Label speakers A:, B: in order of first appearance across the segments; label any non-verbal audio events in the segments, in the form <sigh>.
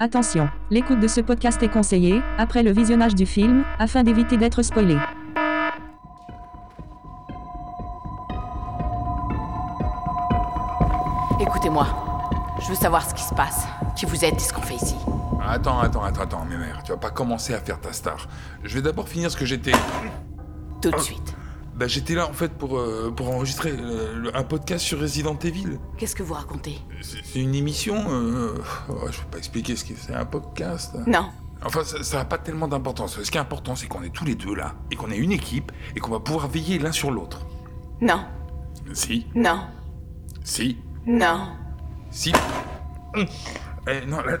A: Attention, l'écoute de ce podcast est conseillée, après le visionnage du film, afin d'éviter d'être spoilé.
B: Écoutez-moi. Je veux savoir ce qui se passe, qui vous êtes et ce qu'on fait ici.
C: Ah, Attends, attends, attends, attends, Mémère, tu vas pas commencer à faire ta star. Je vais d'abord finir ce que j'étais.
B: Tout de suite.
C: Bah, j'étais là en fait pour, euh, pour enregistrer euh, le- un podcast sur Resident Evil.
B: Qu'est-ce que vous racontez
C: C'est c'est une émission. euh, oh, je peux pas expliquer ce que c'est un podcast.
B: Non.
C: Enfin, ça- ça n'a pas tellement d'importance. Ce qui est important, c'est qu'on est tous les deux là, et qu'on est une équipe, et qu'on va pouvoir veiller l'un sur l'autre.
B: Non.
C: Si,
B: Non.
C: si,
B: Non.
C: si. Eh, non, là.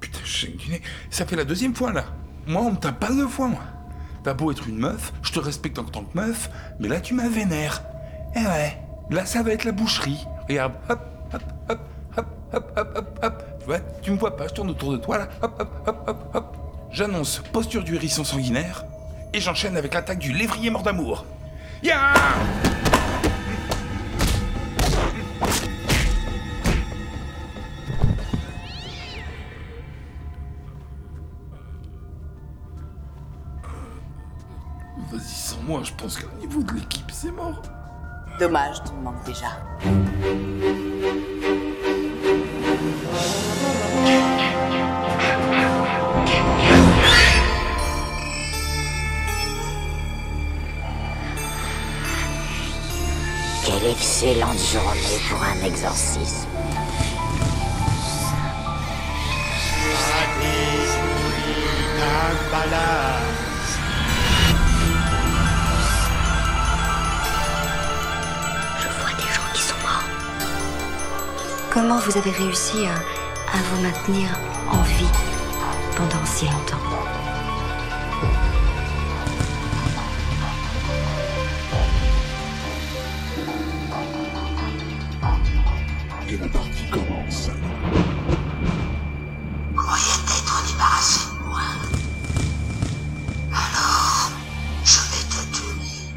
C: Putain, j'ai du nez. Ça fait la deuxième fois là. Moi, on me tape pas deux fois, moi. T'as beau être une meuf, je te respecte en tant que meuf, mais là, tu m'as vénère. Eh ouais, là, ça va être la boucherie. Regarde, hop, hop, hop, hop, hop, hop, hop, hop. Tu vois, tu me vois pas, je tourne autour de toi là. Hop, hop, hop, hop, hop. J'annonce posture du hérisson sanguinaire, et j'enchaîne avec l'attaque du lévrier mort d'amour. Ya Vas-y, sans moi, je pense qu'au niveau de l'équipe, c'est mort.
B: Dommage, tu me manques déjà.
D: Quelle excellente journée pour un exorcisme. Je vois des gens qui sont morts.
E: Comment vous avez réussi à, à vous maintenir en vie pendant si longtemps
C: Et la partie commence.
D: croyais t'être débarrassé de moi. Alors, je vais te tuer.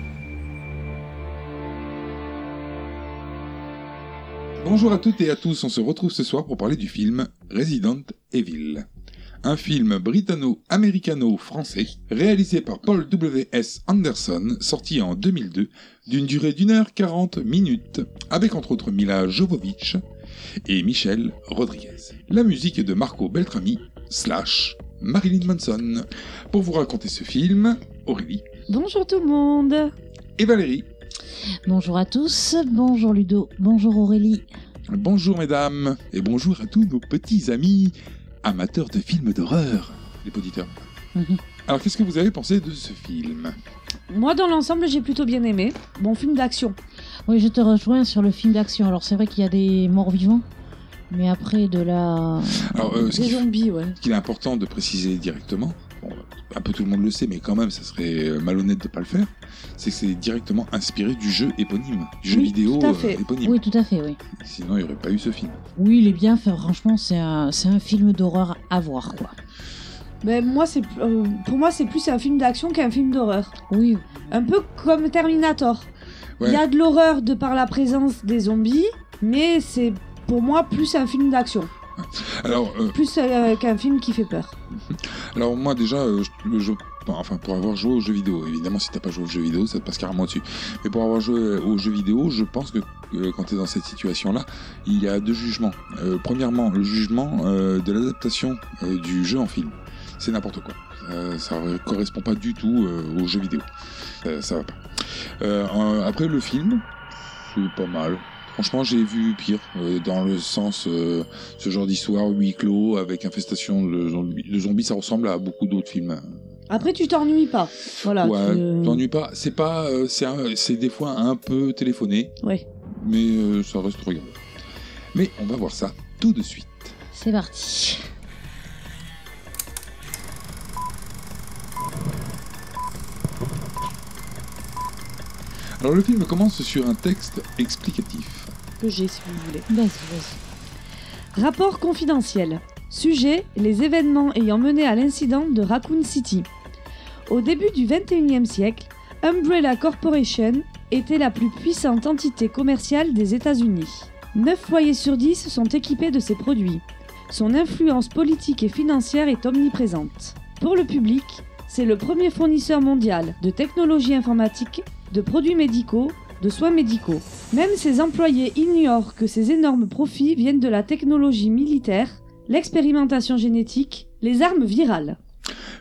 F: Bonjour à toutes et à tous, on se retrouve ce soir pour parler du film Resident Evil. Un film britanno-américano-français réalisé par Paul W.S. Anderson, sorti en 2002, d'une durée d'une heure 40 minutes, avec entre autres Mila Jovovich et Michel Rodriguez. La musique est de Marco Beltrami, slash Marilyn Manson. Pour vous raconter ce film, Aurélie
G: Bonjour tout le monde
F: et Valérie.
G: Bonjour à tous, bonjour Ludo, bonjour Aurélie.
F: Bonjour mesdames et bonjour à tous nos petits amis amateurs de films d'horreur, les auditeurs.
G: Mhm.
F: Alors qu'est-ce que vous avez pensé de ce film
G: Moi dans l'ensemble j'ai plutôt bien aimé. Bon film d'action. Oui je te rejoins sur le film d'action. Alors c'est vrai qu'il y a des morts vivants, mais après de la...
F: Alors euh, ce
G: des
F: qui-
G: zombies ouais.
F: ce qu'il est important de préciser directement, bon, un peu tout le monde le sait mais quand même ça serait euh, malhonnête de pas le faire, c'est que c'est directement inspiré du jeu éponyme, du jeu
G: Oui,
F: vidéo
G: tout à
F: euh,
G: fait.
F: éponyme.
H: Oui, tout à fait, oui.
F: Sinon il n'y aurait pas eu ce film.
H: Oui, il est bien fait. Franchement, c'est un, c'est un film d'horreur à voir, quoi.
I: Mais moi, c'est euh, pour moi, c'est plus un film d'action qu'un film d'horreur.
H: Oui,
I: Un peu comme Terminator. Il
F: Ouais.
I: y a de l'horreur de par la présence des zombies, mais c'est pour moi plus un film d'action,
F: Alors euh,
I: plus euh, qu'un film qui fait peur.
F: Alors moi déjà, euh, je- le jeu, enfin pour avoir joué aux jeux vidéo, évidemment si t'as pas joué aux jeux vidéo, ça te passe carrément dessus. Mais pour avoir joué euh, aux jeux vidéo, je pense que euh, quand t'es dans cette situation-là, il y a deux jugements. Euh, premièrement, le jugement euh, de l'adaptation euh, du jeu en film. C'est n'importe quoi. Euh, ça ne correspond pas du tout euh, aux jeux vidéo. Euh, ça va pas. Euh, euh, après le film, c'est pas mal. Franchement, j'ai vu pire, euh, dans le sens euh, ce genre d'histoire huis clos avec infestation de zombies, de zombies, ça ressemble à beaucoup d'autres films.
I: Après, tu t'ennuies pas. Voilà.
F: ouais,
I: tu- euh,
F: t'ennuies pas. Ah, C'est euh, pas, euh, c'est un- c'est des fois un peu téléphoné,
I: Ouais.
F: mais euh, ça reste regardable. Mais on va voir ça tout de suite.
H: c'est parti.
F: Alors le film commence sur un texte explicatif.
I: Que j'ai, si vous voulez.
H: Vas-y, vas-y.
I: Rapport confidentiel. Sujet les événements ayant mené à l'incident de Raccoon City. Au début du 21e siècle, Umbrella Corporation était la plus puissante entité commerciale des États-Unis. 9 foyers sur 10 sont équipés de ses produits. Son influence politique et financière est omniprésente. Pour le public, c'est le premier fournisseur mondial de technologies informatiques, de produits médicaux, de soins médicaux. Même ses employés ignorent que ses énormes profits viennent de la technologie militaire, l'expérimentation génétique, les armes virales.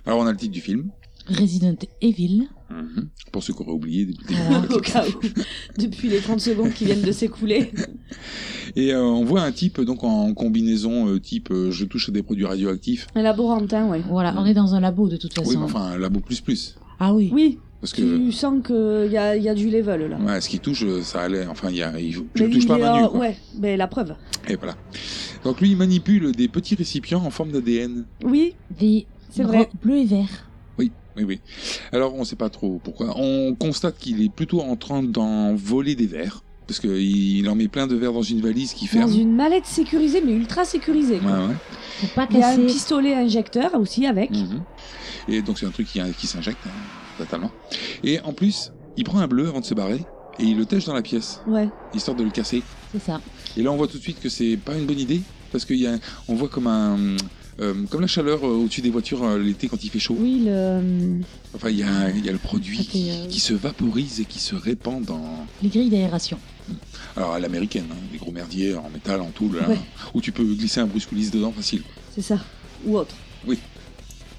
F: Alors, on a le titre du film.
H: Resident Evil.
F: Mhm. Pour ceux qui auraient oublié. depuis le début.
J: Euh.
I: Voilà, <laughs> au cas où. Depuis les 30 secondes qui viennent de s'écouler.
F: Et euh, on voit un type donc en combinaison euh, type euh, je touche à des produits radioactifs.
I: Un laborantin, ouais.
H: Voilà, on est dans un labo de toute façon.
F: Oui, mais enfin, un labo plus plus.
H: Ah oui.
I: Oui,
F: Parce que
I: tu sens qu'il y a, y a du level là.
F: ouais, ce qui touche, euh, ça allait. Enfin, il y a, il- je
I: Mais
F: ne touche
I: il
F: pas
I: est
F: à main nue.
I: hors-
F: Quoi.
I: Ouais, mais la preuve.
F: Et voilà. Donc lui, il manipule des petits récipients en forme d'ADN.
I: Oui,
H: Des
I: C'est vrai.
H: ro- bleus et verts.
F: Oui, oui, oui. Alors, on ne sait pas trop pourquoi. On constate qu'il est plutôt en train d'en voler des verres. Parce qu'il en met plein de verres dans une valise qui
I: dans
F: ferme.
I: une mallette sécurisée, mais ultra sécurisée. quoi.
F: Ouais, ouais.
H: Faut pas
I: Il y a un
H: casser.
I: pistolet injecteur aussi avec.
F: Mhm. Et donc c'est un truc qui, qui s'injecte, hein, totalement. Et en plus, il prend un bleu avant de se barrer et il le tèche dans la pièce,
I: Ouais.
F: histoire de le casser.
H: C'est ça.
F: Et là, on voit tout de suite que c'est pas une bonne idée parce qu'il y a, on voit comme un, euh, comme la chaleur euh, au-dessus des voitures euh, l'été quand il fait chaud.
I: Oui, le...
F: Enfin, il y a, il y a le produit
H: Ok,
F: qui,
H: euh,
F: qui se vaporise et qui se répand dans,
H: Les grilles d'aération.
F: alors à l'américaine, hein, des gros merdiers en métal, en tôle, là,
I: Ouais.
F: où tu peux glisser un Bruce Willis dedans facile.
I: c'est ça. Ou autre.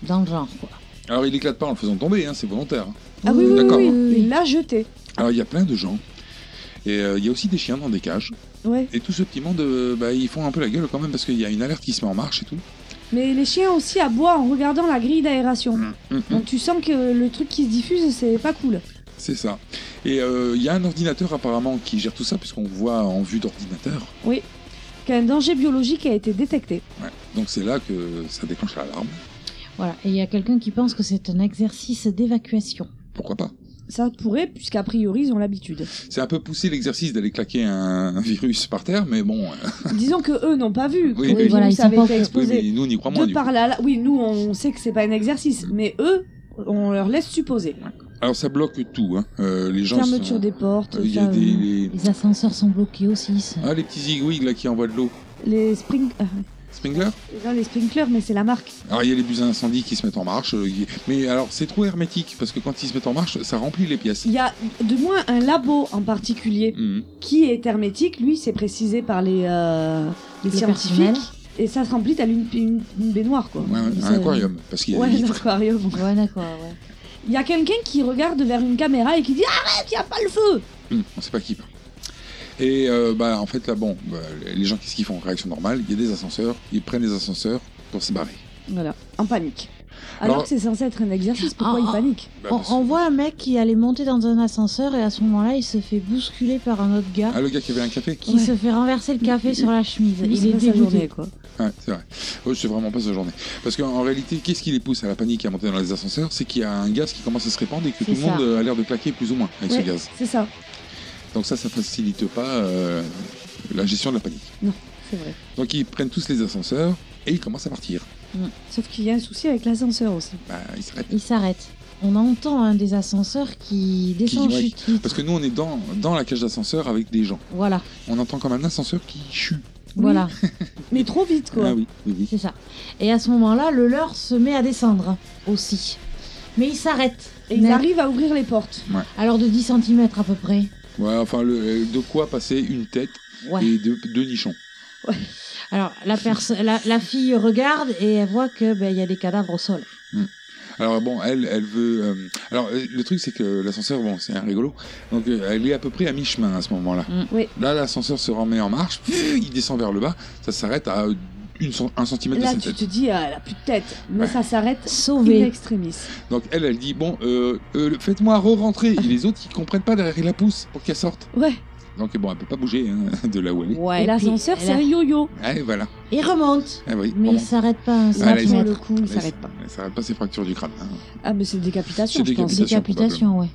H: Dans le genre, quoi.
F: Alors il éclate pas en le faisant tomber, hein, c'est volontaire. hein.
I: Ah oui, oui, oui,
F: D'accord.
I: oui. Il l'a jeté.
F: Alors il y a plein de gens. Et euh, il y a aussi des chiens dans des cages.
I: Ouais.
F: Et tout ce petit monde, euh, bah, ils font un peu la gueule quand même parce qu'il y a une alerte qui se met en marche et tout.
I: Mais les chiens aussi aboient en regardant la grille d'aération.
F: Mhm.
I: Donc tu sens que le truc qui se diffuse, c'est pas cool.
F: C'est ça. Et euh, il y a un ordinateur apparemment qui gère tout ça puisqu'on voit en vue d'ordinateur.
I: Qu'un danger biologique a été détecté.
F: Ouais. Donc c'est là que ça déclenche l'alarme.
H: Voilà. Et il y a quelqu'un qui pense que c'est un exercice d'évacuation.
F: Pourquoi pas
I: Ça pourrait, puisqu'a priori, ils ont
F: <laughs>
I: l'habitude.
F: C'est un peu poussé l'exercice d'aller claquer un virus par terre, mais bon, euh,
I: Disons que eux n'ont pas vu. que
F: Oui,
I: le
F: oui.
I: virus
H: Voilà, ils sont
I: avait
H: pas au
I: été
H: courant.
F: oui,
I: exposé.
F: mais nous on y croit moins.
I: De
F: du
I: par
F: coup. Mhm.
I: là, là- oui, nous on sait que c'est pas un exercice, mais eux, on leur laisse supposer.
F: Alors ça bloque tout. Hein. Euh, les gens.
I: Fermeture
F: sont-
I: des portes,
F: Euh, Il y a
I: ça,
F: des.
I: euh,
F: les-
H: Les ascenseurs sont bloqués aussi. ça.
F: Ah, les petits zigouilles là qui envoient de l'eau.
I: les, spring... euh,
F: Sprinkler
I: non, les sprinklers, mais c'est la marque.
F: Alors il y a les buses à incendie qui se mettent en marche, euh, y- mais alors c'est trop hermétique parce que quand ils se mettent en marche, ça remplit les pièces.
I: Il y a de moins un labo en particulier
F: Mhm.
I: qui est hermétique, lui c'est précisé par les, euh, les
H: Le
I: scientifiques,
H: personnel.
I: et ça se remplit, t'as une, une, une baignoire quoi.
F: Ouais, ouais,
I: Ça-
F: un aquarium, parce qu'il y a
I: Ouais,
F: des
I: un
F: vitres.
I: aquarium.
H: Ouais, d'accord, ouais.
I: Il y a quelqu'un qui regarde vers une caméra et qui dit Arrête, y a pas le feu
F: Hum, on sait pas qui. par contre. Et euh, bah en fait là bon, bah, les gens qu'est-ce qu'ils font Réaction normale, il y a des ascenseurs, ils prennent les ascenseurs pour se barrer.
I: Voilà, en panique. Alors
F: Alors-
I: que c'est censé être un exercice, pourquoi
H: Ah,
I: il
H: ah.
I: panique
F: Bah,
H: on,
F: parce-
H: on voit un mec qui allait monter dans un ascenseur et à ce moment-là, il se fait bousculer par un autre gars
F: Ah le gars qui avait un café
H: qui
I: Ouais.
H: se fait renverser le café sur la chemise.
I: Lui,
H: Il
I: c'est
H: est
I: pas sa journée
H: dégoûté.
I: quoi.
F: Ouais, c'est vrai. Oh, c'est vraiment pas sa journée. Parce qu'en réalité, qu'est-ce qui les pousse à la panique et à monter dans les ascenseurs C'est qu'il y a un gaz qui commence à se répandre et que
H: C'est
F: tout le
H: ça.
F: monde euh, a l'air de claquer plus ou moins avec
I: Ouais,
F: ce gaz.
I: C'est ça,
F: Donc ça, ça facilite pas euh, la gestion de la panique.
I: c'est vrai.
F: Donc ils prennent tous les ascenseurs et ils commencent à partir.
I: Sauf qu'il y a un souci avec l'ascenseur aussi.
F: Bah, ils s'arrêtent.
H: Il s'arrête. On entend un des ascenseurs qui descend
F: ouais,
H: chute libre.
F: Parce que nous, on est dans, dans la cage d'ascenseur avec des gens.
H: Voilà,
F: On entend comme un ascenseur qui chute.
H: voilà,
I: Mais trop vite quoi.
F: Ah oui, oui, oui.
H: c'est ça. Et à ce moment-là, le leur se met à descendre aussi. Mais il s'arrête.
I: Et ils
H: Mais-
I: arrivent à ouvrir les portes.
H: Alors de 10 cm à peu près.
F: Ouais, enfin, le- euh, de quoi passer une tête
H: Ouais.
F: et deux, deux nichons.
H: Alors la, perso- la, la fille regarde et elle voit que ben, il y a des cadavres au sol.
F: Alors bon, elle, elle veut. euh, Alors euh, le truc, c'est que l'ascenseur, bon, c'est un rigolo. Donc euh, elle est à peu près à mi-chemin à ce moment-là.
H: Mm.
I: Oui.
F: Là, l'ascenseur se remet en marche. Il descend vers le bas. Ça s'arrête à une, cent- un centimètre
I: Là,
F: de sa
I: tu
F: tête.
I: te dis, ah, elle a plus de tête. Mais ça s'arrête in
H: Sauvé.
I: extremis.
F: Donc elle, elle dit bon, euh, euh, le- faites-moi re-rentrer. Et les autres, ils comprennent pas derrière ils la poussent pour qu'elle sorte.
I: Ouais.
F: Donc bon, elle peut pas bouger hein, <laughs> de là où elle est.
H: Ouais,
I: et l'ascenseur, c'est un yo-yo.
F: Ah, et voilà.
H: Il remonte.
F: Ah oui.
H: Mais
F: bon.
H: il s'arrête pas
G: hein,
H: un
F: Ah, là, ils
I: Pour
H: centimètre.
I: le coup, il
F: Mais
I: s'arrête pas.
F: Ça arrête pas ses fractures du crâne. hein.
I: Ah, mais c'est une décapitation,
F: C'est
I: je pense.
F: décapitation.
H: Décapitation, ouais.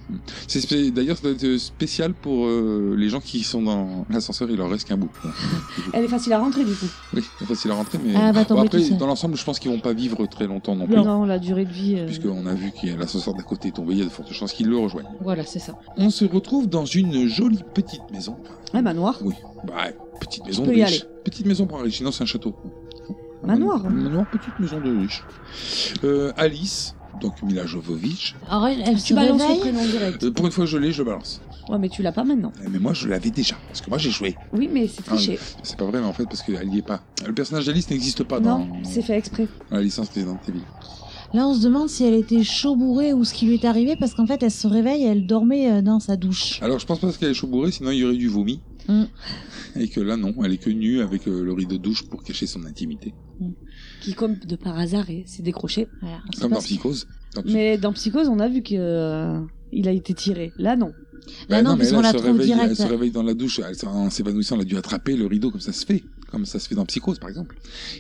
F: C'est spé- d'ailleurs ça doit être spécial pour euh, les gens qui sont dans l'ascenseur. Il leur reste qu'un bout.
I: Elle est facile à rentrer, du coup.
F: Oui, c'est facile à rentrer, mais
H: Ah, elle
I: bah,
H: va tomber
F: après,
H: toute seule.
F: dans l'ensemble, je pense qu'ils vont pas vivre très longtemps non plus.
I: Non, la durée de vie. euh,
F: Puisqu'on a vu qu'il y a l'ascenseur d'à côté est tombé, il y a de fortes chances qu'ils le rejoignent.
H: Voilà, c'est ça.
F: On se retrouve dans une jolie petite maison.
I: Un manoir.
F: Oui, bah, petite maison
I: peux y
F: riche. Petite maison pour un riche, sinon c'est un château.
I: Manoir.
F: Un Manoir, petite maison de riche. Euh, Alice, donc Mila Jovovich.
G: Arrête, elle se
I: Tu balances le
G: réveille.
I: prénom direct.
F: Euh, pour une fois, je l'ai, je balance.
I: Ouais, mais tu l'as pas maintenant.
F: Euh, Mais moi, je l'avais déjà, parce que moi, j'ai joué.
I: Oui, mais c'est triché.
F: C'est pas vrai, mais en fait, parce qu'elle n'y est pas. Le personnage d'Alice n'existe pas dans,
I: non, c'est fait exprès.
F: dans la licence Resident Evil.
G: Là, on se demande si elle était chaud bourrée ou ce qui lui est arrivé parce qu'en fait, elle se réveille et elle dormait euh, dans sa douche.
F: Alors, je pense pas parce qu'elle est chaud bourrée, sinon il y aurait du vomi.
G: Mm.
F: Et que là, non, elle est que nue avec euh, le rideau de douche pour cacher son intimité.
I: Qui, comme de par hasard, est- s'est décroché.
G: Voilà, on sait
F: Comme
G: pas
F: dans
G: si-
F: Psychose. Quand Ah, tu-
I: Mais dans Psychose, on a vu que euh, il a été tiré. Là, non.
G: Ah non,
F: Bah mais
G: puisqu'on
F: elle,
G: la
F: se
G: trouve
F: réveille,
G: directe.
F: elle se réveille dans la douche, elle, s'en- en s'évanouissant, elle a dû attraper le rideau comme ça se fait, comme ça se fait dans Psychose par exemple.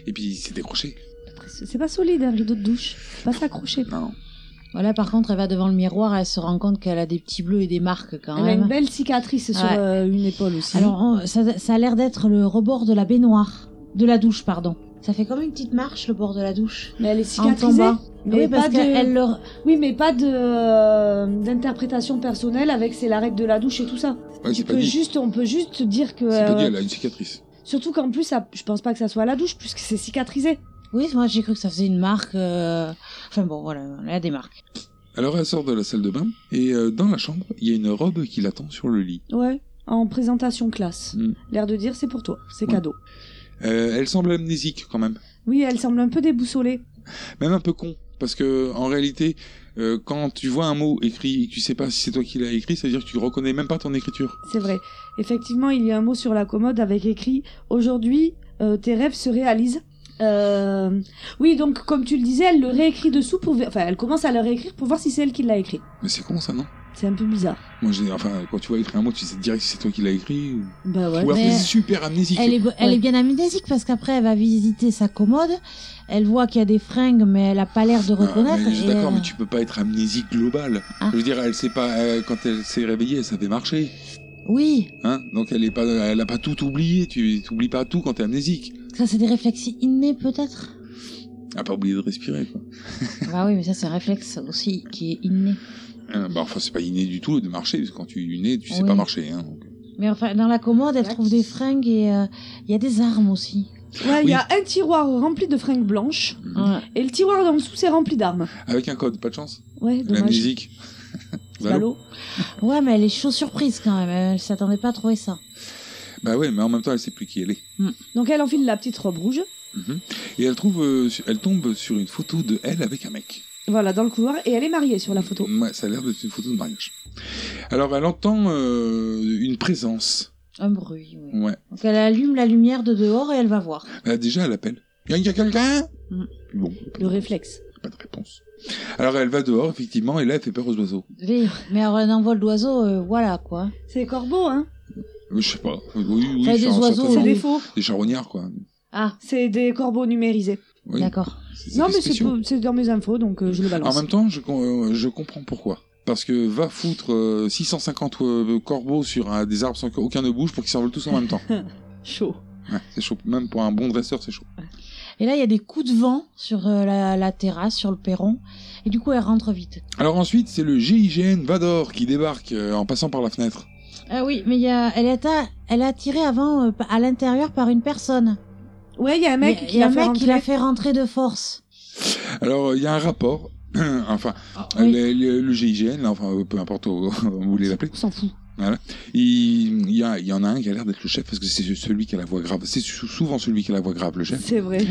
F: Et puis il s'est décroché.
I: Après, C'est c'est pas solide, un rideau de douche. Faut Pas s'accrocher.
F: Non.
G: Voilà, par contre, elle va devant le miroir et elle se rend compte qu'elle a des petits bleus et des marques quand
I: Elle a
G: même.
I: une belle cicatrice sur
G: Ouais.
I: euh, une épaule aussi.
G: Alors, on- ça, ça a l'air d'être le rebord de la baignoire. De la douche, pardon. Ça fait comme une petite marche, le bord de la douche.
I: mais elle est
G: En
I: cicatrisée.
G: tombant.
I: Mais
G: oui, parce
I: pas de-
G: qu'elle le...
I: Oui, mais pas de euh, d'interprétation personnelle avec c'est la règle de la douche et tout ça.
F: Ouais,
I: tu
F: c'est pas
I: peux
F: dit.
I: juste, on peut juste dire que.
F: C'est pas dit,
I: euh,
F: elle a une cicatrice.
I: surtout qu'en plus, ça- je pense pas que ça soit à la douche puisque c'est cicatrisé.
G: Oui, moi j'ai cru que ça faisait une marque. euh, Enfin bon, voilà, elle a des marques.
F: Alors elle sort de la salle de bain et euh, dans la chambre, il y a une robe qui l'attend sur le lit.
I: Ouais. En présentation classe.
F: Mm.
I: L'air de dire c'est pour toi, c'est
F: Ouais.
I: cadeau.
F: Euh, elle semble amnésique quand même,
I: Oui, elle semble un peu déboussolée.
F: même un peu con, parce que en réalité, euh, quand tu vois un mot écrit et que tu sais pas si c'est toi qui l'as écrit, ça veut dire que tu reconnais même pas ton écriture.
I: C'est vrai. Effectivement, il y a un mot sur la commode avec écrit Aujourd'hui, euh, tes rêves se réalisent. Euh, Oui, donc comme tu le disais, elle le réécrit dessous pour. ver- Enfin, elle commence à le réécrire pour voir si c'est elle qui l'a écrit.
F: Mais c'est con ça, non
I: C'est un peu bizarre.
F: Moi, j'ai, enfin, quand tu vois écrire un mot, tu sais direct si c'est toi qui l'as écrit ou,
I: Bah ouais.
F: ou alors
G: mais-
F: t'es super amnésique.
G: Elle est, bo- elle
I: Ouais.
G: est bien amnésique parce qu'après elle va visiter sa commode. Elle voit qu'il y a des fringues, mais elle a pas l'air de
F: Ah,
G: reconnaître.
F: mais je suis
G: et,
F: d'accord,
G: euh,
F: mais tu peux pas être amnésique globale.
G: Ah.
F: Je veux dire, elle sait pas euh, quand elle s'est réveillée, elle savait marcher,
G: Oui,
F: hein. Donc elle est pas, elle a pas tout oublié. Tu t'oublies pas tout quand t'es amnésique.
G: ça c'est des réflexes innés
F: <laughs>
G: peut-être.
F: Elle a pas oublié de respirer, quoi.
G: bah oui, mais ça c'est un réflexe aussi qui est inné.
F: Euh, bah enfin, c'est pas inné du tout de marcher, parce que quand tu nais, tu sais
G: Oui.
F: pas marcher, hein. donc.
G: Mais enfin, dans la commode, elle trouve des fringues et euh, il y a des armes aussi.
I: Ouais, il
F: Oui.
I: y a un tiroir rempli de fringues blanches
G: Ouais.
I: et le tiroir d'en dessous c'est rempli d'armes.
F: Avec un code, pas de chance.
I: Ouais, dommage. <laughs>
F: L'amnésique. Zalo.
I: Ballot.
G: Ouais, mais elle est chaud surprise quand même. Elle s'attendait pas à trouver ça.
F: Bah ouais, mais en même temps, elle sait plus qui elle est.
I: Donc elle enfile la petite robe rouge.
F: Mhm. Et elle trouve, euh, su- elle tombe sur une photo de elle avec un mec.
I: Voilà, dans le couloir et elle est mariée sur la photo.
F: Ouais, ça a l'air d'être une photo de mariage. Alors, elle entend euh, une présence.
G: Un bruit, oui.
F: Ouais.
G: Donc elle allume la lumière de dehors et elle va voir.
F: Bah, déjà, elle appelle. Il y a quelqu'un
G: Mm.
F: Bon,
I: Mhm. Le réflexe.
F: pas de réponse. Alors, elle va dehors, effectivement, et là, elle fait peur aux oiseaux.
G: Mais mais alors, un envol d'oiseau, euh, voilà quoi.
I: C'est corbeau, hein
F: Euh, Je sais pas. Oui, oui,
G: Enfin, des
F: char-
G: oiseaux,
F: certainement.
I: C'est
G: oui.
I: des faux.
F: Des charognards, quoi.
G: Ah,
I: C'est des corbeaux numérisés.
F: Oui,
G: d'accord.
F: c'est- c'est
I: Non,
F: des
I: mais c'est
F: spéciaux.
I: c'est dans mes infos, donc euh, je le
F: En
I: balance.
F: même temps, je, com- euh, je comprends pourquoi. Parce que va foutre euh, 650 euh, corbeaux sur un- des arbres sans qu'aucun ne bouge pour qu'ils s'envolent tous en même temps.
I: Chaud.
F: Ouais, c'est chaud. Même pour un bon dresseur, c'est chaud.
G: Et là, il y a des coups de vent sur euh, la, la terrasse, sur le perron. Et du coup, elle rentre vite.
F: Alors ensuite, c'est le GIGN Vador qui débarque euh, en passant par la fenêtre.
G: Ah oui, mais il y a, elle, est à- elle est attirée avant euh, à l'intérieur par une personne.
I: Ouais, il y a un mec
G: Il y a- il
I: qui
G: y a un
I: l'a fait
G: mec qui l'a
I: rentrer.
G: fait rentrer de force.
F: Alors, euh, il y a un rapport. <clears throat> enfin,
G: oui.
F: le, le- le GIGN, là, enfin, peu importe où <laughs> vous voulez l'appeler.
I: On s'en fout.
F: Il, il y a- il y en a un qui a l'air d'être le chef parce que c'est celui qui a la voix grave. C'est sou- souvent celui qui a la voix grave, le chef.
I: C'est vrai.
G: Mmh.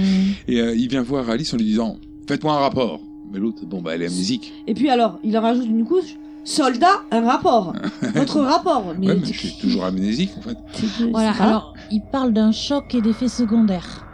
F: Et euh, il vient voir Alice en lui disant Faites-moi un rapport. Mais l'autre, bon, bah, elle est à musique.
I: Et puis alors, il en rajoute une couche. Soldat, un
F: <laughs>
I: rapport. Votre rapport. Mais
F: ouais, mais
I: tu-
F: je suis toujours amnésique, en fait.
I: tu- tu-
G: Voilà,
I: c'est pas-
G: alors, il parle d'un choc et d'effets secondaires.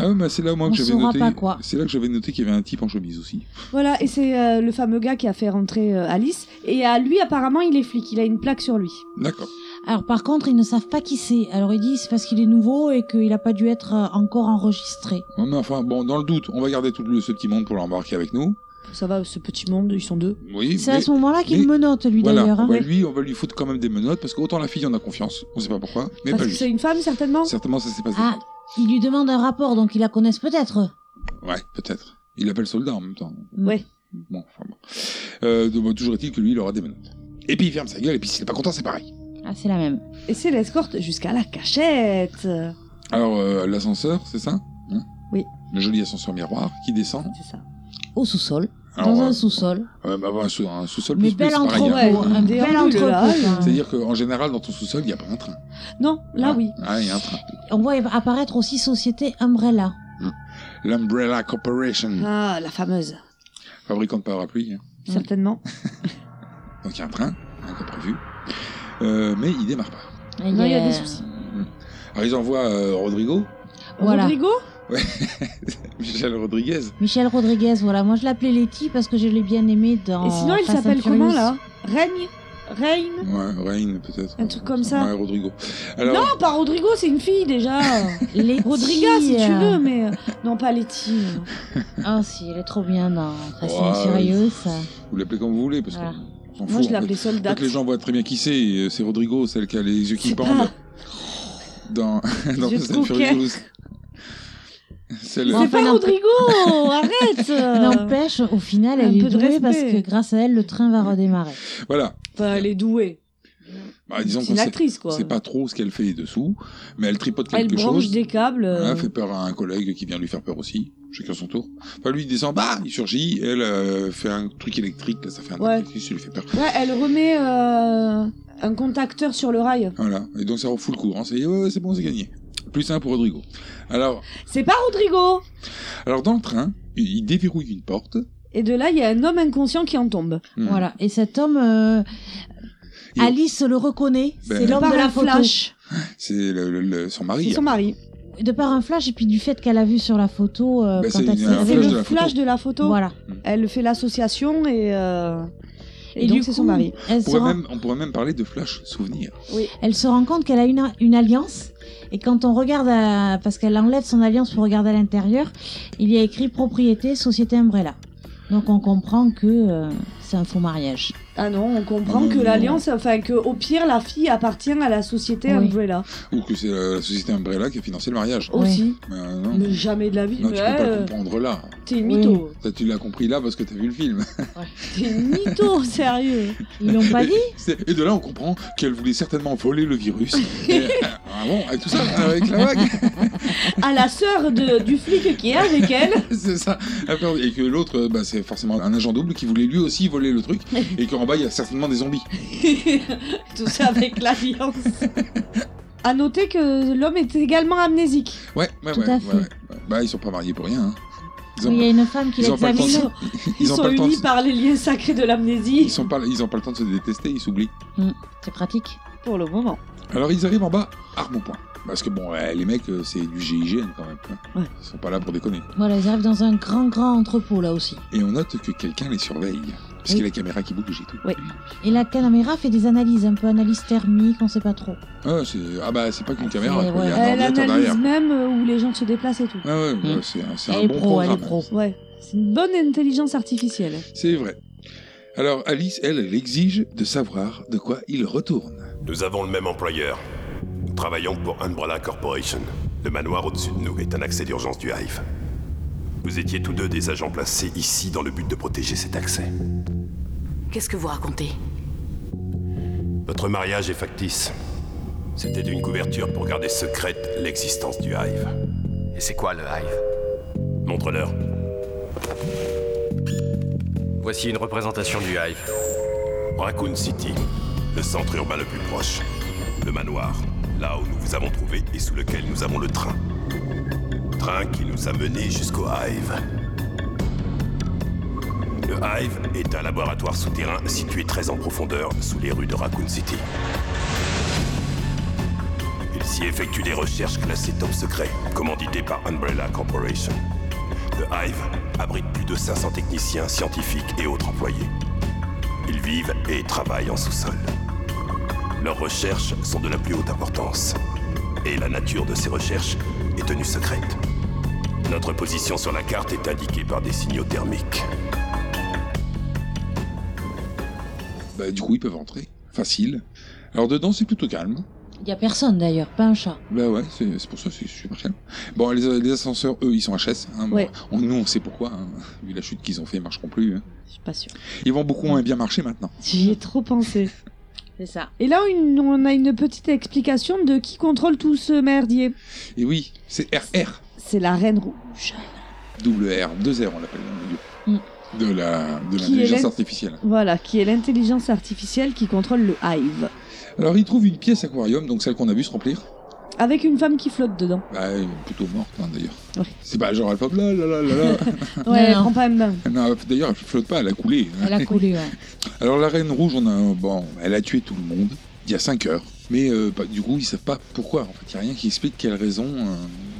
F: Ah ouais, bah, c'est là, moi,
G: On
F: que j'avais
G: saura
F: noté.
G: pas quoi.
F: C'est là que j'avais noté qu'il y avait un type en chemise aussi.
I: Voilà, et c'est euh, le fameux gars qui a fait rentrer euh, Alice. Et à lui, apparemment, il est flic. Il a une plaque sur lui.
F: D'accord.
G: Alors par contre, ils ne savent pas qui c'est. Alors ils disent c'est parce qu'il est nouveau et qu'il n'a pas dû être euh, encore enregistré.
F: Ouais, mais enfin, bon, dans le doute, on va garder tout le, ce petit monde pour l'embarquer avec nous.
I: Ça va, ce petit monde, ils sont deux.
F: Oui,
G: C'est
F: mais-
G: à ce moment-là qu'il
F: mais-
G: menote lui
F: voilà,
G: d'ailleurs.
F: on
G: hein.
F: va lui, on va lui foutre quand même des menottes parce qu'autant la fille, on a confiance. On sait pas pourquoi, mais
I: Parce
F: pas
I: que c'est
F: lui.
I: une femme, certainement.
F: Certainement, ça s'est passé.
G: Ah, il lui demande un rapport donc ils la connaissent peut-être.
F: Ouais, peut-être. Il l'appelle soldat en même temps.
G: Mm.
I: Ouais.
F: Bon, enfin bon. Euh, donc, bon, toujours est-il que lui, il aura des menottes. Et puis il ferme sa gueule, et puis s'il est pas content, c'est pareil.
G: Ah, c'est la même.
I: Et c'est l'escorte jusqu'à la cachette.
F: Alors, euh, l'ascenseur, c'est ça Hein
I: Oui.
F: Le joli ascenseur miroir qui descend.
I: C'est ça.
G: Au sous-sol.
F: Alors,
G: dans
F: euh,
G: un sous-sol.
F: ouais, bah, bah, sous- un sous-sol
G: Mais
F: plus plus,
G: belle
F: c'est pareil,
G: entrepôt.
F: hein.
I: hein.
G: Un bel
I: Déambule,
G: entrepôt.
I: là.
G: quoi.
F: C'est-à-dire qu'en général, dans ton sous-sol, il n'y a pas un train.
I: Non, là
F: Ah,
I: oui.
F: Ah, il y a un train.
G: On voit apparaître aussi Société Umbrella.
F: L'Umbrella Corporation,
I: Ah, la fameuse.
F: fabricant de parapluies. hein.
I: Mm. Certainement.
F: Donc il y a un train, hein, comme prévu. Euh, mais il démarre pas. Mmh.
G: Et
I: Non, il y a
G: euh,
I: des soucis.
F: Alors ils envoient euh, Rodrigo, <laughs>
G: Voilà.
I: Rodrigo
F: Michel Rodriguez.
G: Michel Rodriguez, voilà. Moi, je l'appelais Letty parce que je l'ai bien aimé dans.
I: Et sinon, il
G: Fast and
I: s'appelle
G: Furious.
I: comment là Règne Reign
F: Ouais, Rain peut-être.
I: Un truc comme ça.
F: Ouais, Rodrigo. Alors,
I: Non, pas Rodrigo, c'est une fille déjà.
G: Letty.
I: Rodriga, si tu veux, mais. euh, Non, pas Letty. non.
G: Ah, si, elle est trop bien dans Fast and
F: Ouais.
G: Furious.
F: vous l'appelez comme vous voulez parce
G: Voilà.
F: que. on s'en
I: Moi,
F: fout,
I: je l'appelais
F: Dès
I: Soldat.
F: que les gens voient très bien qui c'est, euh, c'est Rodrigo, celle qui a les yeux qui
I: C'est
F: pendent. Dans, <laughs> dans
I: yeux
F: Fast
I: de
F: and
I: coquet.
F: Furious. Celle. euh,
I: C'est pas
G: non.
I: Rodrigo Arrête euh.
G: N'empêche, au final,
I: un
G: elle
I: peu
G: est
I: de
G: douée parce
I: respect.
G: que grâce à elle, le train va redémarrer.
F: Voilà.
I: Enfin, Elle est douée.
F: Bah, disons
I: c'est
F: qu'on
I: une
F: sait,
I: actrice, quoi.
F: sait pas trop ce qu'elle fait dessous, mais elle tripote
I: Elle
F: quelque
I: branche
F: chose.
I: des câbles. euh,
F: Voilà, fait peur à un collègue qui vient lui faire peur aussi. Chacun son tour. Enfin, lui, il descend, bah, il surgit, elle euh, fait un truc électrique, là, ça fait un
I: Ouais.
F: truc électrique, ça lui fait peur.
I: Ouais, elle remet euh, un contacteur sur le rail.
F: Voilà. Et donc, ça refoule le courant. C'est, ouais, ouais, c'est bon, c'est gagné. Plus un pour Rodrigo. Alors,
I: C'est pas Rodrigo
F: alors, dans le train, il il déverrouille une porte.
I: Et de là, il y a un homme inconscient qui en tombe.
F: Hmm.
G: Voilà. Et cet homme, euh,
F: Il-
G: Alice le reconnaît.
F: Ben,
G: c'est l'homme
I: Par
G: de
I: un
G: la photo.
I: flash.
F: C'est le, le- le- son mari.
I: C'est son mari.
G: De par un flash et puis du fait qu'elle a vu sur la photo euh,
F: Ben,
G: quand
F: c'est
G: elle
F: une-
G: s'est
F: un
I: C'est
F: flash
G: réveillée.
F: de
I: le
F: la
I: flash
F: photo.
I: de la photo.
G: Voilà.
I: Elle fait l'association et, euh, et, donc c'est son mari.
G: Elle
F: On
G: se,
F: pourrait,
G: rend,
F: même, on pourrait même parler de flash souvenir.
G: elle se rend compte qu'elle a une, une alliance. Et quand on regarde, à- parce qu'elle enlève son alliance pour regarder à l'intérieur, il y a écrit propriété Société Umbrella. Donc on comprend que euh, c'est un faux mariage.
I: Ah non, on comprend
F: Ah non,
I: que
F: non,
I: l'alliance, enfin que au pire la fille appartient à la société
G: Oui.
I: Umbrella
F: Ou que c'est la, la société Umbrella qui a financé le mariage.
G: Oui.
I: aussi.
F: Mais, euh, non.
I: Mais euh. jamais de la vie.
F: Non, tu peux
I: mais
F: pas le
I: elle,
F: comprendre là.
I: t'es une mytho.
F: Ça, Bah, tu l'as compris là parce que t'as vu le film.
I: T'es une mytho, <laughs> sérieux.
G: Ils l'ont pas dit
F: <laughs> C'est- Et de là, on comprend qu'elle voulait certainement voler le virus.
G: <laughs>
F: Et, euh, ah bon, avec tout ça, avec la vague, <laughs>
I: À la sœur de- du flic qui est avec elle. <laughs>
F: c'est ça. Après, Et que l'autre, euh, bah, c'est forcément un agent double qui voulait lui aussi voler
G: <laughs>
F: le truc. Et qu'en bas, il y a certainement des zombies.
I: Tout ça avec l'alliance. À noter que l'homme est également amnésique.
F: Ouais, ouais,
G: Tout
F: ouais,
G: à
F: ouais,
G: fait.
F: ouais. Bah, ils sont pas mariés pour rien. hein. Ils
G: Oui, Il y
F: ont,
G: a une femme qui
F: <laughs> ils ont pas le temps.
G: l'examine.
F: de-
I: Ils,
F: ont
I: sont
F: pas le temps de-
I: unis par les liens sacrés de
F: Ils
I: l'amnésie.
F: sont pas, ils ont pas le temps de se détester, ils s'oublient.
G: C'est pratique.
I: Pour le moment.
F: Alors ils arrivent en bas, arme au point. Parce que bon, ouais, les mecs, euh, c'est du GIGN quand même. hein.
I: Ouais.
F: Ils sont pas là pour déconner.
G: Voilà, ils arrivent dans un grand, grand entrepôt là aussi.
F: Et on note que quelqu'un les surveille. Parce
G: Oui.
F: qu'il y a la caméra qui bouge et tout.
I: Oui.
G: Et la caméra fait des analyses, un peu analyse thermique, on sait pas trop.
F: Ah, c'est- ah bah c'est pas qu'une
G: Ah,
F: caméra,
G: c'est-
F: quoi, il y a un
I: Elle
F: ordinateur derrière.
I: analyse même euh, où les gens se déplacent et tout.
F: Ah ouais,
G: Hmm.
F: ouais, c'est un, c'est un
G: Elle est
F: bon
G: pro, elle est
F: programme.
G: pro.
I: Ouais. C'est une bonne intelligence artificielle.
F: C'est vrai. Alors Alice, elle, elle exige de savoir de quoi il retourne.
K: Nous avons le même employeur. Nous travaillons pour Umbrella Corporation. Le manoir au-dessus de nous est un accès d'urgence du Hive. Vous étiez tous deux des agents placés ici dans le but de protéger cet accès.
B: Qu'est-ce que vous racontez
K: Votre mariage est factice. C'était une couverture pour garder secrète l'existence du Hive. Et c'est quoi le Hive Montre-leur. Voici une représentation du Hive. Raccoon City, le centre urbain le plus proche. Le manoir, là où nous vous avons trouvé et sous lequel nous avons le train. Train qui nous a menés jusqu'au Hive. Le Hive est un laboratoire souterrain situé très en profondeur sous les rues de Raccoon City. Il s'y effectue des recherches classées top secret, commanditées par Umbrella Corporation. Le Hive abrite plus de 500 techniciens, scientifiques et autres employés. Ils vivent et travaillent en sous-sol. Leurs recherches sont de la plus haute importance. Et la nature de ces recherches est tenue secrète. Notre position sur la carte est indiquée par des signaux thermiques.
F: Bah, du coup, ils peuvent entrer. Facile. Alors dedans, c'est plutôt calme.
G: Il y a personne d'ailleurs, pas un chat.
F: Bah ouais, c'est c'est pour ça, c'est super calme. Bon, les, les ascenseurs, eux, ils sont HS. Hein, bon,
I: Ouais.
F: on, nous, on sait pourquoi. hein. Vu la chute qu'ils ont fait, ils marcheront plus. hein.
I: Je suis pas sûre.
F: Ils vont beaucoup moins bien marcher maintenant.
I: J'y ai trop pensé.
G: C'est ça.
I: Et là, une- on a une petite explication de qui contrôle tout ce merdier.
F: Et oui, c'est RR.
I: c'est la Reine Rouge.
F: Double R, 2 R on l'appelle dans le milieu.
I: Mm.
F: De la de
I: Qui
F: l'intelligence
I: est la-
F: artificielle.
I: Voilà, qui est l'intelligence artificielle qui contrôle le Hive.
F: Alors il trouve une pièce aquarium, donc celle qu'on a vu se remplir.
I: Avec une femme qui flotte dedans.
F: Bah, elle est plutôt morte hein, d'ailleurs.
I: Ouais.
F: C'est pas genre elle flotte là là
G: <laughs>
F: là là. là.
I: Ouais, elle
G: Ah. non.
I: prend pas un bain.
F: non, d'ailleurs elle flotte pas, elle a coulé. hein.
G: Elle a coulé, ouais.
F: <laughs> Alors la reine rouge, on a bon, elle a tué tout le monde il y a 5 heures. Mais euh, bah, du coup, ils savent pas pourquoi. En fait, il y a rien qui explique quelle raison euh,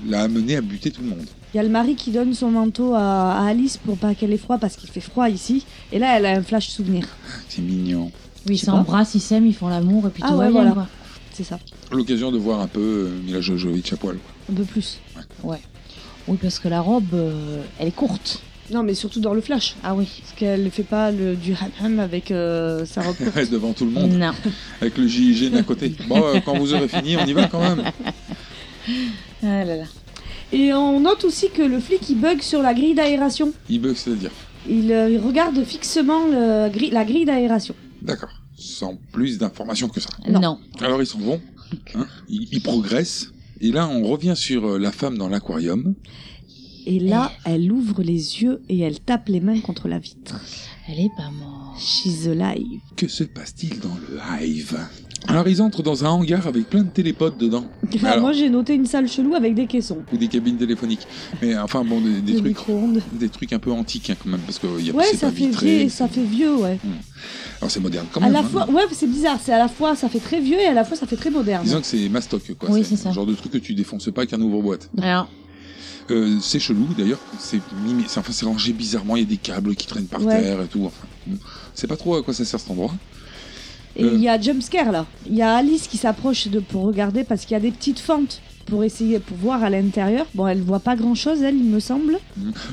F: l'a amené à buter tout le monde.
I: Il y a le mari qui donne son manteau à, à Alice pour pas qu'elle ait froid parce qu'il fait froid ici. Et là, elle a un flash souvenir.
F: Ah, C'est mignon.
G: Oui, ils
I: Je sais
G: s'embrassent, ils s'aiment, ils font l'amour et puis
I: Ah
G: tout
I: ouais,
G: va bien,
I: voilà.
G: quoi.
I: C'est ça,
F: L'occasion de voir un peu euh, Mila Jojovic à poil. <laughs>
I: un peu plus.
G: Oui, parce que la robe, euh, elle est courte.
I: Non, mais surtout dans le flash.
G: Ah oui.
I: Parce qu'elle fait pas le, du hammam avec euh, sa robe courte.
F: Devant tout le monde,
G: Non.
F: avec le JIG d'un côté. Bon, euh, quand vous aurez fini, on y va quand même.
G: Ah là là.
I: Et on note aussi que le flic, il bug sur la grille d'aération.
F: Il bug, c'est-à-dire.
I: Il, euh, il regarde fixement le gri- la grille d'aération.
F: D'accord. Sans plus d'informations que ça.
G: Non.
F: Alors ils s'en vont. hein, Ils, ils progressent. Et là, on revient sur euh, la femme dans l'aquarium.
I: Et là, elle ouvre les yeux et elle tape les mains contre la vitre.
G: Elle est pas morte.
I: She's alive.
F: Que se passe-t-il dans le hive Alors ils entrent dans un hangar avec plein de télépodes dedans,
I: Ah,
F: Alors.
I: moi, j'ai noté une salle chelou avec des caissons.
F: ou des cabines téléphoniques. Mais euh, enfin bon, des, des
I: Des
F: trucs,
I: micro-ondes.
F: des trucs un peu antiques hein, quand même, parce que euh, y a-
I: Ouais,
F: c'est
I: ça
F: pas
I: fait,
F: vitré.
I: vieux, ça fait vieux, ouais.
F: Alors c'est moderne quand
I: à
F: même.
I: la
F: hein.
I: fois, ouais, c'est bizarre, c'est à la fois ça fait très vieux et à la fois ça fait très moderne.
F: Disons que c'est mastoc quoi.
G: Oui, c'est ça.
F: Le genre de truc que tu défonces pas qu'un ouvre boîte.
G: Alors,
F: Euh, c'est chelou d'ailleurs. C'est mimi- c'est- enfin c'est rangé bizarrement. Il y a des câbles qui traînent par
I: Ouais.
F: terre et tout. Enfin, bon, c'est pas trop à quoi ça sert cet endroit.
I: Et
F: Euh.
I: il y a jumpscare là. Il y a Alice qui s'approche de pour regarder parce qu'il y a des petites fentes pour essayer pour voir à l'intérieur. Bon, elle voit pas grand chose, elle, il me semble.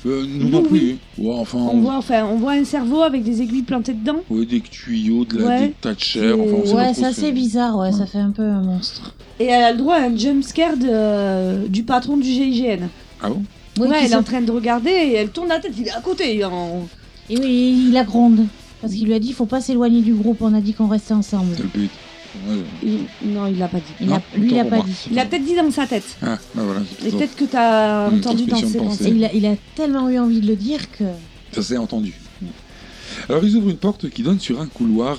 F: Euh, nous
I: Nous,
F: non plus. Ouais, enfin.
I: On voit, enfin, on voit un cerveau avec des aiguilles plantées dedans.
F: ouais, des tuyaux, de la
I: Ouais.
F: des tas de chair. Enfin, on sait pas
G: ouais,
F: trop
G: ça
F: ce-
G: c'est bizarre, ouais,
F: Ouais.
G: ça fait un peu un monstre.
I: Et elle a le droit à un jumpscare de, euh, du patron du GIGN.
F: Ah bon
G: Oui,
I: ouais,
G: qui
I: elle est en
G: saute.
I: train de regarder et elle tourne la tête, il est à côté. en-
G: Et oui, il la gronde. Parce qu'il lui a dit, faut pas s'éloigner du groupe, on a dit qu'on restait ensemble.
F: C'est le but. Ouais,
I: il- Non, il l'a pas dit.
G: Il
F: Non,
G: a- lui, il a
F: autant
G: pas
F: pour
G: dit.
I: Il l'a peut-être dit dans sa tête.
F: Ah, Hmm, bah voilà.
I: Et peut-être que t'as
F: Une
I: entendu dans
F: transmission de
I: ses
F: pensée.
I: pensées.
G: Et il a, il a tellement eu envie de le dire que.
F: Ça s'est entendu. Alors ils ouvrent une porte qui donne sur un couloir.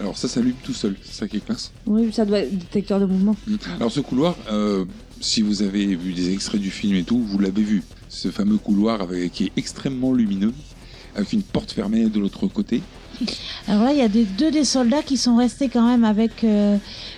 F: Alors ça s'allume tout seul, c'est ça qui est classe.
I: Oui, ça doit être détecteur de mouvement.
F: Mm. Alors ce couloir, euh, si vous avez vu des extraits du film et tout, vous l'avez vu. Ce fameux couloir avec, qui est extrêmement lumineux, avec une porte fermée de l'autre côté.
G: Alors là, il y a des, deux des soldats qui sont restés quand même avec euh,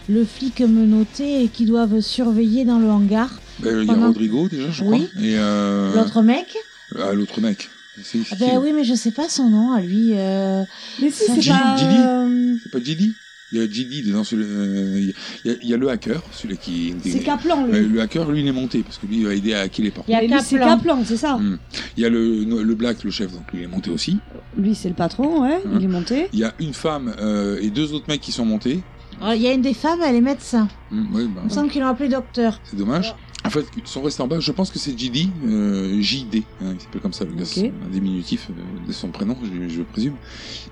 G: le flic menotté et qui doivent surveiller dans le hangar.
F: Ben, Il y a
G: Pendant-
F: Rodrigo déjà, je crois.
G: Oui.
F: Et euh,
G: L'autre mec
F: ah, l'autre mec. C'est
G: Ah
F: c'est qui,
G: Ben
F: là
G: oui, mais je sais pas son nom à lui. euh,
I: Mais si,
G: Ça,
I: c'est
F: Gilles-
I: pas.
F: Gilles
I: euh,
F: C'est pas JD Il y a JD dedans. celui- euh, Il y, a- il y a le hacker, celui qui...
I: C'est Kaplan, lui.
F: Ouais, le hacker, lui, il est monté parce que lui, il va aider à hacker les portes.
G: Il y a
I: Mais lui, c'est
G: Kaplan.
I: Kaplan, c'est ça.
F: Mm. Il y a le, le Black, le chef, donc lui, il est monté aussi.
I: Lui, c'est le patron, ouais,
F: Mm.
I: il est monté.
F: Il y a une femme euh, et deux autres mecs qui sont montés.
G: alors, il y a une des femmes, elle est médecin.
F: Hmm, ouais, bah,
G: Il me semble qu'ils l'ont appelé docteur.
F: c'est dommage. En fait, ils sont restés en bas. Je pense que c'est JD, euh, JD, hein, il s'appelle comme ça, le gars,
I: Ok.
F: c'est un diminutif euh, de son prénom, je, je présume.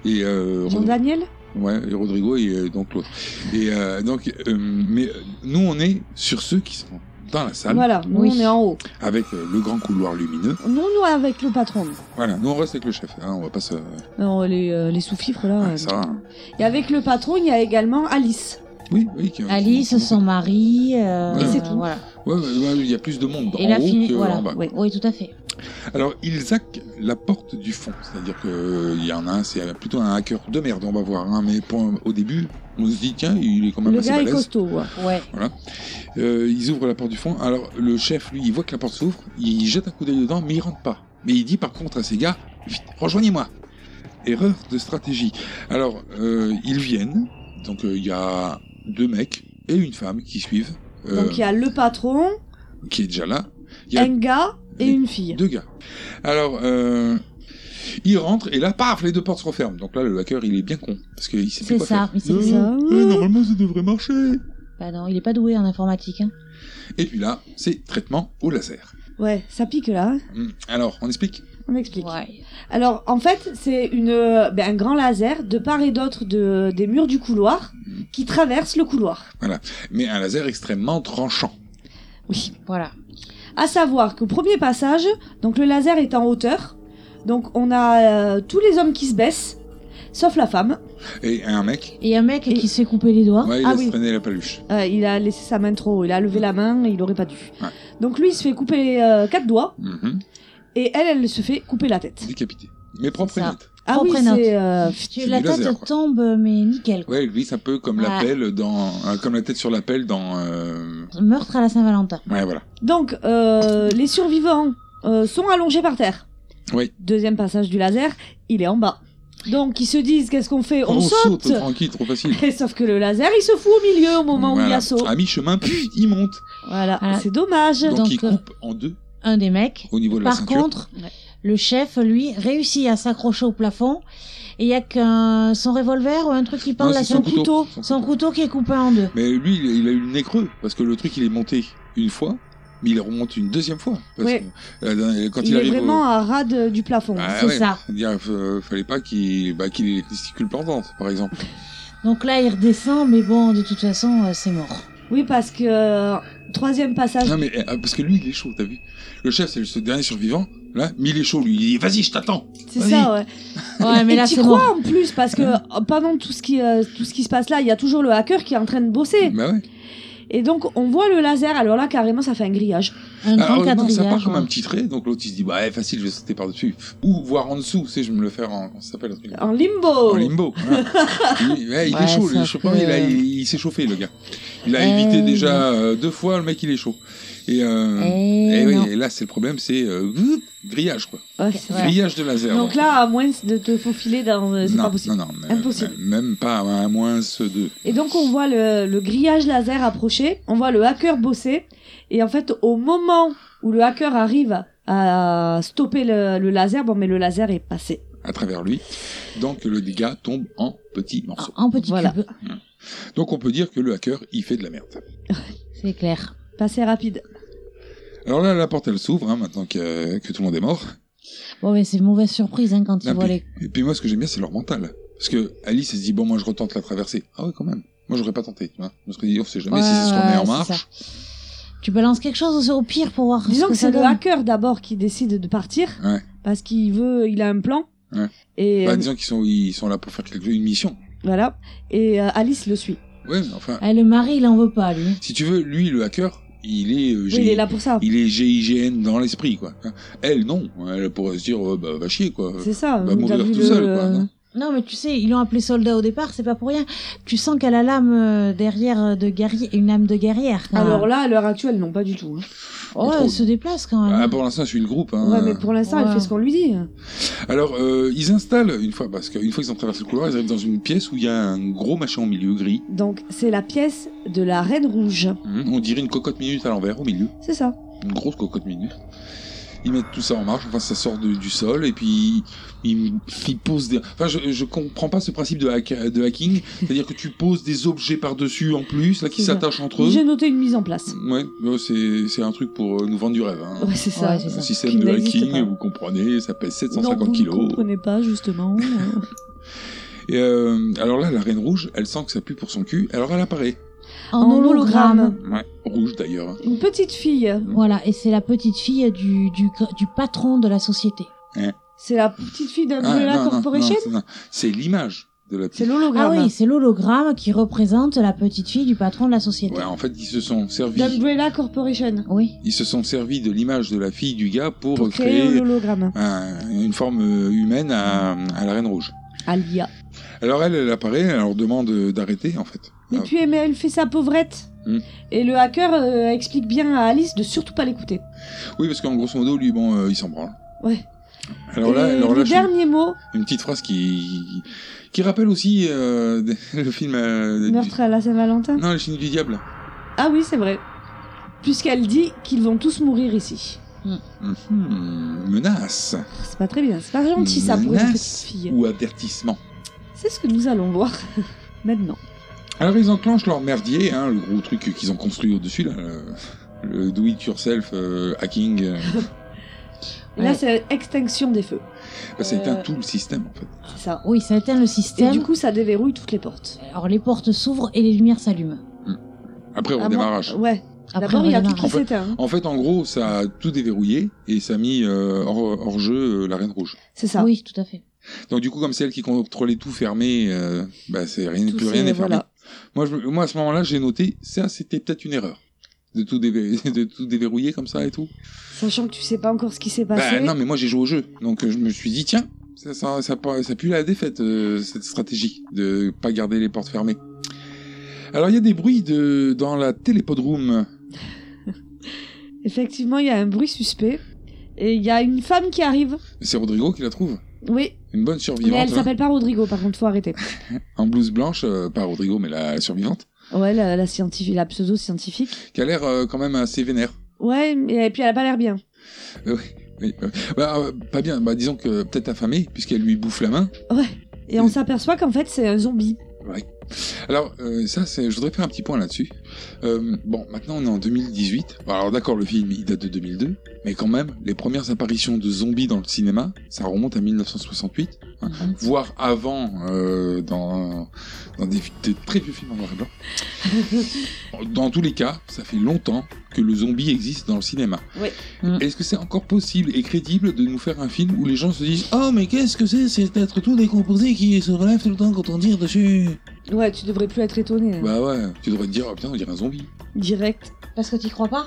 F: Et, euh,
I: Jean
F: Rod-
I: Daniel
F: ouais, et Rodrigo et euh, donc l'autre. Et euh, donc, euh, mais euh, nous, on est sur ceux qui sont dans la salle
I: Voilà, nous,
G: Oui.
I: on est en haut.
F: avec euh, le grand couloir lumineux.
I: Nous, on est avec le patron.
F: Voilà, nous on reste avec le chef. hein, on va pas se.
I: Non, les, euh, les sous-fifres, là.
F: Ouais,
I: ouais.
F: ça va, hein.
I: Et avec le patron, il y a également Alice.
F: Oui, oui. qui-
G: Alice,
F: qui-
G: son mari. euh,
F: Et c'est
I: tout.
G: Voilà.
F: Ouais, ouais, ouais, il y a plus de monde
G: Et
F: Hein Bah,
G: la
F: en haut
G: fille,
F: que
G: voilà.
F: en bas.
G: Oui, oui, tout à fait.
F: Alors, ils hackent la porte du fond. C'est-à-dire que euh, il y en a un, c'est plutôt un hacker de merde, on va voir. hein, mais pour- au début, on se dit, tiens, il est quand même
I: Le
F: assez
I: gars est
F: Ah, bah, balèze.
I: costaud, ouais.
G: Ouais.
F: Euh, ils ouvrent la porte du fond. Alors, le chef, lui, il voit que la porte s'ouvre, il jette un coup d'œil dedans, mais il rentre pas. Mais il dit par contre à ses gars, vite, rejoignez-moi. Erreur de stratégie. Alors, euh, ils viennent. Donc, euh, il y a deux mecs et une femme qui suivent, euh,
I: Donc, il y a le patron,
F: qui est déjà là. Il y a
I: un gars et
F: Et-
I: une fille.
F: Deux gars. Alors, euh, il rentre et là, paf, les deux portes se referment. Donc là, le hacker, il est bien con. Parce qu'il sait plus
G: C'est
F: quoi
G: ça.
F: faire.
G: Il sait
F: Euh,
G: plus ça.
F: euh, normalement, ça devrait marcher.
G: Bah non, il est pas doué en informatique. Hein.
F: Et puis là, c'est traitement au laser.
I: Ouais, ça pique, là. hein.
F: Hum, Alors, on explique
I: On explique.
G: Ouais.
I: Alors, en fait, c'est une euh, ben, un grand laser de part et d'autre de, des murs du couloir qui traverse le couloir.
F: Mais un laser extrêmement tranchant.
I: Oui.
G: Voilà.
I: À savoir qu'au premier passage, donc le laser est en hauteur, donc on a euh, tous les hommes qui se baissent, sauf la femme.
F: Et un mec,
H: Et un mec qui se fait couper les doigts.
F: ouais, il
I: Ah
F: a
I: oui.
F: traîné la paluche.
I: Euh, il a laissé sa main trop, haut, il a levé la main et il aurait pas dû.
F: Ouais.
I: Donc lui, il se fait couper euh, quatre doigts
F: Mhm.
I: et elle, elle se fait couper la tête.
F: Décapité. Mais propre et
H: Ça.
F: net.
I: Ah
H: Propre
I: oui,
H: et note.
I: c'est euh,
H: Tu-
F: C'est
H: la
F: du
H: tête
F: laser, quoi.
H: tombe, mais nickel. quoi.
F: Ouais, elle glisse un peu comme la
H: Ouais.
F: pelle dans, euh, comme la tête sur la pelle dans. euh,
H: Meurtre à la Saint-Valentin.
F: Ouais, voilà.
I: Donc, euh, les survivants euh, sont allongés par terre.
F: Oui.
I: Deuxième passage du laser, il est en bas. Donc, ils se disent qu'est-ce qu'on fait On,
F: Oh, saute,
I: saute,
F: tranquille, trop facile.
I: Et Sauf que le laser, il se fout au milieu au moment où il y
F: Voilà.
I: a saut.
F: À mi-chemin, pff, il monte.
I: Voilà,
H: Ah.
I: c'est dommage.
F: Donc,
H: Donc,
F: il
H: euh,
F: coupe en deux
H: Un des mecs.
F: au niveau de la
H: Par
F: ceinture.
H: contre,
I: Ouais.
H: le chef, lui, réussit à s'accrocher au plafond. Et il y a qu'un son revolver ou un truc qui
F: Non,
H: parle
F: c'est
H: là,
F: son couteau. Son
H: Son
F: couteau.
H: couteau qui est coupé en deux.
F: Mais lui, il a- il a eu le nez creux parce que le truc, il est monté une fois, mais il remonte une deuxième fois. Parce
I: Ouais.
F: que, euh, quand il,
I: il, est
F: arrive au-
I: vraiment à ras de- du plafond.
F: Ah
H: c'est
F: ouais.
H: ça.
F: Il ne fallait pas qu'il bah, qu'il ait les testicules pendantes, par exemple.
H: Donc là, il redescend, mais bon, de toute façon, euh, c'est mort.
I: Oui, parce que euh, troisième passage.
H: Ah,
F: Non, mais euh, parce que lui, il est chaud, t'as vu Le chef, c'est ce dernier survivant, là, mais il est chaud, lui. Il dit Vas-y, je t'attends
I: C'est
F: vas-y.
I: ça, ouais.
H: Ouais, <laughs> mais
I: Et
H: là,
I: tu
H: c'est
I: crois
H: mort.
I: en plus parce que euh, pendant tout ce qui euh, tout ce qui se passe là, il y a toujours le hacker qui est en train de bosser.
F: Bah ouais.
I: Et donc on voit le laser. Alors là, carrément, ça fait un grillage.
H: Un
F: Ah,
H: grand
F: ouais, non, ça part
H: quadrillage.
F: comme
H: ouais.
F: un petit trait, donc l'autre il se dit bah ouais, facile, je vais sauter par-dessus. Ou voir en dessous, tu sais, je vais me le faire en. Comment ça s'appelle le truc
I: En limbo.
F: En limbo. voilà. il ouais, il
H: Ouais,
F: est chaud,
H: c'est
F: le
H: un
F: chopin,
H: peu-
F: il, a- il, il s'est chauffé, le gars. Il a
H: Euh,
F: évité déjà euh, deux fois, le mec il est chaud. Et, euh,
H: Eh
F: et
H: non.
F: oui, et là c'est le problème, c'est euh, grillage quoi.
I: Ouais, c'est ça.
F: Grillage de laser.
I: Ah, Donc là, à moins de te faufiler dans, euh, c'est
F: non,
I: pas possible.
F: Non, non, mais-
I: Impossible.
F: mais- Même pas à moins ce deux.
I: Et donc on voit le, le grillage laser approcher, on voit le hacker bosser, et en fait au moment où le hacker arrive à stopper le, le laser, bon mais le laser est passé.
F: à travers lui. Donc le dégât tombe en petits morceaux.
H: En petit
I: Voilà.
H: cube.
F: Donc on peut dire que le hacker, il fait de la merde.
H: C'est clair.
I: Passé rapide.
F: Alors là, la porte, elle s'ouvre, hein, maintenant que, que tout le monde est mort.
H: Bon, mais c'est mauvaise surprise hein, quand
F: Ah,
H: il voit
F: puis-
H: les.
F: Et puis moi, ce que j'aime bien, c'est leur mental. Parce que Alice, elle se dit, bon, moi, je retente la traversée. Ah ouais, quand même. Moi, j'aurais pas tenté, tu vois. Parce qu'on se dit, oh, on sait jamais
H: Ouais,
F: si c'est sur
H: ouais,
F: en
H: c'est
F: marche.
H: Tu balances quelque chose au pire pour voir.
I: Disons
H: ce
I: que
H: ça
I: c'est le
H: donne.
I: hacker d'abord qui décide de partir,
F: Ouais.
I: parce qu'il veut, il a un plan.
F: Ouais.
I: Et
F: Bah,
I: euh,
F: disons qu'ils sont, ils sont là pour faire quelque, une mission.
I: voilà. Et euh, Alice le suit.
F: Ouais, mais enfin,
H: Ah, le mari, il en veut pas, lui.
F: si tu veux, lui, le hacker, il est, euh,
I: Oui,
F: G-
I: il est là pour ça.
F: il est GIGN dans l'esprit, quoi. Elle, non. Elle pourrait se dire, euh, bah, va chier, quoi.
I: C'est ça. hein.
F: Va
I: vous avez
F: mourir
I: vu
F: tout
I: le-
F: seul,
I: le- euh,
F: quoi. non
H: Non, mais tu sais, ils l'ont appelé soldat au départ, c'est pas pour rien. Tu sens qu'elle a l'âme euh, derrière euh, de guerrier, une âme de guerrière. quand même.
I: Alors là, à l'heure actuelle, non, pas du tout. hein.
H: ouais,
F: trop.
H: elle se déplace quand même.
F: Ah, pour l'instant, je suis le groupe. Hein.
I: Ouais, mais pour l'instant,
H: Euh, Ouais.
I: elle fait ce qu'on lui dit.
F: Alors, euh, ils installent, une fois, parce qu'une fois qu'ils ont traversé le couloir, ils arrivent dans une pièce où il y a un gros machin au milieu gris.
I: Donc, c'est la pièce de la Reine Rouge.
F: Mhm. On dirait une cocotte minute à l'envers, au milieu.
I: C'est ça.
F: Une grosse cocotte minute. Ils mettent tout ça en marche, enfin, ça sort de- du sol, et puis ils, ils posent des. Enfin, je, je comprends pas ce principe de, hack- de hacking, c'est-à-dire que tu poses des objets par-dessus en plus, là, qui
I: C'est ça.
F: s'attachent entre eux.
I: J'ai noté une mise en place. <laughs>
F: Ouais, bah, c'est c'est un truc pour euh, nous vendre du rêve. Hein.
I: Ouais, c'est ça.
H: Ouais, c'est
F: Un
H: ça.
F: système
I: Qui
F: de
I: n'existe
F: hacking,
I: pas.
F: vous comprenez, ça pèse
I: non,
F: 750
I: vous ne
F: kilos.
I: comprenez pas, justement.
F: Et euh, alors là, la reine rouge, elle sent que ça pue pour son cul, alors elle apparaît.
H: <laughs> En, hologramme.
F: Ouais, rouge d'ailleurs. hein.
I: Une petite fille.
H: Voilà, et c'est la petite fille du, du, du patron de la société.
I: C'est la petite fille d'un
F: Ah,
I: de la
F: non, non,
I: Corporation
F: non, c'est- non. C'est l'image de la
I: C'est
F: petite.
H: Ah
I: l'hologramme.
H: oui, c'est l'hologramme qui représente la petite fille du patron de la société.
F: Ouais, en fait, ils se sont servis.
I: D'Umbrella Corporation.
H: Oui.
F: Ils se sont servis de l'image de la fille du gars pour,
I: Pour créer
F: créer
I: l'hologramme.
F: un- une forme euh, humaine à, à la reine rouge.
I: Alia.
F: Alors elle, elle apparaît, elle leur demande euh, d'arrêter en fait.
I: Mais
F: Ah.
I: tu es, mais elle fait sa pauvrette.
F: Hmm.
I: Et le hacker euh, explique bien à Alice de surtout pas l'écouter.
F: Ah, Oui, parce qu'en grosso modo, lui, bon, euh, il s'en branle.
I: Ouais.
F: Alors là,
I: Et
F: alors
I: le
F: là, je-
I: dernier mot,
F: une petite phrase qui qui rappelle aussi euh, <laughs> le film. euh,
I: meurtre à la Saint-Valentin.
F: du- Non, le film du diable.
I: Ah oui, c'est vrai. Puisqu'elle dit qu'ils vont tous mourir ici.
F: Mhm. Menace.
I: C'est pas très bien, c'est pas gentil ça pour une petite
F: Menace
I: fille.
F: Ou avertissement.
I: C'est ce que nous allons voir <laughs> maintenant.
F: Alors ils enclenchent leur merdier, hein, le gros truc qu'ils ont construit au-dessus, là, le, le do it yourself euh, hacking. euh,
I: Et Là,
H: Ouais.
I: c'est extinction des feux.
F: bah, ça éteint
H: Euh.
F: tout le système en fait.
I: C'est ça.
H: Oui, ça éteint le
I: Et
H: système.
I: du coup, ça déverrouille toutes les portes.
H: Alors les portes s'ouvrent et les lumières s'allument.
F: Après
I: À moins-
F: redémarrage.
I: Ah Ouais.
G: Après,
I: D'abord, il y a
G: on
I: tout qui
G: redémarre.
I: s'éteint. hein.
F: En fait, en gros, ça a tout déverrouillé et ça a mis euh, hors, hors jeu euh, la Reine Rouge.
I: C'est ça.
G: Oui, tout à fait.
F: Donc du coup, comme c'est elle qui contrôlait tout fermé, euh, bah, c'est rien,
I: Tout
F: plus rien
I: c'est-
F: n'est fermé.
I: voilà.
F: Moi, je- moi, à ce moment-là, j'ai noté, ça, c'était peut-être une erreur. De tout, déver- <laughs> de tout déverrouiller comme ça et tout.
I: Sachant que tu sais pas encore ce qui s'est
F: Bah,
I: passé.
F: non, mais moi, j'ai joué au jeu. Donc, euh, je me suis dit, tiens, ça, ça, ça, pa- ça pue la défaite, euh, cette stratégie de pas garder les portes fermées. Alors, il y a des bruits de, dans la télépod room.
I: Effectivement, il y a un bruit suspect. Et il y a une femme qui arrive.
F: C'est Rodrigo qui la trouve.
I: Oui,
F: Une bonne
I: mais elle
F: survivante. là.
I: s'appelle pas Rodrigo, par contre, faut arrêter.
F: En blouse blanche, euh, pas Rodrigo, mais la survivante.
I: Ouais, la, la scientifique, la pseudo-scientifique.
F: Qui a l'air euh, quand même assez vénère.
I: Ouais, et, puis elle a pas l'air bien.
F: Oui, euh, bah, euh, pas bien, bah, disons que peut-être affamée, puisqu'elle lui bouffe la main.
I: Et on s'aperçoit qu'en fait, c'est un zombie.
F: Alors, euh, ça, c'est, je voudrais faire un petit point là-dessus. Euh, bon, maintenant, on est en 2018. Bon, Alors, d'accord, le film, il date de 2002, mais quand même, les premières apparitions de zombies dans le cinéma, ça remonte à 1968, hein, voire avant, euh, dans, dans des, des très vieux films en noir et blanc. dans tous les cas, ça fait longtemps que le zombie existe dans le cinéma.
I: Oui.
G: Mm.
F: Est-ce que c'est encore possible et crédible de nous faire un film où les gens se disent « Oh, mais qu'est-ce que c'est C'est être tout décomposé qui se relève tout le temps quand on tire dessus !»
I: Ouais, tu devrais plus être étonné. hein,
F: Bah ouais, tu devrais te dire, oh putain, on dirait un zombie.
I: Direct.
H: Parce que t'y crois pas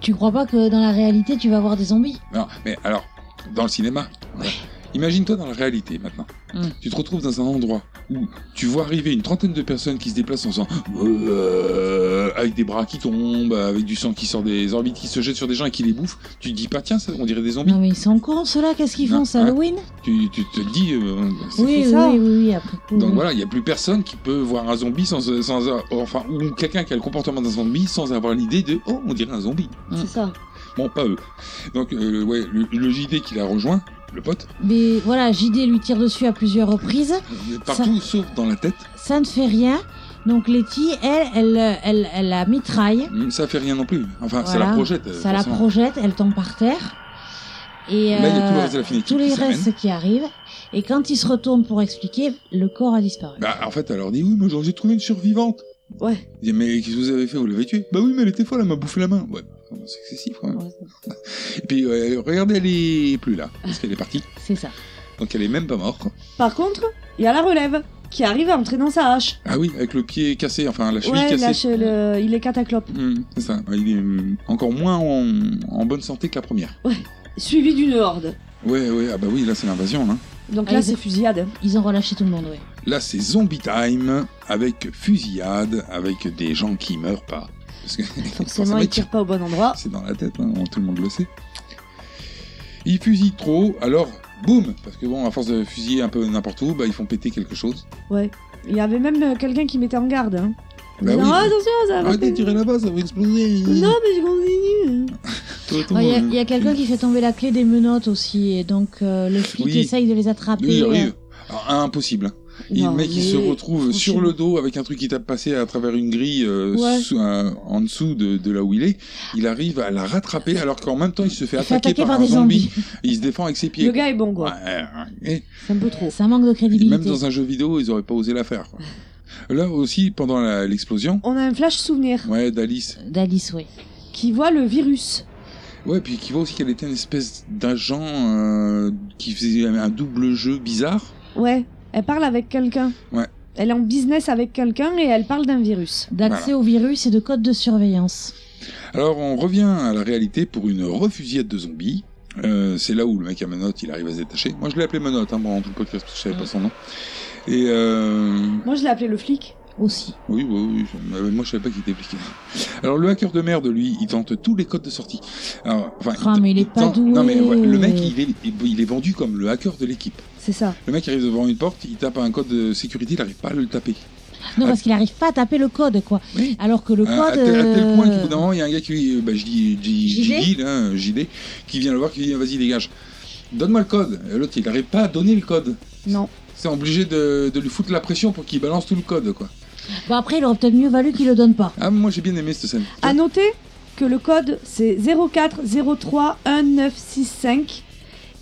H: Tu crois pas que dans la réalité, tu vas voir des zombies
F: Non, mais alors, dans le cinéma, voilà. imagine-toi dans la réalité maintenant.
G: Mm.
F: Tu te retrouves dans un endroit où tu vois arriver une trentaine de personnes qui se déplacent en faisant Euh, avec des bras qui tombent, avec du sang qui sort des orbites, qui se jette sur des gens et qui les bouffe. Tu te dis pas, tiens, ça, on dirait des zombies.
G: Non, mais ils sont cons, ceux-là. Qu'est-ce qu'ils
F: Non,
G: font C'est
F: ouais.
G: Halloween
F: Tu, tu te dis. euh, c'est-
G: oui,
I: fait
G: oui,
I: ça.
G: oui, oui, oui, après coup.
F: Donc
G: oui.
F: voilà, il n'y a plus personne qui peut voir un zombie sans, sans enfin ou quelqu'un qui a le comportement d'un zombie sans avoir l'idée de oh on dirait un zombie.
I: C'est
F: Ah.
I: ça.
F: Bon, pas eux. Donc, euh, ouais, le, le JD qui l'a rejoint, le pote,
G: Mais voilà, JD lui tire dessus à plusieurs reprises.
F: euh, partout sauf dans la tête,
G: Ça ne fait rien. Donc Letty, elle, elle, elle, elle, la mitraille.
F: Hmm, ça fait rien non plus. Enfin, ça
G: Voilà.
F: la projette. euh,
G: ça la
F: forcément.
G: projette, elle tombe par terre. Et
F: Là, il y a tout le
G: euh,
F: reste de la fine équipe
G: tous les
F: qui s'amène.
G: restes qui arrivent. Et quand ils se retournent pour expliquer, le corps a disparu.
F: Bah, en fait, elle leur dit Oui, mais j'en- j'ai trouvé une survivante.
I: Ouais.
F: Il dit Mais qu'est-ce que vous avez fait Vous l'avez tuée Bah oui, mais elle était folle, elle m'a bouffé la main. Ouais, enfin, c'est excessif quand même.
I: Ouais,
F: <laughs> Et puis, euh, regardez, elle est plus là, parce qu'elle est partie.
G: C'est ça.
F: Donc, elle est même pas morte.
I: Par contre, il y a la relève qui arrive en traînant sa hache.
F: Ah oui, avec le pied cassé, enfin, la cheville
I: ouais, il
F: cassée.
I: lâche le... il est cataclope.
F: Hmm, c'est ça. Il est hum, encore moins en, en bonne santé que la première.
I: Suivi d'une horde.
F: Ouais, ouais, ah bah oui, là, c'est l'invasion, là.
I: Donc
G: Ah,
I: là,
G: ils-
I: c'est fusillade. hein.
G: Ils ont relâché tout le monde, oui.
F: Là, c'est Zombie Time avec fusillade, avec des gens qui meurent pas. Parce que <laughs>
I: Forcément,
F: forcément,
I: ils tirent pas au bon endroit.
F: C'est dans la tête, hein, tout le monde le sait. Ils fusillent trop, alors boum Parce que bon, à force de fusiller un peu n'importe où, bah, ils font péter quelque chose.
I: Ouais. Il y avait même euh, quelqu'un qui mettait en garde. Hein. En
F: Bah
I: disant,
F: oui.
I: Ah, attention, ça va.
F: Arrêtez de tirer là-bas, ça va exploser
I: Non, mais je continue. hein.
F: Tout- tout
G: Il
F: le
G: y a,
F: monde-
G: y a quelqu'un qui fait tomber la clé des menottes aussi, et donc euh, les flics
F: Oui.
G: essayent de les attraper.
F: Oui, il
G: euh,
F: arrive. Alors, impossible. hein. Il y a
I: Non,
F: le mec qui se
I: mais-
F: retrouve sur le dos avec un truc qui tape passé à travers une grille euh,
I: Ouais.
F: sous- euh, en dessous de, de là où il est. Il arrive à la rattraper alors qu'en même temps il se fait
G: il fait
F: attaquer, par, un
G: des
F: zombie.
G: zombies.
F: Il se défend avec ses pieds.
I: Le gars est bon, quoi.
F: quoi. Ouais, ouais,
I: C'est un peu trop.
G: Ça manque de
F: ouais.
G: crédibilité.
F: Même dans un jeu vidéo, ils auraient pas osé la faire. quoi. Là aussi, pendant la- l'explosion,
I: On a un flash souvenir
F: ouais, d'Alice.
G: D'Alice, oui.
I: qui voit le virus.
F: Ouais, puis qui voit aussi qu'elle était une espèce d'agent euh, qui faisait un double jeu bizarre.
I: Ouais. Elle parle avec quelqu'un.
F: Ouais.
I: Elle est en business avec quelqu'un et elle parle d'un virus.
G: D'accès au virus et de codes de surveillance.
F: Alors on revient à la réalité pour une refusillade de zombies. Euh, c'est là où le mec à menottes il arrive à se détacher. Moi je l'ai appelé menottes hein, pendant tout le podcast parce que je savais pas son nom. Et euh...
I: Moi, je l'ai appelé le flic.
G: Aussi.
F: oui, oui, oui, je- euh, moi je savais pas qu'il était impliqué. Alors le hacker de merde lui il tente tous les codes de sortie. Alors, enfin,
G: Ah, mais il est pas
F: tente- Non mais ouais,
G: doué.
F: le mec il est, il est vendu comme le hacker de l'équipe.
I: C'est ça.
F: Le mec arrive devant une porte, il tape un code de sécurité, il arrive pas à le taper.
G: Non, parce qu'il n'arrive pas à taper le code, quoi.
F: Oui.
G: Alors que le
F: À- Hein, Ah, à,
G: code.
F: tel, à tel point qu'au bout d'un
G: euh,
F: moment, il y a un gars qui, euh, bah, je dis, dis-
G: JD?
F: JD, là, euh, JD, qui vient le voir, qui lui dit, vas-y, dégage. Donne-moi le code. Et L'autre, il n'arrive pas à donner le code.
I: Non.
F: C'est obligé de, de lui foutre la pression pour qu'il balance tout le code, quoi.
G: Bon, après, il aurait peut-être mieux valu qu'il le donne pas.
F: Ah, moi, j'ai bien aimé cette scène.
G: Ah.
I: À noter que le code c'est 04031965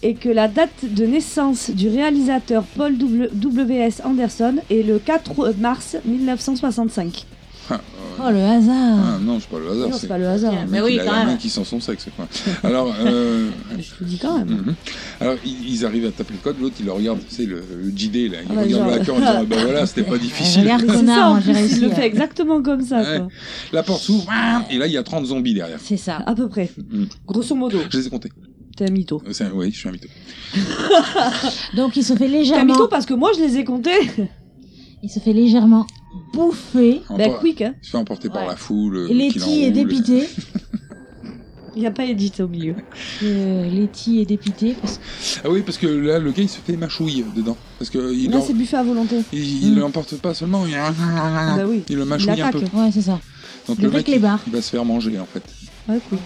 I: et que la date de naissance du réalisateur Paul W.S. Anderson est le 4 mars 1965.
F: Ah,
G: Oh, le hasard
F: Ah, non, c'est pas le hasard.
H: Non,
F: c'est-
H: c'est pas le hasard.
F: le
H: Mais
F: mec,
H: oui,
F: il a
H: quand
F: la main
H: même.
F: qui sent son sexe, quoi. Alors,
H: <laughs>
F: euh,
I: hein.
H: Je te dis quand même.
F: mhm. Alors ils, ils arrivent à taper le code, l'autre il le regarde, c'est le, le JD là, il
H: Ah, bah, <laughs>
F: regarde
H: genre-
F: le hacker en disant ah, bah voilà, c'était pas difficile.
G: Regarde,
I: Mais c'est
G: connard,
I: ça, en
G: moi, j'ai
I: plus,
G: réussi, hein.
I: il le
G: ouais.
I: fait exactement comme ça,
F: <laughs> Ouais.
I: quoi.
F: La porte s'ouvre, et là il y a 30 zombies derrière.
G: C'est ça.
I: À peu près.
F: Mhm.
I: Grosso modo,
F: Je les ai comptés.
I: t'es un mytho.
F: Euh, c'est un- Oui, je suis un mytho.
G: Donc, il se fait
I: T'es un
G: légèrement,
I: mytho parce que moi, je les ai comptés.
G: il se fait légèrement bouffer.
I: Bah,
F: Encore-
I: quick, hein.
F: Il se fait emporter par
G: Ouais.
F: la foule. euh, qui
G: Letty est
F: l'enroule.
G: dépitée.
I: Il n'y a pas Edith au milieu.
G: Euh, Letty est dépitée parce que
F: Ah oui, parce que là, le gars, il se fait mâchouille dedans. Parce que il
I: Là,
F: l'en-
I: c'est buffet à volonté.
F: il il l'emporte pas seulement, il,
I: bah oui.
F: il le mâchouille un peu.
I: l'attaque.
G: ouais, c'est ça.
F: Donc
G: Le
F: le
G: mec
F: mec,
G: les barre.
F: il va se faire manger en fait.
I: Ouais, quick.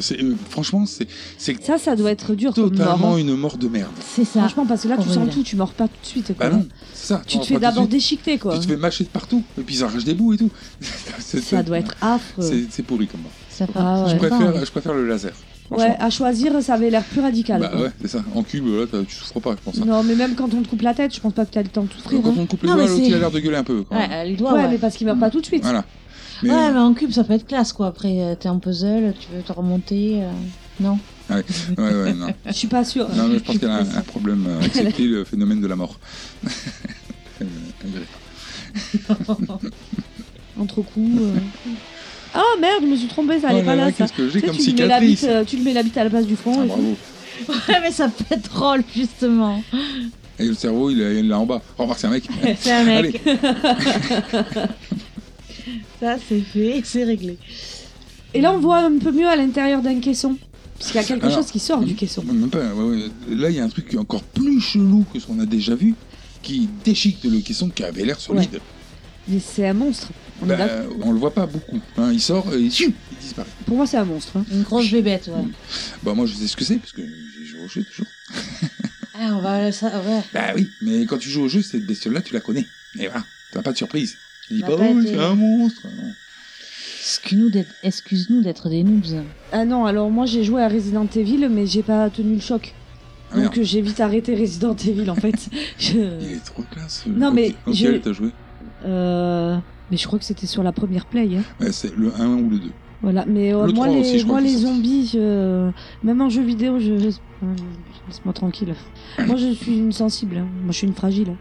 F: C'est- euh, franchement, c'est c'est
I: Ça, ça doit être dur comme mort.
F: totalement
I: hein.
F: une mort de merde.
G: C'est ça.
I: Franchement, parce que là, tu sens
G: Horrible.
I: tout, tu mords pas tout de suite. Quoi.
F: Bah non, c'est ça.
I: Tu
F: on
I: te
F: va
I: fais
F: pas tout de
I: d'abord
F: suite.
I: déchiqueter, quoi.
F: Tu te fais mâcher de partout, et puis ils arrachent des bouts et tout. <laughs> C'est-
I: Ça
F: c'est-
I: doit être affreux.
F: C'est c'est pourri comme mort.
G: Ça fait-
I: Ah
G: ça
F: Je,
I: ouais.
G: fait pas
F: préfère,
G: envie.
F: je préfère le laser.
I: Ouais, ah,
F: franchement.
I: à choisir, ça avait l'air plus radical.
F: bah
I: quoi.
F: ouais, c'est ça. En cube, là, t'as- tu souffres pas, je pense. hein.
I: Non, mais même quand on te coupe la tête, je pense pas que t'as le temps de souffrir.
F: Quand
I: hein.
F: on coupe les
G: Non,
F: doigts,
G: mais
F: l'autre,
G: c'est-
F: il a l'air de gueuler un peu. quand
G: Ouais,
F: même.
G: euh, les
I: Ouais,
G: doigts, ouais.
I: mais parce qu'il meurt pas tout de suite.
F: Voilà. Mais,
G: Ouais, mais en cube, ça peut être classe, quoi. Après, euh, t'es en puzzle, tu veux te remonter. euh, Non.
F: Ah ouais,
I: <laughs>
F: ouais, non.
I: Je suis pas sûre.
F: Non, mais je pense
I: suis
F: qu'elle a
I: pas <laughs>
F: un,
I: sûre.
F: un problème à accepter le phénomène de la mort. <laughs> Euh, elle verrait pas.
I: Entre coups. euh. Ah merde, je me suis trompée, ça allait
F: Oh
I: pas là,
F: là là,
I: ça.
F: Qu'est-ce que
I: Tu
F: j'ai
I: sais,
F: comme
I: tu lui mets la
F: cicatrice
I: bite, euh, tu lui mets la bite à la place du front.
F: Ah,
I: et tout.
F: Bravo.
G: Ouais, <laughs> mais ça peut être drôle, justement.
F: Et le cerveau, il est il est là en bas. Oh, remarque, c'est
I: <laughs>
F: un mec.
G: C'est un mec.
I: Oh,
F: Allez,
G: Ça, c'est fait, <laughs> c'est réglé.
I: Et là, on voit un peu mieux à l'intérieur d'un caisson. Parce qu'il y a quelque
F: Alors, hum.
I: chose qui sort du caisson.
F: même pas, ouais, ouais. Là, il y a un truc qui est encore plus chelou que ce qu'on a déjà vu, qui déchique le caisson qui avait l'air solide.
I: Mais c'est un monstre. On est
F: Bah,
I: d'accord.
F: on le voit pas beaucoup. hein. Il sort et il il disparaît.
I: Pour moi, c'est un monstre. hein.
G: Une grosse bébête, ouais.
F: Bah, moi, je sais ce que c'est, parce que j'ai joué au jeu toujours.
G: Ah, on va. Ça, ouais.
F: Bah oui, mais quand tu joues au jeu, cette bestiole-là, tu la connais. Et voilà, t'as pas de surprise. Tu dis
I: Bah,
G: Ça
F: pas,
G: va pas
F: oh,
G: être-
F: c'est un monstre. Non.
G: Excuse-nous d'être excuse-nous d'être des noobs.
I: Ah non, alors moi, j'ai joué à Resident Evil, mais j'ai pas tenu le choc.
F: Ah, merde.
I: Donc euh, j'ai vite arrêté Resident Evil en
F: <laughs>
I: fait.
F: Il
I: Je-
F: est trop classe.
I: Non, mais
F: Auquel
I: j'ai-
F: t'as joué
I: Euh, Mais je crois que c'était sur la première play. hein.
F: Ouais, C'est le 1 ou le 2.
I: Voilà, mais euh,
F: Le
I: moi,
F: 3
I: les,
F: aussi, je crois
I: moi,
F: qu'il
I: les
F: est sorti.
I: zombies, je- même en jeu vidéo, je. je- Hum, Laisse-moi tranquille. moi, je suis une sensible. hein. Moi, je suis une fragile.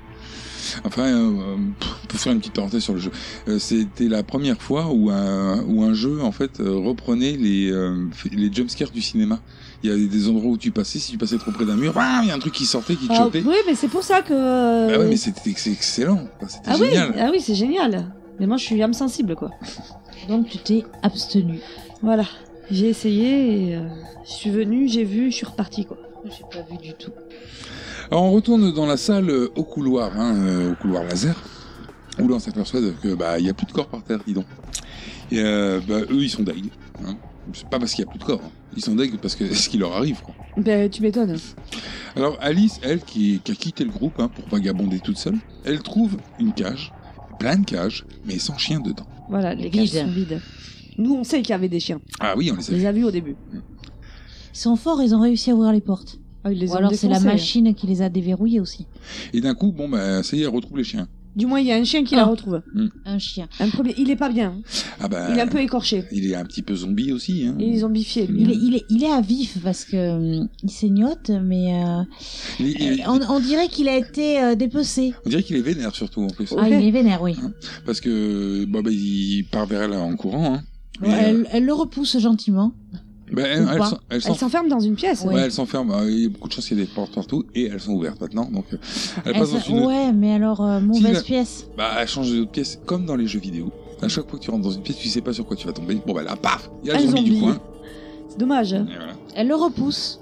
F: Enfin, euh, pff, on peut faire une petite parenthèse sur le jeu. Euh, C'était la première fois où un, où un jeu, en fait, euh, reprenait les, euh, f- les jumpscares du cinéma. Il y avait des endroits où tu passais, si tu passais trop près d'un mur, bam, il y a un truc qui sortait, qui te
I: Ah,
F: chopait.
I: oui, mais c'est pour ça que. euh,
F: Bah ouais, mais c'était c'est excellent. Enfin, C'était
I: ah oui,
F: génial.
I: ah oui, c'est génial. Mais moi, je suis âme sensible, quoi.
G: Donc tu t'es abstenu.
I: Voilà. J'ai essayé, et, euh, je suis venue, j'ai vu, je suis repartie, quoi.
G: J'ai pas vu du tout.
F: Alors on retourne dans la salle euh, au couloir, hein, euh, au couloir laser, où là on s'aperçoit de- que bah il y a plus de corps par terre, dis donc. Et euh, bah, eux ils sont deg. Hein. C'est pas parce qu'il y a plus de corps, hein. ils sont deg parce que <laughs> ce qui leur arrive. Quoi.
I: Ben, tu m'étonnes.
F: Alors Alice, elle qui, qui a quitté le groupe hein, pour vagabonder toute seule, elle trouve une cage, plein de cages, mais sans chien dedans.
I: Voilà, les
G: Vide.
I: cages sont vides. Nous, on sait qu'il y avait des chiens.
F: Ah oui, on les
I: On
F: a
I: les a vus au début.
G: Ils sont forts, ils ont réussi à ouvrir les portes.
I: Ah, ils les
G: Ou
I: ont
G: alors c'est la
I: défoncés.
G: machine qui les a déverrouillés aussi.
F: Et d'un coup, bon bah ça y est, elle retrouve les chiens.
I: Du moins, il y a un chien qui la
G: Ah.
I: retrouve.
G: Un chien.
I: Un premier... Il est pas bien. hein.
F: Ah bah
I: Il est un peu écorché.
F: il est un petit peu zombie aussi. Hein.
I: Il est zombifié, lui.
G: Il est, il est, il est à vif parce que hum, il saignote, mais euh,
F: Il est- il-
G: Eh, on, on dirait qu'il a été euh, dépecé.
F: on dirait qu'il est vénère surtout en plus.
G: <laughs> Ah, il est vénère, oui.
F: Parce que bah, bah, il part vers elle en courant. Hein. Et, euh,
G: Elle, elle le repousse gentiment.
F: bah, elle
G: ou
F: elle
G: pas.
F: s'en- elle
I: Elle
F: s'en-
I: s'enferme dans une pièce.
F: ouais, elle s'enferme. Euh, Il y a beaucoup de chance qu'il y ait des portes partout et elles sont ouvertes maintenant. Donc, euh, elle
G: Elle
F: passe dans
G: se-
F: une.
G: Ouais, mais alors, euh, mauvaise
F: la-
G: pièce.
F: Bah, elle change de pièce comme dans les jeux vidéo. À chaque fois que tu rentres dans une pièce, tu sais pas sur quoi tu vas tomber. Bon, bah là, paf Il y a le
I: Un
F: zombie, du
I: zombie.
F: coin.
I: C'est dommage. hein.
F: Et voilà.
G: Elle le repousse.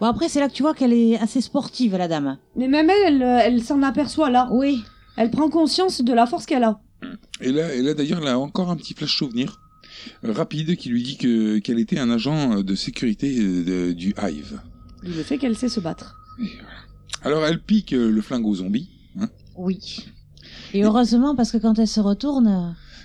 G: Bon, après, c'est là que tu vois qu'elle est assez sportive, la dame.
I: Mais même elle, elle, euh, elle s'en aperçoit là.
G: Oui.
I: Elle prend conscience de la force qu'elle a.
F: Et là, et là d'ailleurs, elle a encore un petit flash souvenir euh, rapide qui lui dit que qu'elle était un agent euh, de sécurité euh, de- du Hive.
I: Il le fait qu'elle sait se battre.
F: Alors, elle pique euh, le flingue aux zombies. hein.
G: Oui. Et heureusement, parce que quand elle se retourne,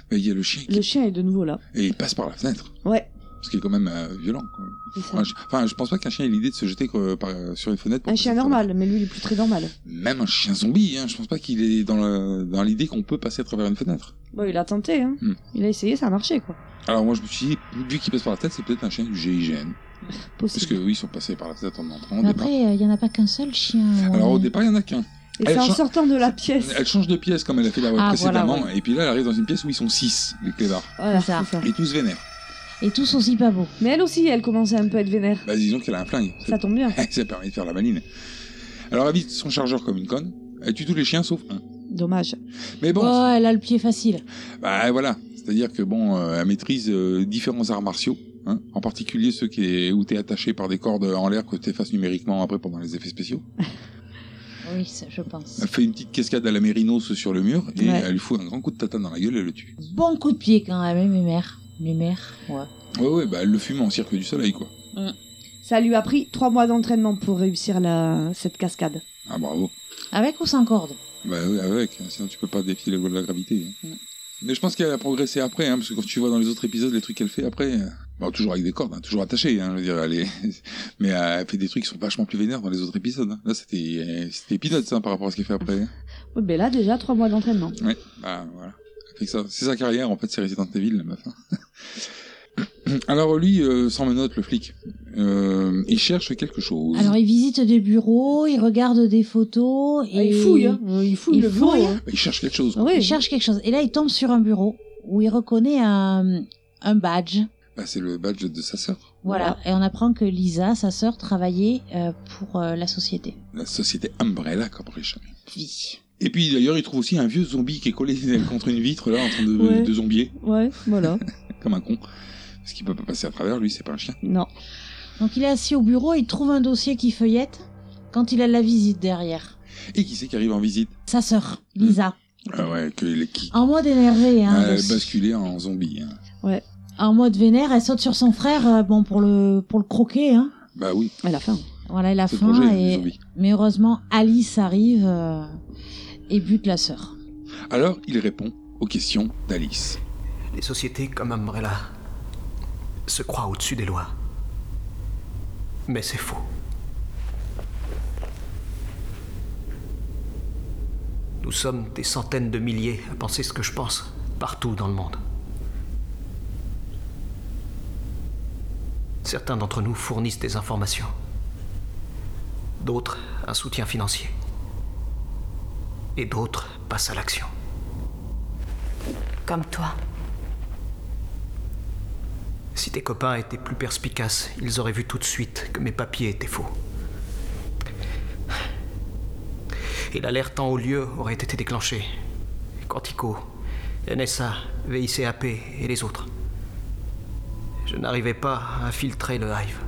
F: Mais Bah, il y a le chien qui...
I: Le chien est de nouveau là.
F: et il passe par la fenêtre.
I: Ouais.
F: Parce qu'il est quand même euh, violent. Quoi.
I: c'est ça.
F: Enfin, je, enfin, je pense pas qu'un chien ait l'idée de se jeter quoi, par- sur une fenêtre. pour
I: Un
F: passer
I: chien
F: par-
I: normal, mais lui, il est plus très normal.
F: Même un chien zombie, hein, je pense pas qu'il est dans le- dans l'idée qu'on peut passer à travers une fenêtre.
I: Bon, il a tenté, hein.
F: Hmm.
I: Il a essayé, ça a marché, quoi.
F: Alors moi je me suis dit, vu qu'il passe par la tête, c'est peut-être un chien du GIGN. Parce
I: Possible.
F: que oui, ils sont passés par la tête en entrant au
G: Mais
F: départ.
G: après, euh, il n'y en a pas qu'un seul chien. euh,
F: Alors
G: Ouais.
F: au départ, il y en a qu'un.
I: Et
F: Elle
I: c'est en
F: chan-
I: sortant de la pièce.
F: Elle change de pièce comme elle a fait la
G: Ah,
F: précédemment,
G: voilà,
F: et puis là elle arrive dans une pièce où ils sont six, les clébards.
I: Voilà,
G: C'est ça.
I: c'est ça.
F: Et tous vénèrent.
G: Et tous aussi pas beaux.
I: Mais elle aussi, elle commençait un peu à être vénère.
F: Bah disons qu'elle a un flingue.
I: Ça tombe bien.
F: <laughs> Ça permet de faire la maline. Alors elle vise son chargeur comme une conne. Elle tue tous les chiens sauf un.
I: Dommage.
F: Mais bon,
G: Oh, elle a le pied facile.
F: Bah voilà, c'est-à-dire que bon, euh, elle maîtrise euh, différents arts martiaux, hein, en particulier ceux qui est, où t'es attaché par des cordes en l'air que t'effaces numériquement après pendant les effets spéciaux.
G: Oui, ça, je pense.
F: Elle fait une petite cascade à la Mérinos sur le mur et
I: Ouais.
F: elle lui fout un grand coup de tatane dans la gueule et le tue.
G: Bon coup de pied quand même, mes mères. Les mères, ouais.
F: Ouais ouais, bah elle le fume en cirque du soleil quoi.
I: Ça lui a pris trois mois d'entraînement pour réussir la... cette cascade.
F: Ah bravo.
G: Avec ou sans corde
F: Bah oui, avec, hein, sinon tu peux pas défier les lois de la gravité. hein.
G: Mm.
F: Mais je pense qu'elle a progressé après, hein, parce que quand tu vois dans les autres épisodes les trucs qu'elle fait après, euh, bon, toujours avec des cordes, hein, toujours attachées, hein, je veux dire, elle est... <laughs> mais euh, elle fait des trucs qui sont vachement plus vénères dans les autres épisodes. hein. Là, c'était euh, c'était peanuts hein, par rapport à ce qu'elle fait
G: Mm.
F: après. hein.
I: Oui, mais ben là, déjà, trois mois d'entraînement.
F: Ouais, bah voilà. Elle fait que ça. C'est sa carrière, en fait, c'est Resident Evil, la meuf. hein. <coughs> Alors lui, euh, sans menottes, le flic, euh, il cherche quelque chose.
G: Alors, il visite des bureaux, il regarde des photos. Et...
I: Ah, il fouille, hein. Il fouille
G: il
I: le bureau.
G: fouille,
I: hein.
F: Il cherche quelque chose. quoi.
I: Oui.
G: Il cherche quelque chose. Et là, il tombe sur un bureau où il reconnaît un, un badge.
F: Bah, c'est le badge de sa sœur,
G: Voilà. Et on apprend que Lisa, sa sœur, travaillait euh, pour euh, la société.
F: la société Umbrella Corporation.
G: Vie.
F: Et puis d'ailleurs, il trouve aussi un vieux zombie qui est collé <laughs> contre une vitre là en train de,
I: Ouais.
F: de zombier,
I: Ouais, <laughs> voilà.
F: comme un con. Parce qu'il peut pas passer à travers, lui, c'est pas un chien.
I: non.
G: Donc, il est assis au bureau, il trouve un dossier qui feuillette quand il a la visite derrière.
F: Et qui c'est qui arrive en visite
G: Sa sœur, Lisa.
F: Ah ouais, que les qui
G: En mode énervé, hein.
F: Ah, elle
G: aussi.
F: basculé en zombie. hein.
G: En mode vénère, elle saute sur son frère, euh, bon, pour le, pour le croquer, hein.
F: Bah oui,
I: Elle a faim.
G: Voilà, il a
F: c'est le
G: faim.
F: projet du
G: Et...
F: zombie.
G: Mais heureusement, Alice arrive euh, et bute la sœur.
F: Alors, il répond aux questions d'Alice.
K: Les sociétés comme Umbrella se croient au-dessus des lois. Mais c'est faux. Nous sommes des centaines de milliers à penser ce que je pense partout dans le monde. Certains d'entre nous fournissent des informations. D'autres un soutien financier. Et d'autres passent à l'action.
B: Comme toi.
K: Si tes copains étaient plus perspicaces, ils auraient vu tout de suite que mes papiers étaient faux. Et l'alerte en haut lieu aurait été déclenchée. Quantico, NSA, VICAP et les autres. Je n'arrivais pas à infiltrer le Hive.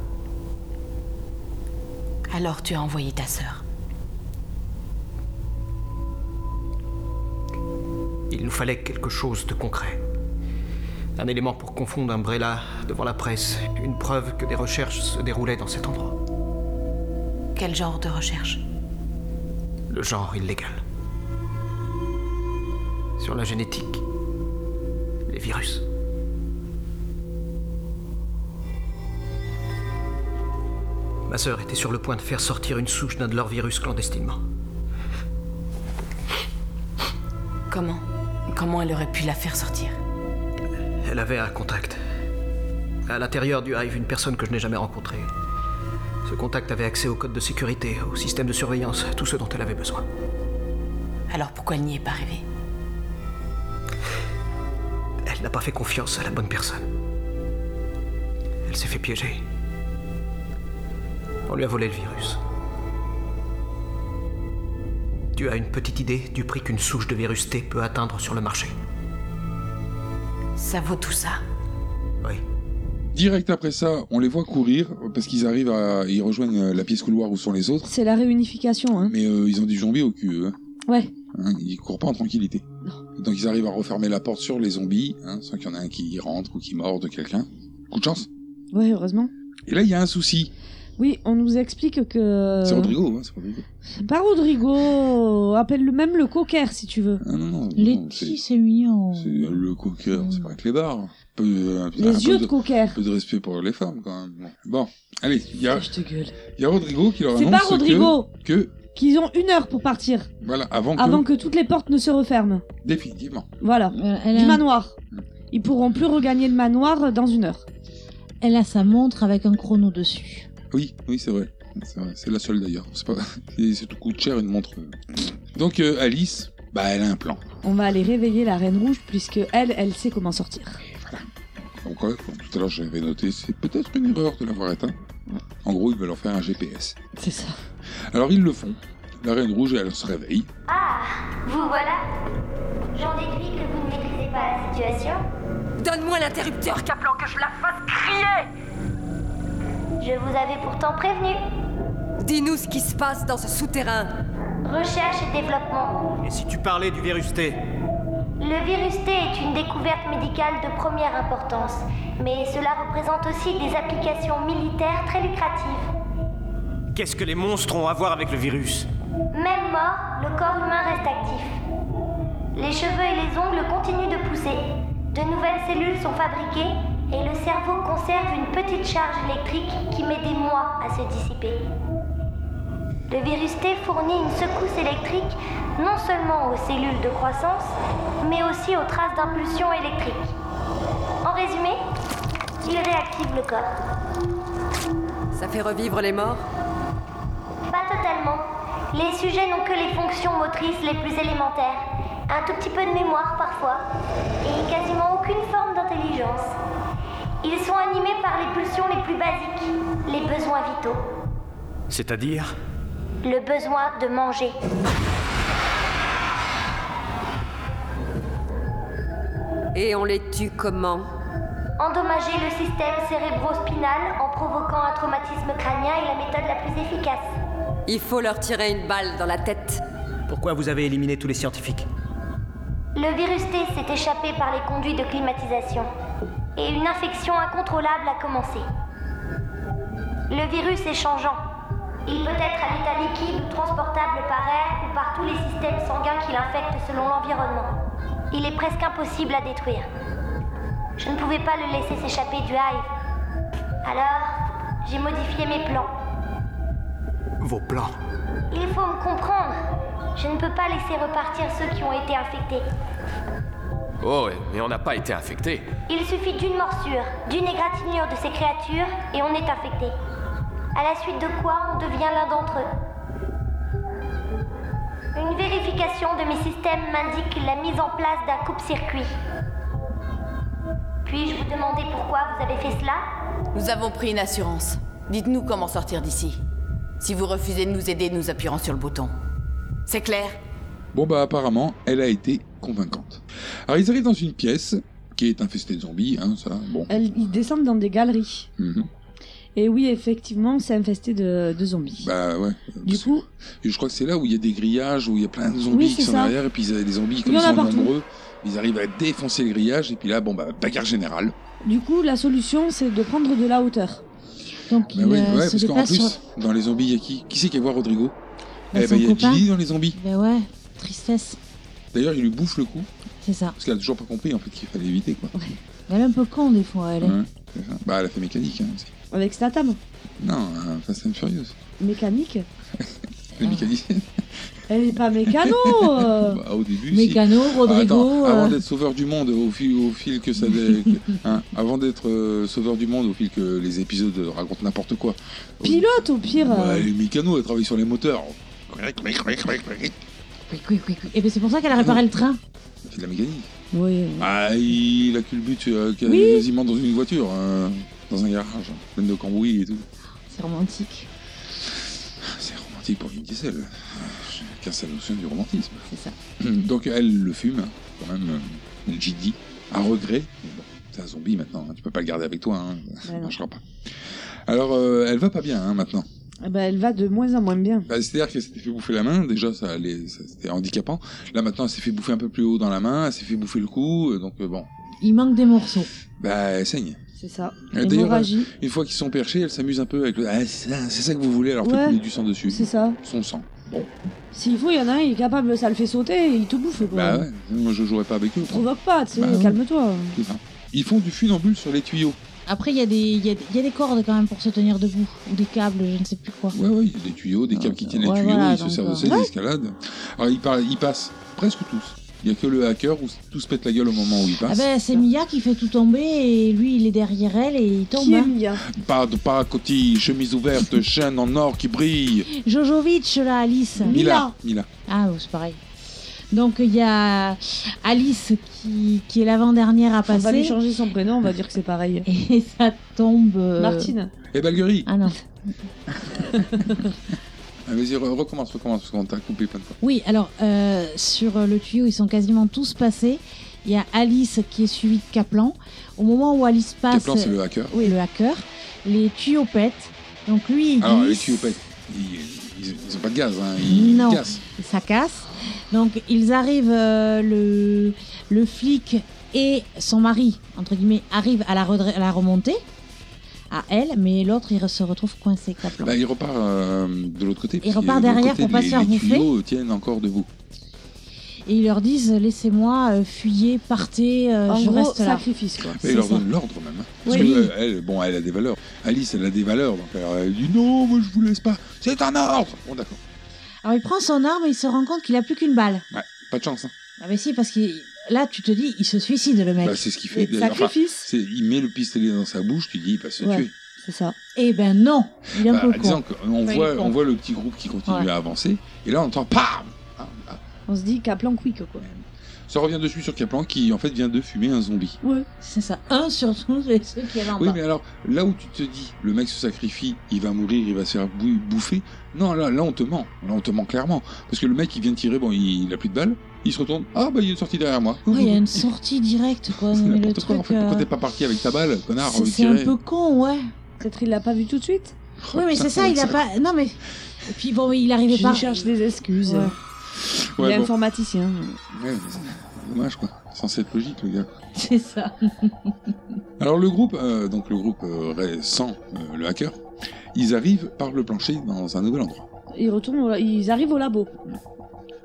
B: Alors tu as envoyé ta sœur.
K: Il nous fallait quelque chose de concret. Un élément pour confondre Umbrella devant la presse, une preuve que des recherches se déroulaient dans cet endroit.
B: Quel genre de recherche
K: le genre illégal. Sur la génétique, les virus. Ma sœur était sur le point de faire sortir une souche d'un de leurs virus clandestinement.
B: Comment Comment elle aurait pu la faire sortir
K: Elle avait un contact. À l'intérieur du Hive, une personne que je n'ai jamais rencontrée. Ce contact avait accès au code de sécurité, au système de surveillance, tout ce dont elle avait besoin.
B: Alors pourquoi elle n'y est pas arrivée
K: Elle n'a pas fait confiance à la bonne personne. Elle s'est fait piéger. On lui a volé le virus. Tu as une petite idée du prix qu'une souche de virus T peut atteindre sur le marché
B: Ça vaut tout ça.
K: Oui.
F: Direct après ça, on les voit courir parce qu'ils arrivent à. Ils rejoignent euh, la pièce couloir où sont les autres.
I: C'est la réunification, hein.
F: Mais euh, ils ont du zombie au cul, eux, hein.
I: Ouais.
F: Hein, Ils courent pas en tranquillité. Donc ils arrivent à refermer la porte sur les zombies, hein, sans qu'il y en ait un qui rentre ou qui morde quelqu'un. Coup de chance.
I: Ouais, heureusement.
F: Et là, il y a un souci.
I: Oui, on nous explique que.
F: C'est Rodrigo, hein, c'est Rodrigo.
I: Pas Rodrigo. Appelle-le même le coquer, si tu veux.
F: Ah non, non, non,
G: Letty,
F: c'est
G: c'est mignon.
F: c'est le coqueur, c'est pas que les barres. Peu, un peu- un
I: Les
F: peu
I: yeux
F: de,
I: Ah, de coquer.
F: un peu de respect pour les femmes, quand même. Bon, allez, il y a,
I: Je te gueule.
F: il y a Rodrigo qui leur
I: Ah. C'est
F: annonce
I: pas Rodrigo.
F: que, que
I: qu'ils ont une heure pour partir.
F: Voilà, avant que.
I: Avant que toutes les portes ne se referment.
F: Définitivement.
I: Voilà.
G: Euh, elle a
I: Du
G: un-
I: manoir. Ils pourront plus regagner le manoir dans une heure.
G: Elle a sa montre avec un chrono dessus.
F: Oui, oui, c'est vrai. C'est vrai. C'est la seule d'ailleurs. C'est pas... <laughs> c'est- c'est tout coûte cher une montre. Donc euh, Alice, bah elle a un plan.
I: On va aller réveiller la reine rouge puisque elle, elle sait comment sortir.
F: Donc, ouais, comme tout à l'heure j'avais noté, c'est peut-être une erreur de l'avoir éteint. En gros, ils veulent en faire un GPS.
I: C'est ça.
F: Alors ils le font. La reine rouge, elle se réveille.
L: Ah, vous voilà J'en déduis que vous ne maîtrisez pas la situation
B: Donne-moi l'interrupteur, Caplan, que je la fasse crier
L: Je vous avais pourtant prévenu.
J: Dis-nous ce qui se passe dans ce souterrain.
L: Recherche et développement.
M: Et si tu parlais du virus T
L: Le virus T est une découverte médicale de première importance, mais cela représente aussi des applications militaires très lucratives.
M: Qu'est-ce que les monstres ont à voir avec le virus
L: Même mort, le corps humain reste actif. Les cheveux et les ongles continuent de pousser. De nouvelles cellules sont fabriquées et le cerveau conserve une petite charge électrique qui met des mois à se dissiper. Le virus T fournit une secousse électrique non seulement aux cellules de croissance, mais aussi aux traces d'impulsion électrique. En résumé, il réactive le corps.
J: Ça fait revivre les morts
L: Pas totalement. Les sujets n'ont que les fonctions motrices les plus élémentaires. Un tout petit peu de mémoire parfois. Et quasiment aucune forme d'intelligence. Ils sont animés par les pulsions les plus basiques, les besoins vitaux.
M: C'est-à-dire
L: Le besoin de manger.
J: Et on les tue comment
L: Endommager le système cérébro-spinal en provoquant un traumatisme crânien est la méthode la plus efficace.
J: Il faut leur tirer une balle dans la tête.
M: Pourquoi vous avez éliminé tous les scientifiques
L: Le virus T s'est échappé par les conduits de climatisation et une infection incontrôlable a commencé. Le virus est changeant. Il peut être à l'état liquide ou transportable par air ou par tous les systèmes sanguins qui l'infectent selon l'environnement. Il est presque impossible à détruire. Je ne pouvais pas le laisser s'échapper du hive. Alors, j'ai modifié mes plans.
M: Vos plans
L: Il faut me comprendre. Je ne peux pas laisser repartir ceux qui ont été infectés.
N: Oh, mais on n'a pas été infectés.
L: Il suffit d'une morsure, d'une égratignure de ces créatures et on est infecté. À la suite de quoi on devient l'un d'entre eux. Une vérification de mes systèmes m'indique la mise en place d'un coupe-circuit. Puis-je vous demander pourquoi vous avez fait cela
B: Nous avons pris une assurance. Dites-nous comment sortir d'ici. Si vous refusez de nous aider, nous appuierons sur le bouton. C'est clair
F: Bon bah apparemment, elle a été convaincante. Alors ils arrivent dans une pièce qui est infestée de zombies, hein, ça, bon.
I: Elle- ils descendent dans des galeries.
F: Mhm.
I: Et oui, effectivement, c'est infesté de, de zombies.
F: Bah ouais.
I: Du coup,
F: Et je crois que c'est là où il y a des grillages, où il y a plein de zombies
I: Oui,
F: qui
I: c'est
F: sont
I: ça.
F: derrière, et puis ils- les zombies,
I: Il
F: comme
I: y en
F: ils
I: a
F: sont
I: partout.
F: nombreux, ils arrivent à défoncer le grillage, et puis là, bon bah, bagarre générale.
I: du coup, la solution, c'est de prendre de la hauteur.
G: Donc euh,
F: Bah oui,
I: euh,
F: ouais, parce qu'en plus, dans les zombies, il y a qui Qui c'est qui voit Rodrigo
G: Bah,
F: Eh
G: son
F: ben, il y a
G: copain.
F: Gilly dans les zombies.
G: Ben ouais, tristesse,
F: D'ailleurs, il lui bouffe le cou,
G: c'est ça.
F: parce qu'elle a toujours pas compris, en fait, qu'il fallait éviter, quoi.
G: Elle est un peu con des fois, elle.
F: Ouais, c'est ça. Bah, elle a fait mécanique, hein, aussi.
I: Avec Statham.
F: Non, euh, Fast and Furious.
I: Mécanique
F: Elle est mécanicienne.
I: Elle est pas mécano Ah. euh.
F: <laughs> Bah, au début,
I: Mécano,
F: si. Bah, Ah,
I: Rodrigo,
F: Attends, Avant
I: euh.
F: d'être sauveur du monde, au fil, au fil que ça.
I: <laughs>
F: dé- que- hein, avant d'être euh, sauveur du monde, au fil que les épisodes euh, racontent n'importe quoi.
I: Pilote au pire
F: Ouais,
I: euh.
F: elle est mécano, elle travaille sur les moteurs.
G: Oui, oui, oui, oui. Et ben c'est pour ça qu'elle a réparé le train.
F: Elle fait de la mécanique.
I: Oui.
F: Ah, il a culbute euh, qu'elle
G: Oui.
F: est quasiment dans une voiture, euh, dans un garage, hein, pleine de cambouis et tout.
G: C'est romantique.
F: C'est romantique pour Vin Diesel. Euh, Car sa notion du romantisme. <clears throat> Donc elle le fume, quand même, euh, le JD, à regret. Mais bon, c'est un zombie maintenant, hein, tu peux pas le garder avec toi, hein, ça
I: Ouais, non.
F: marchera pas. Alors, euh, elle va pas bien hein, maintenant.
I: Ah bah, elle va de moins en moins bien.
F: Bah, C'est-à-dire qu'elle s'était fait bouffer la main, déjà ça, allait- ça, c'était handicapant. Là maintenant, elle s'est fait bouffer un peu plus haut dans la main, elle s'est fait bouffer le cou, euh, donc euh, bon,
G: Il manque des morceaux.
F: bah elle saigne.
I: C'est ça.
F: Et D'ailleurs,
I: Hémorragie.
F: euh, une fois qu'ils sont perchés, elle s'amuse un peu avec le. Ah, c'est ça- c'est ça que vous voulez, alors
I: Ouais,
F: faites couler du sang dessus.
I: c'est ça.
F: Son sang. Bon,
I: S'il faut, il y en a un, il est capable, ça le fait sauter et il te bouffe. Quoi.
F: bah ouais, moi je jouerais pas avec eux.
I: Provoque pas, tu sais,
F: Bah ouais.
I: calme-toi.
F: C'est ça. Ils font du funambule sur les tuyaux.
G: Après, il y, a des- il y a- il y a des cordes quand même pour se tenir debout, ou des câbles, je ne sais plus quoi.
F: Ouais, ouais, il y a des tuyaux, des câbles qui tiennent
G: ouais,
F: les tuyaux,
G: voilà,
F: ils se
G: donc,
F: servent de
G: euh,
F: ça, ils
G: ouais.
F: escaladent. Alors, ils, parlent- ils passent presque tous. Il n'y a que le hacker où tout se pète la gueule au moment où il
G: Ah
F: passe.
G: ben, c'est Mia qui fait tout tomber et lui, il est derrière elle et il tombe. hein. Qui
I: Mia
F: Pas de pacotille,
G: <laughs>
F: chemise ouverte, chaîne en or qui brille.
G: Jojovic, là, Alice.
F: Mila. Mila.
G: Ah, bon, c'est pareil. Donc, il y a Alice qui, qui est l'avant-dernière à
I: On
G: passer.
I: va lui changer son prénom, on va dire que c'est pareil.
G: Et ça tombe. euh,
I: Martine.
F: Et Balguerie.
G: Ah non.
F: Ah, Vas-y, re- recommence, recommence, parce qu'on t'a coupé plein de fois.
G: Oui, alors euh, sur euh, le tuyau, ils sont quasiment tous passés. Il y a Alice qui est suivie de Kaplan. Au moment où Alice passe. euh,
F: Kaplan, c'est le hacker.
G: Oui, le hacker. Les tuyaux pètent. Donc lui, il
F: Alors, les
G: glisse.
F: tuyaux pètent. Ils ils- ils ont pas de gaz, hein. Ils
G: non,
F: cassent.
G: ça casse. Donc ils arrivent, euh, le, le flic et son mari, entre guillemets, arrivent à la, redre- à la remonter, à elle, mais l'autre, il re- se retrouve coincé, Kaplan.
F: Bah, il repart euh, de l'autre côté.
G: Il
F: parce que
G: repart
F: de l'autre
G: derrière
F: côté,
G: pour pas
F: les-
G: se faire
F: Les
G: bouffer.
F: tuyaux tiennent encore debout.
G: Et ils leur disent, laissez-moi, euh, fuyez, partez, euh,
I: En
G: je
I: gros,
G: reste là.
I: sacrifice, quoi.
F: Mais il leur donne l'ordre même. hein. Parce
G: Oui.
F: que, euh, elle, bon, elle a des valeurs. Alice, elle a des valeurs. Donc alors, elle dit non, moi je vous laisse pas. C'est un ordre. Bon, d'accord.
G: Alors il prend son arme et il se rend compte qu'il a plus qu'une balle.
F: Ouais, pas de chance. hein.
G: Ah mais si, parce que là, tu te dis, il se suicide le mec.
F: Bah, c'est ce qu'il fait. d'ailleurs. Enfin, c'est- il met le pistolet dans sa bouche. Tu dis, il va se
G: Ouais.
F: tuer.
I: c'est ça.
G: Eh ben non, il est un
F: Bah,
G: peu con.
F: disons qu'on
I: Ouais, il
F: voit,
I: est con.
F: on voit le petit groupe qui continue
I: Ouais.
F: à avancer. Et là, on entend PAM Ah,
I: On se dit Kaplan quick, quoi.
F: Ça revient dessus sur Kaplan qui, en fait, vient de fumer un zombie.
G: Oui, c'est ça. Un sur tous les ceux qui avaient en
F: Oui,
G: bas.
F: mais alors, là où tu te dis, le mec se sacrifie, il va mourir, il va se faire bou- bouffer. Non, là, là, on te ment. Là, on te ment clairement. Parce que le mec, il vient de tirer, bon, il, il a plus de balles. Il se retourne. Ah, bah, il est sorti derrière moi.
G: Ouais, il y a une
F: <laughs>
G: sortie directe, quoi. Non, mais le
F: N'importe quoi,
G: truc,
F: en fait. Pourquoi
G: euh,
F: t'es pas parti avec ta balle, connard
G: c'est-
F: euh,
G: c'est un
F: tirer
G: peu con, ouais.
I: Peut-être il l'a pas vu tout de suite.
G: oui, mais
F: Oh, putain,
G: c'est ça, il a
F: ça-
G: pas. Non, mais. Et puis bon, il arrivait
I: Il
G: pas.
I: cherche des excuses.
G: Ouais.
I: il
F: Ouais,
I: est
F: bon.
I: informaticien.
F: Ouais, mais c'est dommage, quoi. C'est censé être logique, le gars.
G: <laughs> C'est ça.
F: Alors le groupe, euh, donc le groupe euh, Ray- sans euh, le hacker, ils arrivent par le plancher dans un nouvel endroit.
I: Ils retournent, au- ils arrivent au labo.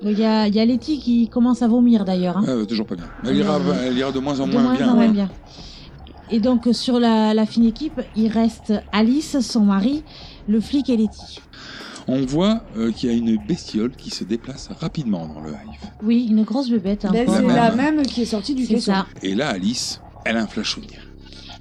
G: Il y a, il y a Letty qui commence à vomir d'ailleurs. hein.
F: Euh, toujours pas bien. Elle ira, elle ira de moins en
G: De
F: moins,
G: moins
F: bien.
G: en moins bien. Et donc euh, sur la, la fine équipe, il reste Alice, son mari, le flic et Letty.
F: On voit euh, qu'il y a une bestiole qui se déplace rapidement dans le hive.
G: Oui, une grosse bébête. hein,
I: Ben,
G: quoi.
I: c'est la même qui est sortie du
G: C'est
I: caisson.
G: ça.
F: Et là, Alice, elle a un flash souvenir.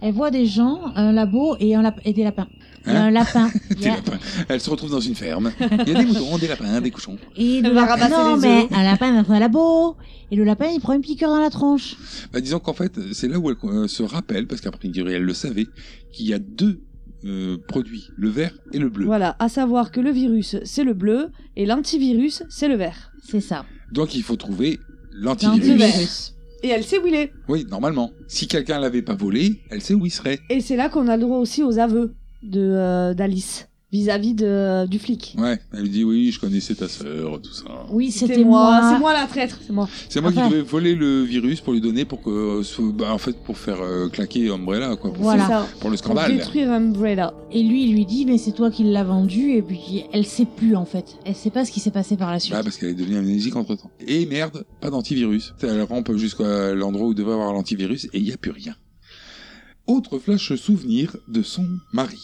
G: Elle voit des gens, un labo et, un lap- et des lapins. Et
F: Hein
G: un
F: <laughs>
G: lapin. Il y
F: Des
G: a-
F: lapins. Elle se retrouve dans une ferme. Il y a des moutons, des lapins, des couchons.
G: Et
I: Elle
G: le
I: va
G: lapin.
I: ramasser
G: Non,
I: les
G: mais
I: œufs.
G: un lapin dans un labo. Et le lapin, il prend une piqûre dans la tronche.
F: Bah, disons qu'en fait, c'est là où elle euh, se rappelle, parce qu'après, elle le savait, qu'il y a deux euh, produits, le vert et le bleu.
I: Voilà, à savoir que le virus, c'est le bleu, et l'antivirus, c'est le vert.
G: C'est ça.
F: Donc il faut trouver
I: Le vert.
F: l'antivirus.
I: Et elle sait où il est.
F: Oui, normalement. Si quelqu'un l'avait pas volé, elle sait où il serait.
I: Et c'est là qu'on a le droit aussi aux aveux de euh, d'Alice vis-à-vis de- du flic.
F: Ouais, elle lui dit oui, je connaissais ta sœur, tout ça.
G: Oui,
I: C'était moi. C'est moi la traître. C'est moi.
F: C'est moi
I: Enfin.
F: qui devais voler le virus pour lui donner pour que, euh, ce- bah, en fait, pour faire euh, claquer Umbrella, quoi, pour,
G: Voilà.
F: faire- pour le scandale.
I: Détruire Umbrella.
G: Et lui, il lui dit, mais c'est toi qui l'as vendu. Et puis, elle sait plus, en fait. Elle sait pas ce qui s'est passé par la suite.
F: Bah, parce qu'elle est devenue amnésique entre temps. Et merde, pas d'antivirus. Elle rampe jusqu'à l'endroit où devait avoir l'antivirus et il n'y a plus rien. Autre flash souvenir de son mari.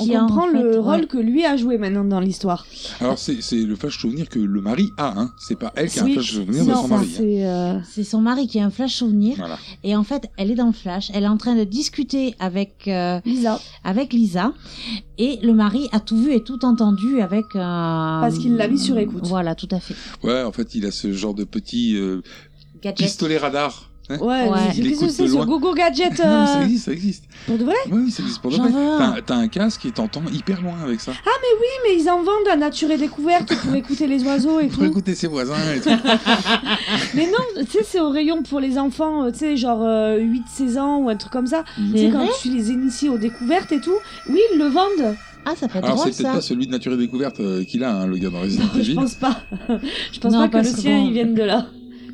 I: On
G: Qui a, en
I: comprend
G: fait,
I: le
G: ouais.
I: rôle que lui a joué maintenant dans l'histoire.
F: Alors c'est c'est le flash souvenir que le mari a, hein. C'est pas elle qui a un
G: Oui,
F: flash souvenir de
G: non,
F: son mari. hein.
I: C'est euh,
G: C'est son mari qui a un flash souvenir.
F: Voilà.
G: Et en fait, elle est dans le flash. Elle est en train de discuter avec euh,
I: Lisa.
G: Avec Lisa. Et le mari a tout vu et tout entendu avec. euh,
I: Parce qu'il l'a mis sur écoute.
G: Voilà, tout à fait.
F: Ouais, en fait, il a ce genre de petit euh,
G: Gadget.
F: pistolet radar. hein.
I: Ouais,
F: Il
I: c'est- qu'est-ce
F: écoute
I: que
F: de
I: c'est ce
F: loin.
I: gogo gadget
F: Non, mais
I: euh,
F: ça existe, ça existe.
I: Pour de vrai
F: Ouais, oui, ça existe pour de
I: J'en
F: vrai.
I: veux un.
F: T'as- T'as un casque et t'entends hyper loin avec ça.
I: Ah mais oui, mais ils en vendent à nature et découverte pour écouter les oiseaux et
F: Pour
I: tout.
F: écouter ses voisins
I: <laughs>
F: et tout.
I: Mais non, tu sais, c'est au rayon pour les enfants, euh, tu sais, genre 8-16 ans ou un truc comme ça. Tu
F: Mhm.
I: sais,
F: C'est
I: quand
F: vrai
I: tu les inities aux découvertes et tout, oui, ils le vendent.
G: Ah, ça peut
F: Alors, c'est peut-être pas celui de Nature et Découverte euh, qu'il a, hein, le gars dans Resident
I: <laughs> Je
F: Evil.
I: pense pas. Je pense
G: Non,
I: pas que
G: parce
I: le
G: que
I: sien,
G: bon.
I: il vienne de là.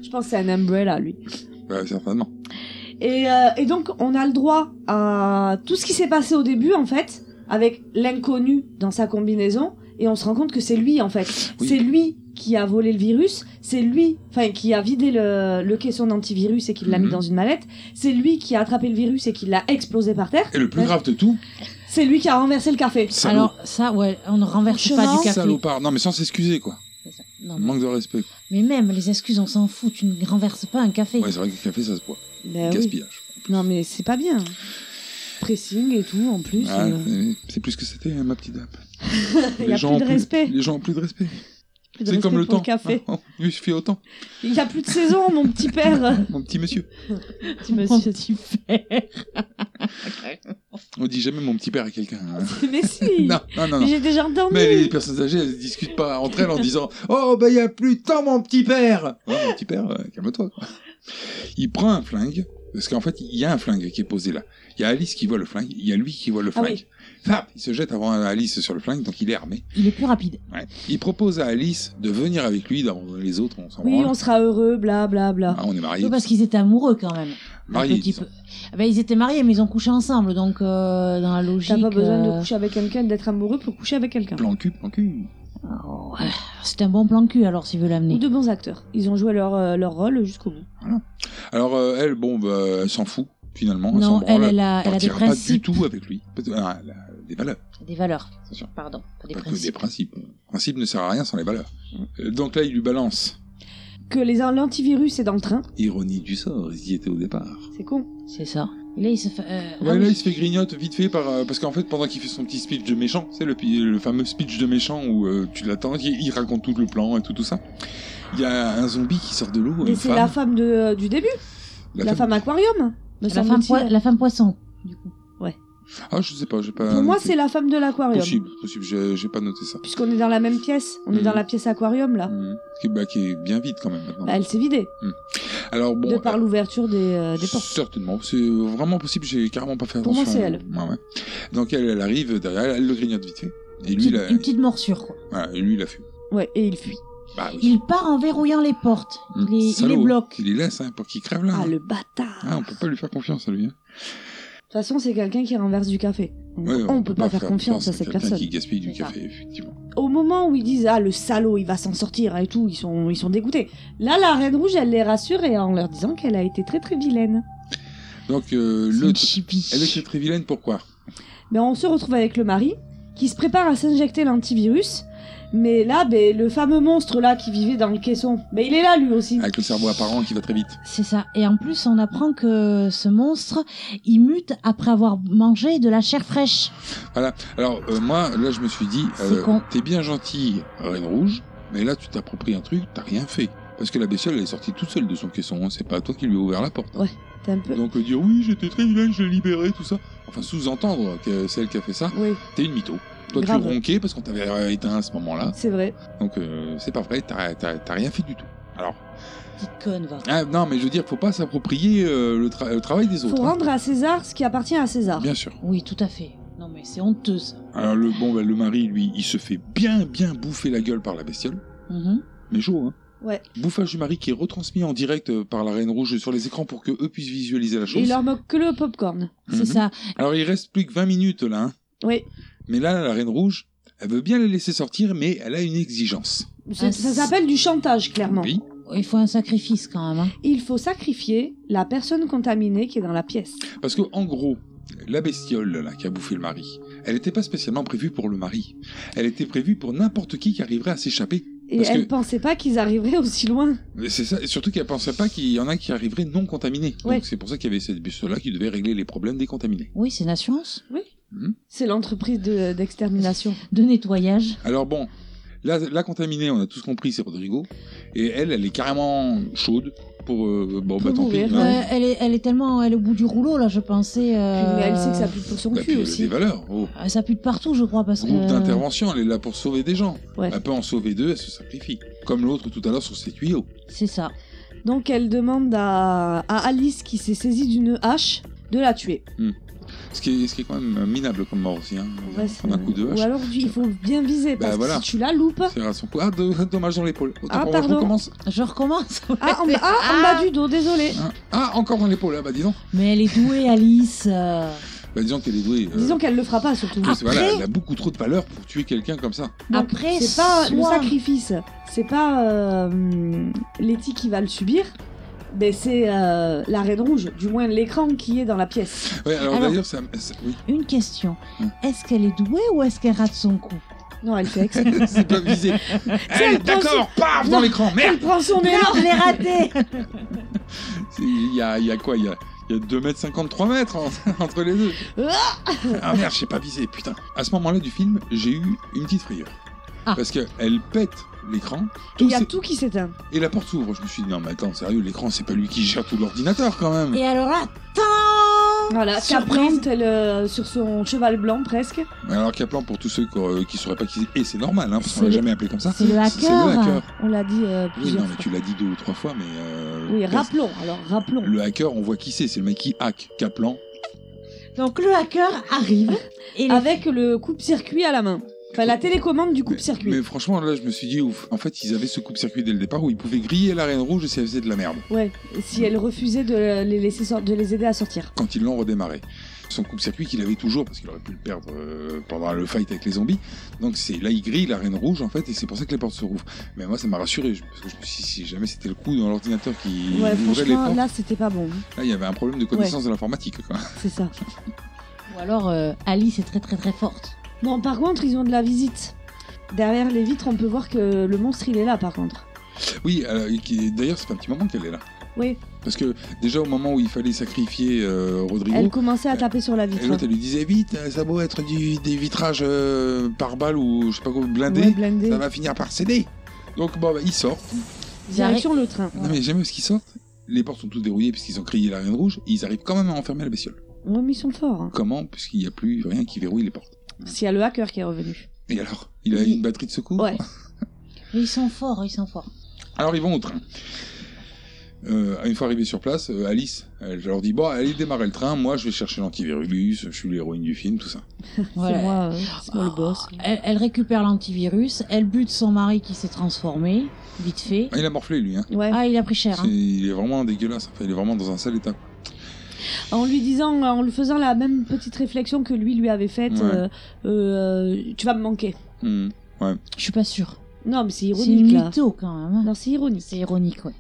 I: Je pense que c'est un umbrella, lui.
F: Ouais, certainement.
I: Et, euh, et donc, on a le droit à tout ce qui s'est passé au début, en fait, avec l'inconnu dans sa combinaison, et on se rend compte que c'est lui, en fait. C'est lui qui a volé le virus, c'est lui, enfin qui a vidé le, le caisson d'antivirus et qui l'a mis
F: Mhm.
I: dans une mallette, c'est lui qui a attrapé le virus et qui l'a explosé par terre.
F: Et le plus grave de tout,
I: C'est lui qui a renversé le café.
F: Salaud. Alors,
I: ça, ouais, on ne renverse
F: salopard. Non, mais sans s'excuser, quoi.
G: Non,
F: Manque de respect. quoi.
G: Mais même, les excuses, on s'en fout, tu ne renverses pas un café.
F: Ouais, c'est vrai que le café, ça se boit.
I: Ben oui.
F: Gaspillage.
I: Non mais c'est pas bien. Pressing et tout en plus.
F: Ah,
I: euh,
F: mais C'est plus ce que c'était, hein, ma petite dame.
I: <laughs> Il y a
F: gens
I: plus
F: ont
I: de respect.
F: Les gens ont plus de respect.
I: plus de
F: C'est
I: respect
F: comme le
I: pour
F: temps.
I: café.
F: <laughs> Ah, oh, lui, je fais autant.
I: Il n'y a plus de saison, mon petit père.
F: <laughs> Mon petit monsieur.
I: petit monsieur. petit
F: On dit jamais mon petit père à quelqu'un. hein.
I: Mais si.
F: Non, non, non, non.
I: J'ai déjà entendu.
F: Mais les personnes âgées, elles discutent pas entre elles en disant Oh, bah, il y a plus de temps, mon petit père Ouais, mon petit père, euh, calme-toi. quoi. Il prend un flingue, parce qu'en fait, il y a un flingue qui est posé là. Il y a Alice qui voit le flingue, il y a lui qui voit le
G: Ah
F: flingue. Fap, il se jette avant Alice sur le flingue, donc il est armé.
G: Il est plus rapide.
F: Ouais. Il propose à Alice de venir avec lui, d'abandonner les autres, on s'en
I: Oui,
F: branle.
I: on sera heureux, bla bla bla.
F: Ah, on est mariés.
G: Oui, parce qu'ils étaient amoureux quand même.
F: Mariés,
G: Un petit
F: disons.
G: peu. Ah ben, ils étaient mariés, mais ils ont couché ensemble, donc euh, dans la logique.
I: T'as pas besoin de
G: euh,
I: coucher avec quelqu'un, d'être amoureux pour coucher avec quelqu'un.
F: Plan cul, plan cul.
G: ouais, C'est un bon plan cul alors s'il veut l'amener.
I: Ou de bons acteurs. Ils ont joué leur, euh, leur rôle jusqu'au bout.
F: Alors, euh, elle, bon, bah, elle s'en fout, finalement. elle
G: Non,
F: s'en branle,
G: elle, elle a- elle a des
F: partira
G: principes.
F: pas du tout avec lui. Peut- alors, elle a des valeurs.
G: Des valeurs. Pardon, pas des
F: Pas que
G: principes.
F: des principes. Le principe ne sert à rien sans les valeurs. Euh, Donc là, il lui balance.
I: Que les l'antivirus est dans le train.
F: Ironie du sort, ils y étaient au départ.
I: C'est con.
G: C'est ça. Et là, il se fait. euh,
F: Ouais,
G: ah
F: là,
G: oui.
F: il se fait grignote vite fait par, euh, parce qu'en fait, pendant qu'il fait son petit speech de méchant, c'est le, pi- le fameux speech de méchant où euh, tu l'attends, il, il raconte tout le plan et tout, tout ça. Il y a un zombie qui sort de l'eau,
I: Et
F: une
I: c'est
F: femme.
I: la femme de, euh, du début.
F: La
I: La,
F: femme-
I: femme... aquarium. me
G: la, femme
I: semble-t-il.
G: poi- la femme poisson.
F: Ah, je sais pas, j'ai pas.
I: Pour moi,
F: noté.
I: c'est la femme de l'aquarium.
F: Possible, possible, j'ai j'ai pas noté ça.
I: Puisqu'on est dans la même pièce. On est
F: Mhm.
I: dans la pièce aquarium là.
F: Qui, bah, qui est bien vite quand même maintenant.
I: Bah, elle s'est vidée.
F: Alors bon.
I: de par l'ouverture des, euh, des portes.
F: Certainement, c'est vraiment possible, j'ai carrément pas fait
I: Pour moi,
F: attention.
I: c'est elle.
F: Ouais, ouais. Donc elle, elle arrive derrière, elle le grignote vite fait. Et lui,
G: Petite-
F: il a,
G: Une petite morsure. quoi.
F: voilà, et lui, il a fui.
I: Ouais, et il fuit.
F: Bah oui.
G: Il part en verrouillant les portes. Il les, il les
F: Salaud,
G: bloque.
F: Il les laisse hein, pour qu'il crève là.
I: Ah,
F: hein.
I: le bâtard.
F: Ah, on peut pas lui faire confiance à lui. hein.
I: De toute façon, c'est quelqu'un qui renverse du café. Donc,
F: Ouais, bah,
I: on, peut pas, faire confiance à cette
F: quelqu'un
I: personne.
F: qui gaspille du
I: C'est ça.
F: café, effectivement.
I: Au moment où ils disent Ah, le salaud, il va s'en sortir et tout, ils sont, ils sont dégoûtés. Là, la Reine Rouge, elle les rassure et en leur disant qu'elle a été très très vilaine.
F: Donc euh, le. Elle était très vilaine, pourquoi
I: Mais on se retrouve avec le mari qui se prépare à s'injecter l'antivirus. Mais là, ben, le fameux monstre là qui vivait dans le caisson, ben, il est là lui aussi.
F: Avec le cerveau apparent qui va très vite.
G: C'est ça. Et en plus, on apprend que ce monstre, il mute après avoir mangé de la chair fraîche.
F: Voilà. Alors euh, moi, là, je me suis dit, euh,
G: C'est con.
F: t'es bien gentil, Reine Rouge, mais là, tu t'appropries un truc, t'as rien fait. Parce que la bestiole, elle est sortie toute seule de son caisson, hein, c'est pas toi qui lui as ouvert la porte. hein.
I: Ouais, t'es un peu.
F: Donc euh, dire oui, j'étais très vilaine, je l'ai libéré, tout ça. Enfin, sous-entendre que c'est elle qui a fait ça,
I: Oui,
F: t'es une mytho. Toi,
I: Grave.
F: tu ronquais parce qu'on t'avait euh, éteint à ce moment-là.
I: c'est vrai.
F: Donc, euh, c'est pas vrai, t'as t'as- t'as rien fait du tout. Alors,
G: Petite conne, va.
F: ah, non, mais je veux dire, faut pas s'approprier euh, le, tra- le travail des autres.
I: Faut
F: hein.
I: rendre à César ce qui appartient à César.
F: Bien sûr.
G: Oui, tout à fait. Non, mais c'est honteux, ça.
F: Alors, le, bon, bah, le mari, lui, il se fait bien, bien bouffer la gueule par la bestiole.
G: Mhm.
F: Mais chaud, hein.
I: Ouais.
F: Bouffage du mari qui est retransmis en direct euh, par la Reine Rouge sur les écrans pour que eux puissent visualiser la
I: Et
F: chose.
I: il leur moque que le popcorn.
F: Mhm.
G: C'est ça.
F: Alors, il reste plus que 20 minutes, là. hein.
I: Oui.
F: Mais là, la Reine Rouge, elle veut bien les laisser sortir, mais elle a une exigence.
I: C'est- ça
G: Ah, c'est-
I: s'appelle du chantage, clairement.
F: Oui.
G: Il faut un sacrifice, quand même. hein.
I: Il faut sacrifier la personne contaminée qui est dans la pièce.
F: Parce que, en gros, la bestiole, là, qui a bouffé le mari, elle n'était pas spécialement prévue pour le mari. Elle était prévue pour n'importe qui qui arriverait à s'échapper.
I: Et
F: Parce
I: elle
F: que-
I: pensait pas qu'ils arriveraient aussi loin.
F: Mais C'est ça, et surtout qu'elle pensait pas qu'il y en a qui arriveraient non contaminés.
I: Ouais.
F: Donc c'est pour ça qu'il y avait cette bestiole-là qui devait régler les problèmes des contaminés.
G: Oui, c'est une assurance.
I: C'est l'entreprise de- d'extermination.
G: De nettoyage.
F: Alors bon, la, la contaminée, on a tous compris, c'est Rodrigo. Et elle, elle est carrément chaude pour... euh, bon, bah tant pis.
G: Ouais,
F: hein.
G: elle, est, elle est tellement. Elle est au bout du rouleau, là, je pensais. euh,
I: Puis, mais elle sait que ça pue pour son
F: Bah, puis
I: cul
F: elle a
I: aussi.
F: des valeurs. oh.
G: euh, ça pue de partout, je crois, parce
F: Groupe
G: que. euh,
F: d'intervention, elle est là pour sauver des gens.
I: Euh, Ouais.
F: Elle peut en sauver deux, elle se sacrifie. Comme l'autre tout à l'heure sur ses tuyaux.
G: C'est ça.
I: Donc elle demande à, à Alice, qui s'est saisie d'une hache, de la tuer.
F: Ce qui, est, ce qui est quand même euh, minable comme mort aussi. Hein.
I: Ouais, c'est-
F: Prendre un coup de
I: Ou
F: hache.
I: alors il faut bien viser,
F: Bah,
I: parce
F: voilà.
I: que si tu la loupes...
F: C'est à son coup. Ah, do- <laughs> dommage dans l'épaule. Autant
I: Ah,
F: pour moi, je
I: pardon.
F: recommence.
G: Je recommence. <laughs>
I: Ah, en, ah, en bas du dos, désolé.
F: Euh. Hein. Ah, encore dans l'épaule, ah bah dis donc.
G: Mais elle est douée, Alice. euh.
F: Bah, disons qu'elle est douée. euh,
I: Disons qu'elle le fera pas surtout.
F: parce que voilà, elle a beaucoup trop de valeur pour tuer quelqu'un comme ça.
I: Donc,
G: Après,
I: c'est pas le
G: soit-
I: sacrifice, c'est pas euh, Letty qui va le subir, mais c'est euh, la reine rouge, du moins l'écran qui est dans la pièce.
F: Ouais, alors,
G: Alors-
F: d'ailleurs, ça, ça- oui. <laughs>
G: Une question. Est-ce qu'elle est douée ou est-ce qu'elle rate son coup
I: Non, elle fait
F: <laughs>
I: exprès.
F: c'est pas visé. Hey, d'accord, paf dans l'écran, merde
I: Elle prend son
G: Non,
I: élan.
G: je l'ai raté
F: C'est- Il y a, il y a quoi Il y a, il y a 2 mètres 53 mètres en- <laughs> entre les deux. Ah merde, j'ai pas visé, putain. À ce moment-là du film, j'ai eu une petite frayeur.
G: Ah.
F: Parce qu'elle pète l'écran.
I: Il y a
F: s'est-
I: tout qui s'éteint.
F: et la porte s'ouvre. Je me suis dit, non mais attends, sérieux, l'écran, c'est pas lui qui gère tout l'ordinateur quand même.
G: Et alors là, tant
I: Voilà,
G: Surprise.
I: Capron, elle, euh, sur son cheval blanc presque.
F: Alors Kaplan, pour tous ceux qui euh, qui sauraient pas qui c'est, et c'est normal, hein, parce qu'on
G: C'est
F: l'a
G: le-
F: jamais appelé comme ça.
G: C'est le
F: C'est le hacker.
G: hacker
I: On l'a dit euh,
F: Oui,
I: plusieurs
F: non, mais tu l'as dit deux ou trois fois, mais. euh,
I: fois. Oui,
F: personne-
I: rappelons, alors rappelons.
F: Le hacker, on voit qui c'est, c'est le mec qui hack Kaplan.
G: Donc le hacker arrive. Et les-
I: Avec le coupe-circuit à la main. Enfin, la télécommande du coupe-circuit.
F: Mais franchement, là, je me suis dit, ouf, en fait, ils avaient ce coupe-circuit dès le départ où ils pouvaient griller la reine rouge et ça faisait de la merde.
I: Ouais, si elle refusait de les, laisser sor- de les aider à sortir.
F: Quand ils l'ont redémarré. Son coupe-circuit qu'il avait toujours, parce qu'il aurait pu le perdre euh, pendant le fight avec les zombies. Donc c'est là, il grille la reine rouge, en fait, et c'est pour ça que les portes se rouvrent. Mais moi, ça m'a rassuré, je- parce que je me suis dit, si jamais c'était le coup dans l'ordinateur qui
I: ouais,
F: ouvrait les
I: franchement,
F: portes, là...
I: là, c'était pas bon. hein.
F: il y avait un problème de connaissance de l'informatique, quoi. <laughs>
I: C'est ça.
G: Ou alors euh, Alice est très très très forte.
I: Non, par contre, ils ont de la visite. Derrière les vitres, on peut voir que le monstre, il est là, par contre.
F: Oui, euh, et qui- d'ailleurs, c'est un petit moment qu'elle est là.
I: Oui.
F: Parce que déjà, au moment où il fallait sacrifier euh, Rodrigo.
I: Elle commençait à taper sur la
F: Et
I: vitre.
F: l'autre, elle lui disait vite, euh, ça a beau être du- des vitrages euh, par balle ou je sais pas quoi, blindés,
I: Ouais, blindé.
F: ça va finir par céder. Donc bon, bah, ils sortent.
I: Direction le train.
F: Non mais j'aime ce qu'ils sortent. Les portes sont toutes dérouillées puisqu'ils ont crié la reine rouge. Et ils arrivent quand même à enfermer la bestiole.
I: Ouais, mais ils sont forts. hein.
F: Comment Puisqu'il n'y a plus rien qui verrouille les portes.
I: S'il y a le hacker qui est revenu.
F: Et alors Il a
G: Oui.
F: une batterie de secours
I: Ouais.
G: Mais ils sont forts, ils sont forts.
F: Alors ils vont au train. Euh, une fois arrivés sur place, euh, Alice, elle leur dit bon, allez démarrer le train. Moi, je vais chercher l'antivirus. Je suis l'héroïne du film, tout ça.
G: Voilà. Oh.
I: C'est moi, euh, c'est moi le boss.
G: Elle, elle récupère l'antivirus, elle bute son mari qui s'est transformé, vite fait.
F: Ah, il a morflé lui. Hein.
I: Ouais.
G: Ah, il a pris cher.
F: C'est-
G: hein.
F: Il est vraiment dégueulasse. Enfin, il est vraiment dans un sale état.
I: En lui disant, en lui faisant la même petite réflexion que lui lui avait faite,
F: Ouais.
I: euh, euh, tu vas me manquer.
F: Hmm.
G: Je suis pas sûre.
I: Non, mais c'est
G: C'est une
I: ironique là.
G: mytho quand même. hein.
I: Non, c'est ironique.
G: C'est ironique, ouais.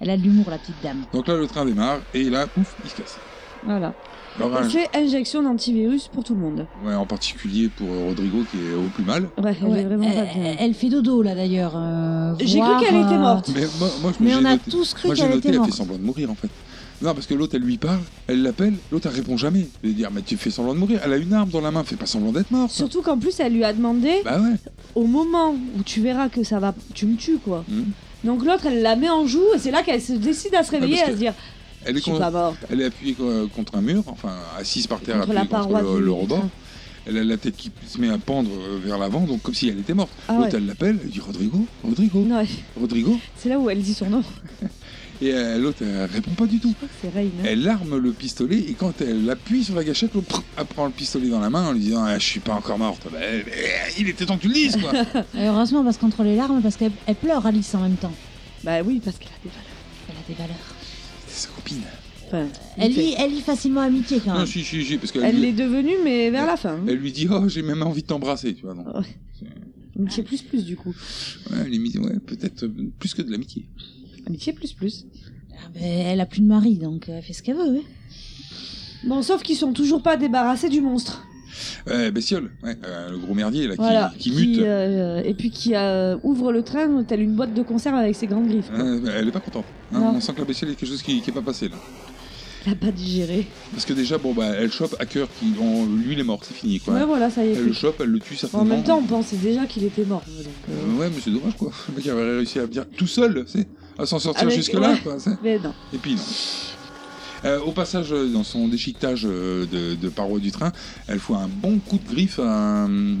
G: Elle a de l'humour, la petite dame.
F: Donc là, le train démarre et là, pouf, il se casse.
I: Voilà.
F: Alors, un-
I: C'est injection d'antivirus pour tout le monde.
F: ouais, en particulier pour euh, Rodrigo qui est au plus mal.
I: Ouais, elle est
G: Ouais,
I: vraiment pas
G: elle,
I: bien.
G: elle fait dodo là d'ailleurs. euh,
I: J'ai cru
G: voir,
I: qu'elle était
G: euh,
I: morte.
F: Mais moi, moi, je me-
G: Mais
F: j'ai
G: on a
F: noté-
G: tous cru
F: Moi, j'ai
G: qu'elle
F: noté,
G: était
F: elle fait
G: morte.
F: semblant de mourir en fait. Non, parce que l'autre, elle lui parle, elle l'appelle, l'autre, elle répond jamais. Elle lui dit, ah, mais tu fais semblant de mourir. Elle a une arme dans la main, fais pas semblant d'être morte.
I: Surtout qu'en plus, elle lui a demandé
F: Bah ouais.
I: au moment où tu verras que ça va, tu me tues quoi.
F: Mhm.
I: Donc l'autre, elle la met en joue et c'est là qu'elle se décide à se réveiller,
F: Ah, parce
I: à se dire
F: Elle
I: Je
F: est,
I: suis
F: con-
I: pas morte.
F: elle est appuyée euh, contre un mur, enfin assise par terre,
I: Contre la
F: appuyée contre
I: paroi
F: le,
I: du-
F: le
I: du
F: rebord.
I: train.
F: Elle a la tête qui se met à pendre euh, vers l'avant, donc comme si elle était morte.
I: Ah
F: l'autre,
I: ouais.
F: elle l'appelle, elle dit Rodrigo, Rodrigo,
I: Non,
F: Rodrigo.
I: c'est là où elle dit son nom. <laughs>
F: Et euh, l'autre, elle répond pas du tout.
I: C'est Rain. hein.
F: Elle arme le pistolet et quand elle appuie sur la gâchette, l'autre prrr, elle prend le pistolet dans la main en lui disant Ah, Je suis pas encore morte. Bah, eh, eh, il était temps que tu le dises,
I: <laughs>
F: quoi.
G: Et heureusement, parce qu'entre les larmes, parce qu'elle elle pleure Alice en même temps.
F: Eh.
I: Bah oui, parce qu'elle a des valeurs.
G: Elle a des valeurs.
F: C'était sa copine.
I: Enfin,
G: Elle
I: vite
G: lit, elle lit facilement amitié quand
F: Non,
G: même.
F: si, si, si, parce
I: fait.
F: qu'elle
I: Ah. Elle
F: lui,
I: l'est devenue, mais vers la fin. hein.
F: elle lui dit Oh, j'ai même envie de t'embrasser, tu vois. Donc,
I: Amitié plus plus du coup.
F: ouais, elle lui dit Ouais, peut-être euh, plus que de l'amitié.
I: Amitié plus plus.
G: Ah, ben, elle a plus de mari, donc euh, elle fait ce qu'elle veut. ouais.
I: Bon, sauf qu'ils sont toujours pas débarrassés du monstre.
F: Euh, Bestiole, ouais, euh, le gros merdier là, qui,
I: voilà.
F: qui mute.
I: euh, et puis qui euh, ouvre le train telle une boîte de conserve avec ses grandes griffes. quoi.
F: Euh, elle est pas contente. hein.
I: Non.
F: on sent que la bestiole, il y a quelque chose qui, qui est pas passé là.
I: Elle a pas digéré.
F: Parce que déjà, bon, bah, elle chope Hacker qui. on- lui, il est mort, c'est fini quoi.
I: Ouais, voilà, ça y est.
F: elle le
I: fait.
F: chope, elle le tue
I: En
F: certainement.
I: même temps, on pensait déjà qu'il était mort. donc, euh,
F: Euh, ouais, mais c'est dommage quoi. Le mec avait réussi à bien tout seul, c'est à s'en sortir
I: Avec-
F: jusque-là.
I: ouais.
F: quoi, c'est-
I: Mais non.
F: Et puis non. Euh, au passage, euh, dans son déchiquetage euh, de, de paroi du train, elle fout un bon coup de griffe à. un-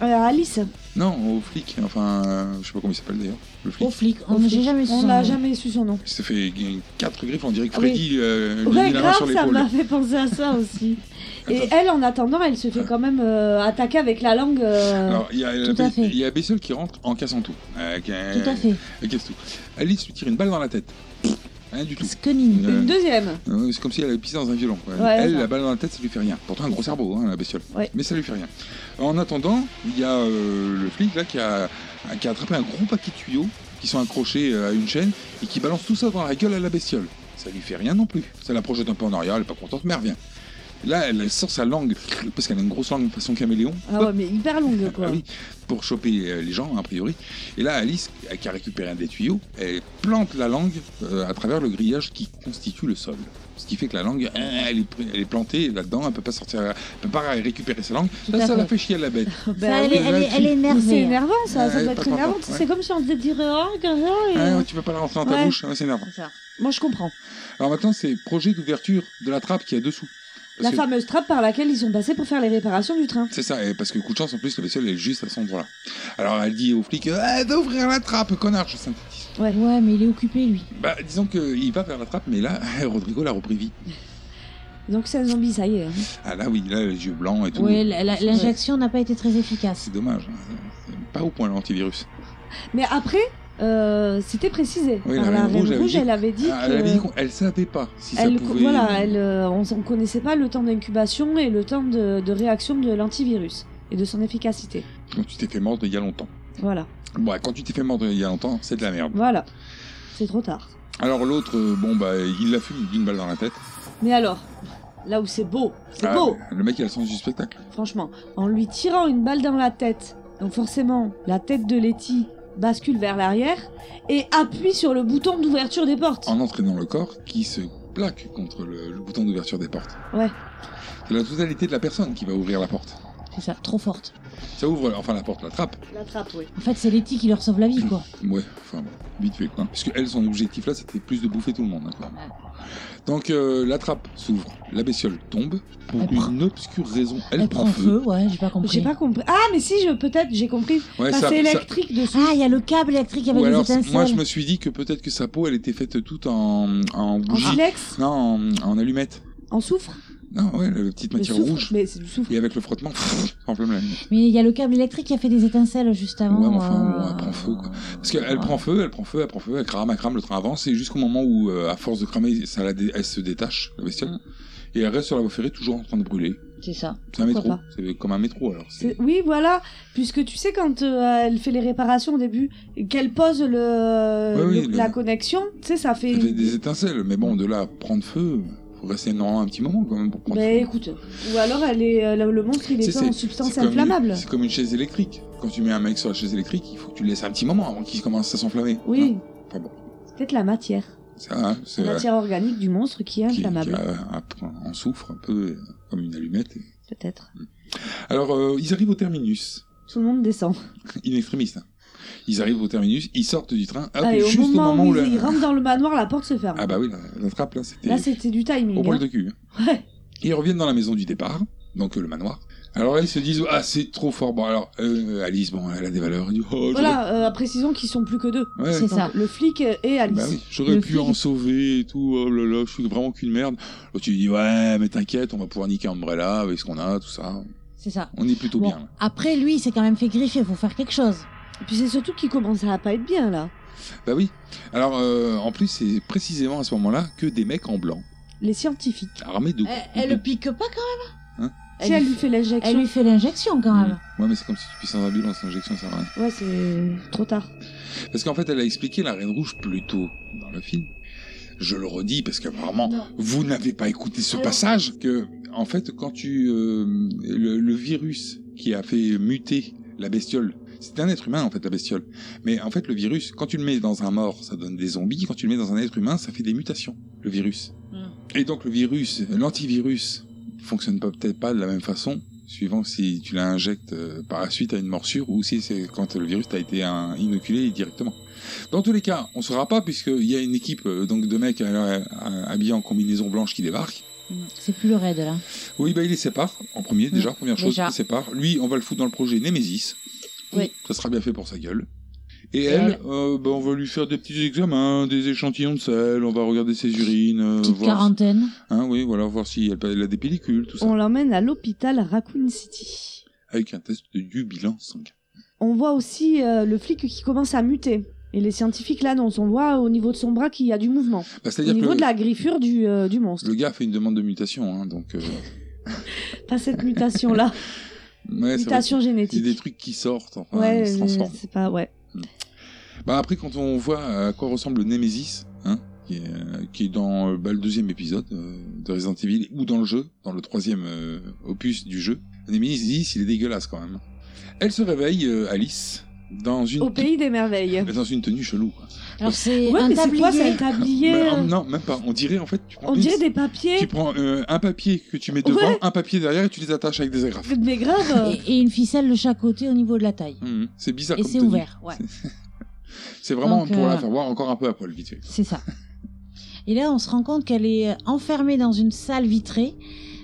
I: Alors, Euh, Alice,
F: Non, au flic, enfin, euh, je sais pas comment il s'appelle d'ailleurs, le flic.
G: Au flic,
I: au
G: on n'a
I: flic,
G: jamais su
I: on
G: son
I: n'a
G: nom.
I: jamais su son nom.
F: Il s'est fait g- quatre griffes, on dirait que
I: Ah oui.
F: Freddy euh, lui a
I: Ouais,
F: mis la main sur
I: grave, ça
F: l'épaule.
I: m'a fait penser à ça aussi.
F: <laughs>
I: Et
F: Attends.
I: elle, en attendant, elle se fait quand même euh, attaquer avec la langue. euh,
F: Alors, il y a,
G: Tout à fait.
F: il y a Bessel qui rentre en cassant tout. Euh, qui-
G: Tout à fait.
F: Elle casse tout. Alice lui tire une balle dans la tête. Rien du tout.
G: Connie.
I: Une deuxième.
F: Euh, c'est comme si elle avait pissé dans un violon. quoi.
I: Ouais,
F: elle,
I: ça.
F: la balle dans la tête, ça lui fait rien. Pourtant, un gros cerveau, hein, la bestiole.
I: Ouais.
F: Mais ça lui fait rien. En attendant, il y a euh, le flic là qui a, qui a attrapé un gros paquet de tuyaux qui sont accrochés euh, à une chaîne et qui balance tout ça dans la gueule à la bestiole. Ça lui fait rien non plus. Ça la projette un peu en arrière, elle est pas contente, mais elle revient. Là, elle sort sa langue, parce qu'elle a une grosse langue façon caméléon,
I: Ah ouais, mais hyper longue quoi.
F: Ah oui. pour choper euh, les gens, a priori. Et là, Alice, euh, qui a récupéré un des tuyaux, elle plante la langue euh, à travers le grillage qui constitue le sol. Ce qui fait que la langue, euh, elle, est, pr- elle est plantée là-dedans, elle peut pas sortir, elle peut pas récupérer sa langue.
G: Tout
F: Là,
G: à
F: ça la
G: fait.
F: fait chier à la bête.
G: Ça, elle, est, elle, est, elle est énervée.
I: Bah C'est énervant ça,
F: Ah,
I: ça
F: elle
I: doit être
F: est pas contente,
I: énervant.
F: ouais.
I: C'est comme si on te dirait oh, comme ça, et-
F: Ah, ouais, tu peux pas la rentrer dans ta
I: Ouais.
F: bouche, ouais, c'est énervant.
I: Ça. Moi je comprends.
F: Alors maintenant, c'est projet d'ouverture de la trappe qui est dessous. Parce
I: La
F: que-
I: fameuse trappe par laquelle ils sont passés pour faire les réparations du train.
F: C'est ça, et parce que coup de chance, en plus, la vaisselle est juste à cet endroit-là. Alors elle dit au flic Eh, d'ouvrir la trappe, connard, je synthétise.
G: Ouais. ouais, mais il est occupé lui.
F: Bah, disons qu'il va vers la trappe, mais là, <laughs> Rodrigo l'a repris vite.
I: Donc c'est un zombie, ça y est. hein.
F: Ah là, oui, là, les yeux blancs et tout.
G: Ouais, la- la-
F: Ouais,
G: l'injection n'a pas été très efficace.
F: C'est dommage. hein. C'est Pas au point l'antivirus.
I: Mais après, euh, c'était précisé.
F: Oui,
I: Par
F: la Reine Rouge, elle avait dit-
I: elle avait dit
F: Ah,
I: que-
F: Elle avait dit qu'on- elle savait pas si
I: elle,
F: ça pouvait.
I: Voilà, elle, euh, on ne connaissait pas le temps d'incubation et le temps de, de réaction de l'antivirus et de son efficacité.
F: Quand tu t'es fait mordre il y a longtemps.
I: Voilà,
F: Bon, quand tu t'es fait mordre il y a longtemps, c'est de la merde.
I: voilà. C'est trop tard.
F: Alors l'autre, euh, bon, bah, il la fume d'une balle dans la tête.
I: Mais alors, là où c'est beau, c'est
F: Ah,
I: beau,
F: Le mec, il a le sens du spectacle.
I: franchement, en lui tirant une balle dans la tête, donc forcément, la tête de Letty bascule vers l'arrière et appuie sur le bouton d'ouverture des portes.
F: En entraînant le corps qui se plaque contre le, le bouton d'ouverture des portes.
I: Ouais,
F: C'est la totalité de la personne qui va ouvrir la porte.
G: C'est ça, trop forte.
F: Ça ouvre, enfin la porte, la trappe.
I: la trappe, oui.
G: En fait, c'est Letty qui leur sauve la vie, quoi.
F: Ouais, enfin bon, vite fait quoi. Parce que elle, son objectif là, c'était plus de bouffer tout le monde. hein, quand même. Donc euh, la trappe s'ouvre, la bestiole tombe pour
G: Elle
F: une
G: prend-
F: obscure raison. Elle,
G: Elle prend feu, ouais, j'ai pas compris.
I: J'ai pas compris. Ah, mais si, je peut-être, j'ai compris.
F: Ouais,
I: Enfin,
F: ça-
I: c'est
F: ça-
I: électrique dessus.
G: Ah, il y a le câble électrique avec
F: Ou
G: des
F: alors,
G: étincelles.
F: moi je me suis dit que peut-être que sa peau, elle était faite toute en en bougie.
I: silex
F: Non, en, en allumette.
I: En soufre
F: Non, ouais, la petite
I: Le
F: matière
I: soufre,
F: rouge.
I: Mais c'est du soufre.
F: Et avec le frottement, enflamme la allumette.
G: Mais il y a le câble électrique qui a fait des étincelles juste avant.
F: Ouais, mais enfin,
G: euh, Ah,
F: bon, elle prend feu, quoi. Parce qu'elle prend feu, elle prend feu, elle prend feu, elle crame, elle crame, le train avance, et jusqu'au moment où, euh, à force de cramer, ça la dé- elle se détache, la
G: Mm.
F: bestiole, et elle reste sur la voie ferrée, toujours en train de brûler.
G: C'est ça.
F: C'est un
I: Pourquoi
F: métro,
I: pas
F: c'est comme un métro, alors. c'est-
I: C'est- Oui, voilà. Puisque tu sais, quand euh, elle fait les réparations au début, qu'elle pose le...
F: Ouais, oui,
I: le-
F: le-
I: la connexion, tu sais, ça fait. Ben,
F: Ça fait des étincelles, mais bon, de là à prendre feu, faut rester normalement un petit moment, quand même, pour prendre
I: Mais
F: feu.
I: écoute, ou alors elle est, euh, le le monstre il est,
F: Tu sais,
I: fait en substance
F: c'est comme une-
I: inflammable.
F: C'est comme une chaise électrique. Quand tu mets un mec sur la chaise électrique, il faut que tu le laisses un petit moment avant qu'il commence à s'enflammer.
I: Oui,
F: Enfin bon,
I: c'est peut-être la matière,
F: ça, hein, c'est
I: la
F: euh,
I: matière organique du monstre qui est
F: qui- qui,
I: inflammable,
F: euh, un- en souffre un peu, euh, comme une allumette.
I: peut-être.
F: Alors, euh, ils arrivent au terminus.
I: Tout le monde descend.
F: in extremis. hein. Ils arrivent au terminus, ils sortent du train, hop,
I: Ah, et au
F: juste
I: moment,
F: au moment où
I: où
F: le...
I: ils rentrent dans le manoir, la porte se ferme.
F: Ah bah oui, la, la trappe là, c'était
I: Là, c'était du timing.
F: au poil
I: hein.
F: de cul. hein.
I: Ouais.
F: Ils reviennent dans la maison du départ, donc euh, le manoir. Alors là, ils se disent, ah, c'est trop fort. Bon, alors, euh, Alice, bon, elle a des valeurs. Elle dit, oh, j'aurais-
I: Voilà, euh, précisons qu'ils sont plus que deux.
F: Ouais. C'est
I: Donc,
F: ça.
I: Le flic et Alice.
F: Bah oui, j'aurais
I: Le
F: pu
I: flic-
F: en sauver et tout, oh là là, je suis vraiment qu'une merde. L'autre, il dit, ouais, mais t'inquiète, on va pouvoir niquer Umbrella avec ce qu'on a, tout ça.
G: C'est ça.
F: On est plutôt
G: Bon,
F: bien. là.
G: Après, lui, il s'est quand même fait griffer, faut faire quelque chose.
I: Et puis c'est surtout qu'il commence à pas être bien là.
F: Bah oui. Alors, euh, en plus, c'est précisément à ce moment-là que des mecs en blanc,
I: Les scientifiques.
F: armés
I: Eh,
F: de...
G: Elle, elle eh, le pique pas quand même
F: Hein
I: Si elle lui fait l'injection.
G: Elle lui fait l'injection quand même.
F: Ouais, mais c'est comme si tu puisses en ambulance, injection, ça va rien.
I: Ouais, c'est trop tard.
F: Parce qu'en fait, elle a expliqué la Reine Rouge plus tôt dans le film. Je le redis parce qu'apparemment, vous n'avez pas écouté ce passage. Que, en fait, quand tu. euh, le, le virus qui a fait muter la bestiole. C'est un être humain, en fait, la bestiole. Mais en fait, le virus, quand tu le mets dans un mort, ça donne des zombies. Quand tu le mets dans un être humain, ça fait des mutations, le virus. Et donc, le virus, l'antivirus, fonctionne pas- peut-être pas de la même façon, suivant si tu l'injectes euh, par la suite à une morsure ou si c'est quand le virus t'a été hein, inoculé directement. Dans tous les cas, on saura pas puisqu'il y a une équipe euh, donc de mecs euh, euh, habillés en combinaison blanche qui débarquent.
G: C'est plus le raid là.
F: Oui, bah il les sépare en premier déjà, première chose,
G: déjà.
F: il les sépare. Lui, on va le foutre dans le projet Nemesis.
G: Oui.
F: Ça sera bien fait pour sa gueule. Et
G: elle,
F: elle, euh, bah, on va lui faire des petits examens, des échantillons de sel, on va regarder ses urines, euh,
G: Petite
F: voir,
G: quarantaine.
F: hein, oui, voilà, voir si elle, elle a des pellicules, tout ça,
I: On l'emmène à l'hôpital à Raccoon City.
F: avec un test du bilan sanguin.
I: On voit aussi euh, le flic qui commence à muter. Et les scientifiques l'annoncent. On voit au niveau de son bras qu'il y a du mouvement.
F: Bah,
I: au
F: c'est-à-dire
I: niveau
F: que-
I: de la griffure du, euh, du monstre.
F: Le gars a fait une demande de mutation, hein, donc. euh,
I: Pas cette
F: <laughs>
I: mutation-là.
F: ouais, c'est vrai
I: Mutation
F: qu'il-
I: génétique.
F: Il y a des trucs qui sortent, enfin,
I: ouais,
F: ils se transforment.
I: c'est pas. Ouais.
F: Bah après, quand on voit à quoi ressemble le Nemesis, hein, qui, est, euh, qui est dans euh, bah, le deuxième épisode euh, de Resident Evil, ou dans le jeu, dans le troisième euh, opus du jeu, le Nemesis, il est dégueulasse quand même. Elle se réveille, euh, Alice, dans une,
I: Au pays des merveilles.
F: dans une tenue chelou. quoi.
G: Alors c'est
I: Ouais,
G: un
I: mais c'est
G: tablier.
I: quoi, c'est un tablier
F: Mais,
I: euh,
F: euh, non, même pas. On dirait en fait, tu prends,
I: On
F: une-
I: dirait des papiers.
F: tu prends euh, un papier que tu mets devant,
I: Ouais.
F: un papier derrière et tu les attaches avec des agrafes.
I: Mais grave.
G: Et, et une ficelle de chaque côté au niveau de la taille.
F: Mhm. C'est bizarre
G: Et
F: comme
G: c'est
F: tenue.
G: ouvert,
F: <laughs>
G: ouais.
F: C'est vraiment
G: Donc,
F: pour
G: euh,
F: la faire voir encore un peu à poil, vite fait.
G: C'est ça. Et là, on se rend compte qu'elle est enfermée dans une salle vitrée.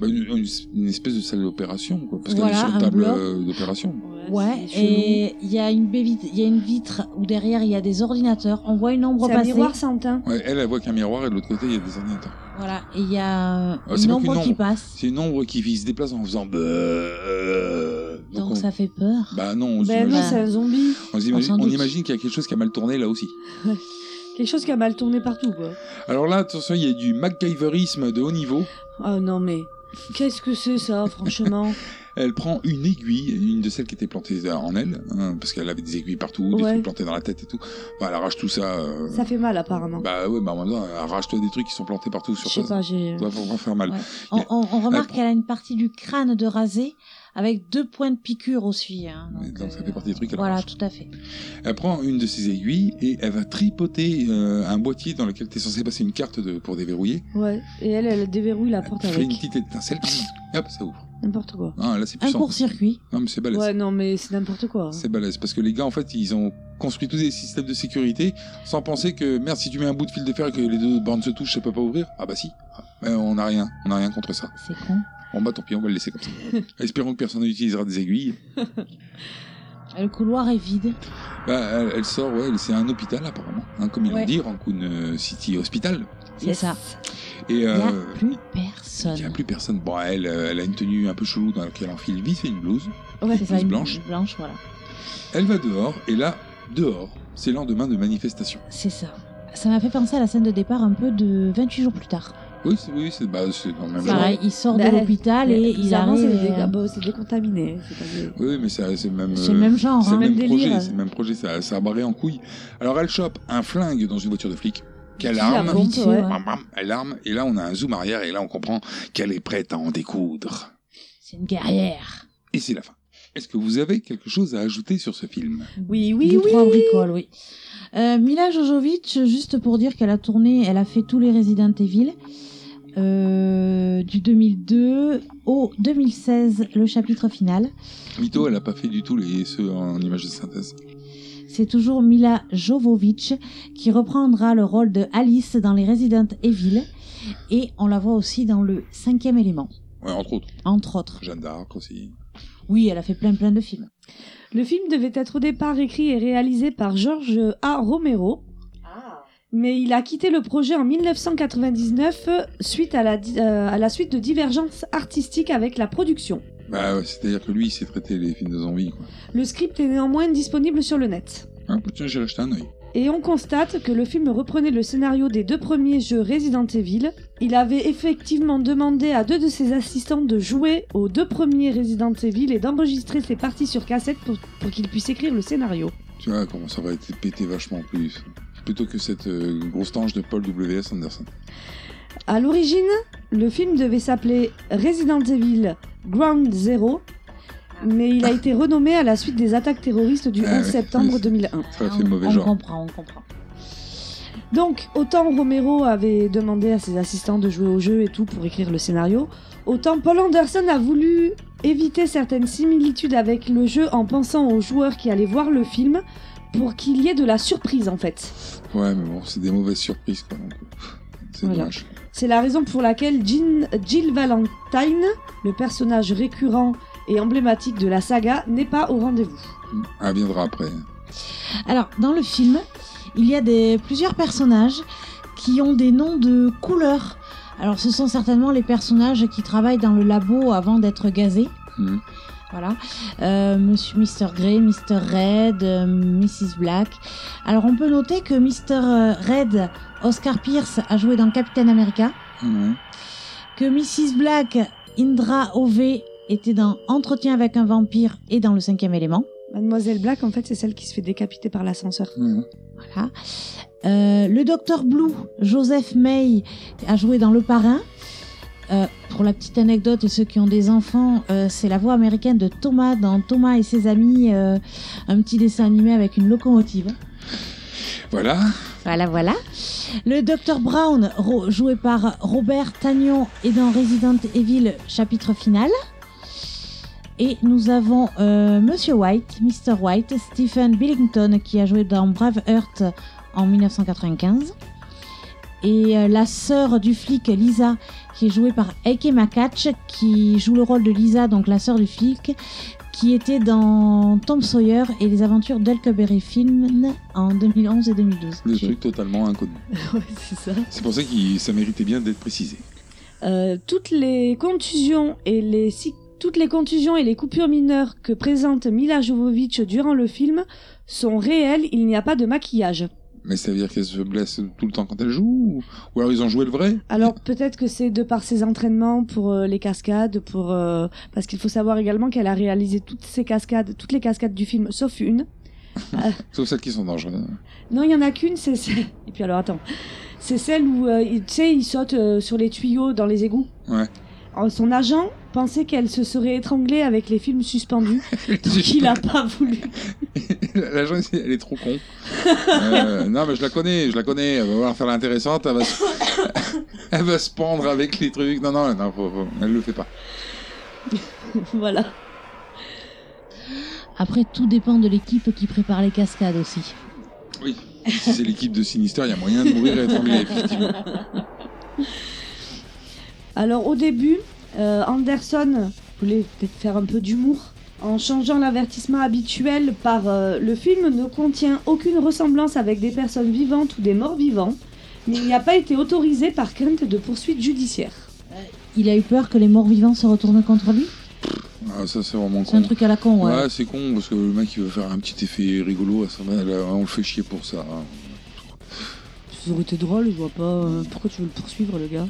F: Bah, une, une- une espèce de salle d'opération, quoi. Parce
G: Voilà,
F: qu'elle est sur
G: un
F: une table
G: bloc.
F: euh, d'opération.
G: Ouais,
I: c'est
G: et il y a une baie vit- il y a une vitre où derrière il y a des ordinateurs. On voit une ombre
I: C'est un
G: passer.
I: miroir sans teint.
F: Ouais, elle, elle voit qu'un miroir et de l'autre côté, il y a des ordinateurs.
G: Voilà, et il y a
F: Ah, c'est
G: une
F: pas
G: ombre
F: qu'une
G: qui
F: ombre.
G: passe.
F: C'est une ombre qui se déplace en faisant. bleu.
G: Donc
F: on-
G: ça fait peur.
F: Bah non, on
I: Ben non,
F: s'imagine-
I: c'est un zombie.
F: on s'imagine-
G: on s'en
F: on
G: doute.
F: imagine qu'il y a quelque chose qui a mal tourné là aussi.
I: Quelque chose qui a mal tourné partout, quoi.
F: Alors là, attention, il y a du MacGyverisme de haut niveau.
I: Oh non, mais qu'est-ce que c'est ça, franchement
F: Elle prend une aiguille, une de celles qui était plantée en elle, hein, parce qu'elle avait des aiguilles partout, des
I: Ouais.
F: trucs plantés dans la tête et tout. Bah, elle arrache tout ça. euh,
I: Ça fait mal, apparemment.
F: Bah ouais, bah en même temps, arrache-toi des trucs qui sont plantés partout sur
I: Je sais
F: toi.
I: pas, j'ai-
F: Ça va vraiment faire mal.
G: Ouais. On, on- on remarque qu'elle a une partie du crâne de rasé avec deux points de piqûre aussi. hein.
F: Et Donc ça fait partie des trucs qu'elle
G: Voilà,
F: arrache.
G: tout à fait.
F: Elle prend une de ses aiguilles et elle va tripoter euh, un boîtier dans lequel t'es censé passer une carte de, pour déverrouiller.
I: Ouais, et elle, elle déverrouille la porte
F: Elle fait une
I: avec.
F: petite étincelle, et hop, ça ouvre.
I: N'importe quoi.
F: Ah, là, c'est
G: Un
F: puissant.
G: court-circuit.
F: Non, mais c'est balèze.
I: Ouais, non, mais c'est n'importe quoi.
F: C'est balèze parce que les gars, en fait, ils ont construit tous des systèmes de sécurité sans penser que merde, si tu mets un bout de fil de fer et que les deux bornes se touchent, ça peut pas ouvrir. Ah bah si. Ah, mais on n'a rien, on n'a rien contre ça.
G: C'est con.
F: Bon bah tant pis, on va le laisser comme
G: <laughs>
F: ça. Espérons que personne n'utilisera des aiguilles.
G: Le couloir est vide.
F: Bah, elle, elle sort, ouais, c'est un hôpital apparemment, hein, comme ils
G: Ouais.
F: l'ont dit, Rancoon euh, City Hospital.
G: C'est ça.
F: Et
G: Il n'y a
F: euh,
G: plus
F: il y a
G: personne.
F: plus personne. Bon, elle, euh, elle a une tenue un peu chelou dans laquelle elle enfile vite fait une blouse.
G: Ouais, c'est ça,
F: blouse
G: une
F: blanche.
G: Blanche, voilà.
F: Elle va dehors et là, dehors, c'est lendemain de manifestation.
G: C'est ça. Ça m'a fait penser à la scène de départ un peu de 28 jours plus tard.
F: Oui, c'est oui, c'est bah, c'est dans le même genre.
G: Pareil, il sort de
I: Bah,
G: l'hôpital et il
I: bizarrement,
G: arrive.
I: c'est des
G: et,
I: dégâts.
G: euh,
I: Bah, c'est décontaminé. c'est pas des-
F: Oui, mais ça- c'est le même.
G: C'est
F: euh,
G: le même genre,
F: C'est
G: hein,
F: le même,
G: même
F: projet.
G: délire.
F: C'est le même projet. Ça, ça a barré en couille. Alors elle chope un flingue dans une voiture de flic. Qu'elle
I: Qui
F: arme.
I: la pompe,
G: Vite fait,
I: ouais.
G: ouais.
F: Bam, bam, Elle arme. Et là, on a un zoom arrière. Et là, on comprend qu'elle est prête à en découdre.
G: C'est une guerrière.
F: Et c'est la fin. Est-ce que vous avez quelque chose à ajouter sur ce film
I: Oui,
G: Deux,
I: oui, oui.
G: trois bricoles, oui. Euh, Mila Jojovic, juste pour dire qu'elle a tourné, elle a fait tous les Resident Evil. Euh, du 2002 au 2016, le chapitre final.
F: Mito, elle a pas fait du tout les ceux en images de synthèse.
G: C'est toujours Mila Jovovic qui reprendra le rôle de Alice dans les Resident Evil. Et on la voit aussi dans le cinquième élément,
F: Ouais, entre autres.
G: entre autres.
F: Jeanne d'Arc aussi.
G: Oui, elle a fait plein plein de films.
I: Le film devait être au départ écrit et réalisé par George A. Romero. Mais il a quitté le projet en 1999 euh, suite à la, di- euh, à la suite de divergences artistiques avec la production.
F: Bah, ouais, c'est-à-dire que lui, il s'est traité les films de zombies, quoi.
I: Le script est néanmoins disponible sur le net.
F: Ah, bah, tiens, j'ai acheté un œil.
I: Et on constate que le film reprenait le scénario des deux premiers jeux Resident Evil. Il avait effectivement demandé à deux de ses assistants de jouer aux deux premiers Resident Evil et d'enregistrer ses parties sur cassette pour, pour qu'il puisse écrire le scénario.
F: Tu vois comment ça va être pété vachement plus. Plutôt que cette euh, grosse tange de Paul W.S. Anderson.
I: À l'origine, le film devait s'appeler Resident Evil Ground Zero, mais il a été renommé à la suite des attaques terroristes du
F: Ah
I: 11
F: oui.
I: septembre 2001.
F: Ça aurait
G: Ah,
F: fait
G: on-
F: mauvais
G: on
F: genre.
G: comprend, on comprend.
I: Donc, autant Romero avait demandé à ses assistants de jouer au jeu et tout pour écrire le scénario, autant Paul Anderson a voulu éviter certaines similitudes avec le jeu en pensant aux joueurs qui allaient voir le film pour qu'il y ait de la surprise en fait.
F: Ouais, mais bon, c'est des mauvaises surprises, quoi. donc, pff, C'est
I: Voilà.
F: dommage.
I: C'est la raison pour laquelle Jean- Jill Valentine, le personnage récurrent et emblématique de la saga, n'est pas au rendez-vous.
F: Elle Mmh. Ah, viendra après.
G: Alors, dans le film, il y a des, plusieurs personnages qui ont des noms de couleurs. Alors, ce sont certainement les personnages qui travaillent dans le labo avant d'être gazés.
F: Mhm.
G: Voilà. Euh, Monsieur Mr. Grey, Mr. Red, euh, Mrs. Black. Alors on peut noter que Mr. Red, Oscar Pierce, a joué dans Captain America.
F: Mmh.
G: Que Mrs. Black, Indra Ove, était dans Entretien avec un vampire et dans Le cinquième élément.
I: Mademoiselle Black, en fait, c'est celle qui se fait décapiter par l'ascenseur. <laughs>
F: Mmh.
G: Voilà. Euh, le docteur Blue, Joseph May, a joué dans Le Parrain. Euh, pour la petite anecdote et ceux qui ont des enfants, euh, c'est la voix américaine de Thomas dans Thomas et ses amis, euh, un petit dessin animé avec une locomotive.
F: Voilà.
G: Voilà, voilà. Le Dr Brown, ro- joué par Robert Tagnon, est dans Resident Evil chapitre final. Et nous avons euh, Monsieur White, Mr. White, Stephen Billington qui a joué dans Braveheart en 1995. Et euh, la sœur du flic, Lisa, qui est jouée par Eike Makach, qui joue le rôle de Lisa, donc la sœur du flic, qui était dans Tom Sawyer et les aventures d'Huckleberry Finn en 2011 et 2012.
F: Le truc totalement inconnu.
I: ouais, c'est ça.
F: C'est pour ça que ça méritait bien d'être précisé.
I: Euh, toutes les contusions et les si- toutes les contusions et les coupures mineures que présente Mila Jovovich durant le film sont réelles, il n'y a pas de maquillage.
F: Mais ça veut dire qu'elle se blesse tout le temps quand elle joue ou- Ou alors ils ont joué le vrai
I: Alors peut-être que c'est de par ses entraînements pour euh, les cascades, pour euh, parce qu'il faut savoir également qu'elle a réalisé toutes ses cascades, toutes les cascades du film sauf une.
F: Sauf celles qui sont dangereuses.
I: Non, il y en a qu'une, c'est celle- <laughs> et puis alors attends, c'est celle où euh, il- tu sais il saute euh, sur les tuyaux dans les égouts.
F: Ouais.
I: Euh, Son agent pensait qu'elle se serait étranglée avec les films suspendus, donc il a pas voulu. <laughs>
F: <laughs> L'agent, elle est trop con. Euh, non, mais je la connais, je la connais. Elle va vouloir faire l'intéressante. Elle va se, elle va se pendre avec les trucs. Non, non, non, faut- faut- elle le fait pas.
I: voilà.
H: Après, tout dépend de l'équipe qui prépare les cascades aussi.
F: Oui. Si c'est l'équipe de Sinister, il y a moyen de mourir étranglé, effectivement.
I: Alors au début, euh, Anderson voulait peut-être faire un peu d'humour en changeant l'avertissement habituel par euh, le film ne contient aucune ressemblance avec des personnes vivantes ou des morts vivants, mais il n'y a pas été autorisé par crainte de poursuites judiciaires.
H: Il a eu peur que les morts-vivants se retournent contre lui
F: Ah, ça, c'est vraiment con.
H: C'est un truc à la con, ouais.
F: Ouais, c'est con, parce que le mec, il veut faire un petit effet rigolo. à son- là, On le fait chier pour ça. hein.
I: Ça aurait été drôle, je vois pas euh, pourquoi tu veux le poursuivre le gars.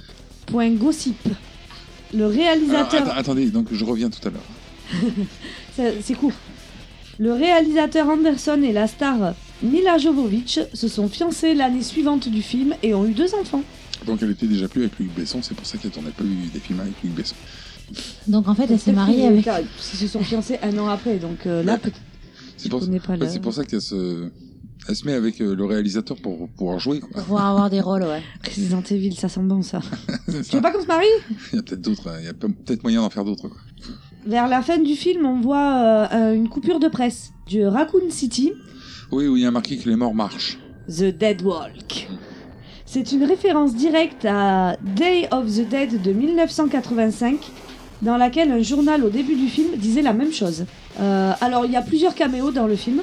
I: Point gossip. Le
F: Alors,
I: réalisateur
F: att- attendez, donc je reviens tout à l'heure.
I: Ça- C'est court. Le réalisateur Anderson et la star Mila Jovovich se sont fiancés l'année suivante du film et ont eu deux enfants.
F: Donc elle était déjà plus avec Luc Besson, c'est pour ça qu'elle tournait pas eu des films avec Luc Besson.
H: Donc en fait, elle s'est mariée
I: Peut-être
H: avec.
I: qu'ils- Ils se sont fiancés un an après, donc euh, là peut-être.
F: C'est pour,
I: connais pas
F: ouais,
I: le-
F: c'est pour ça qu'elle se... Elle se met avec euh, le réalisateur pour pouvoir jouer. quoi.
H: <laughs> Pour pouvoir avoir des rôles, ouais.
I: Resident Evil, ça sent bon ça. Tu
F: C'est
I: veux
F: ça.
I: pas qu'on se marie
F: Il y a peut-être d'autres, hein. il y a pe- peut-être moyen d'en faire d'autres. quoi.
I: Vers la fin du film, on voit euh, une coupure de presse du Raccoon City,
F: Oui, où il y a marqué que les morts marchent.
I: The Dead Walk. C'est une référence directe à Day of the Dead de 1985, dans laquelle un journal au début du film disait la même chose. Euh, alors il y a plusieurs caméos dans le film,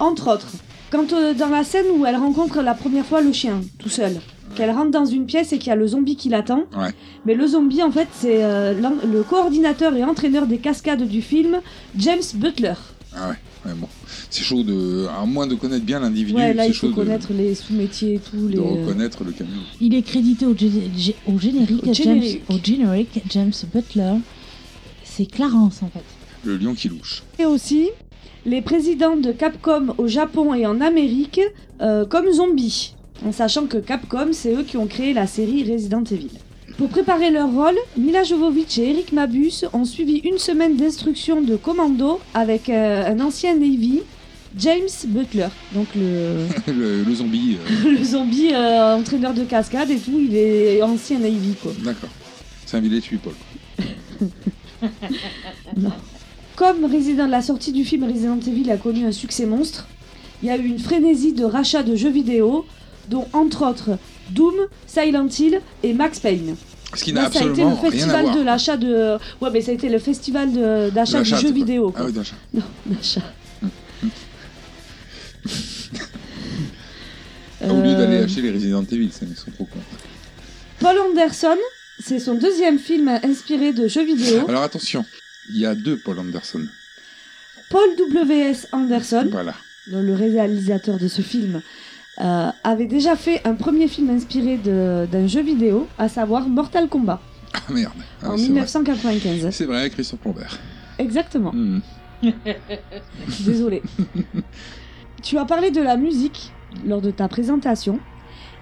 I: entre autres, quand euh, dans la scène où elle rencontre la première fois le chien, tout seul, qu'elle rentre dans une pièce et qu'il y a le zombie qui l'attend,
F: Ouais.
I: mais le zombie en fait c'est euh, l'en- le coordinateur et entraîneur des cascades du film, James Butler.
F: Ah ouais, ouais, bon. C'est chaud de. À moins de connaître bien l'individu,
I: Ouais, là
F: c'est
I: il
F: chaud
I: faut
F: de,
I: connaître les sous-métiers et tout.
F: de
I: Les... euh,
F: reconnaître le camion.
H: Il est crédité au, gé- gé- au générique,
I: Au
H: James,
I: générique.
H: au générique James Butler. C'est Clarence en fait.
F: Le lion qui louche. <laughs>
I: Et aussi les présidents de Capcom au Japon et en Amérique euh, comme zombies, en sachant que Capcom, c'est eux qui ont créé la série Resident Evil. Pour préparer leur rôle, Mila Jovovich et Eric Mabus ont suivi une semaine d'instruction de commando avec euh, un ancien Navy, James Butler. <laughs> Donc le,
F: le, le zombie. euh,
I: le zombie euh, entraîneur de cascade et tout, il est ancien Navy quoi.
F: D'accord. C'est un village people.
I: Comme Resident- la sortie du film Resident Evil a connu un succès monstre, il y a eu une frénésie de rachats de jeux vidéo, dont entre autres Doom, Silent Hill et Max Payne.
F: Ce qui n'a
I: Là, ça a été le
F: absolument rien à
I: festival
F: voir.
I: de l'achat de. Ouais, mais ça a été le festival de- d'achat
F: La
I: du
F: chatte,
I: jeu
F: quoi.
I: vidéo.
F: Ah
I: quoi.
F: oui, d'un chat.
I: Non, d'achat.
F: <laughs> Ah, Au lieu d'aller
I: Euh,
F: acheter les Resident Evil, ça, ils sont trop cons.
I: Paul Anderson, c'est son deuxième film inspiré de jeux vidéo.
F: Ah. Alors attention, Il y a deux Paul Anderson.
I: Paul W.S. Anderson,
F: Voilà.
I: le réalisateur de ce film, euh, avait déjà fait un premier film inspiré de- d'un jeu vidéo, à savoir Mortal Kombat,
F: Ah merde. Ah,
I: en
F: c'est vrai.
I: 1995.
F: C'est vrai, Christophe Lambert. <laughs>
I: Exactement.
F: Hmm.
I: Désolé. tu as parlé de la musique lors de ta présentation.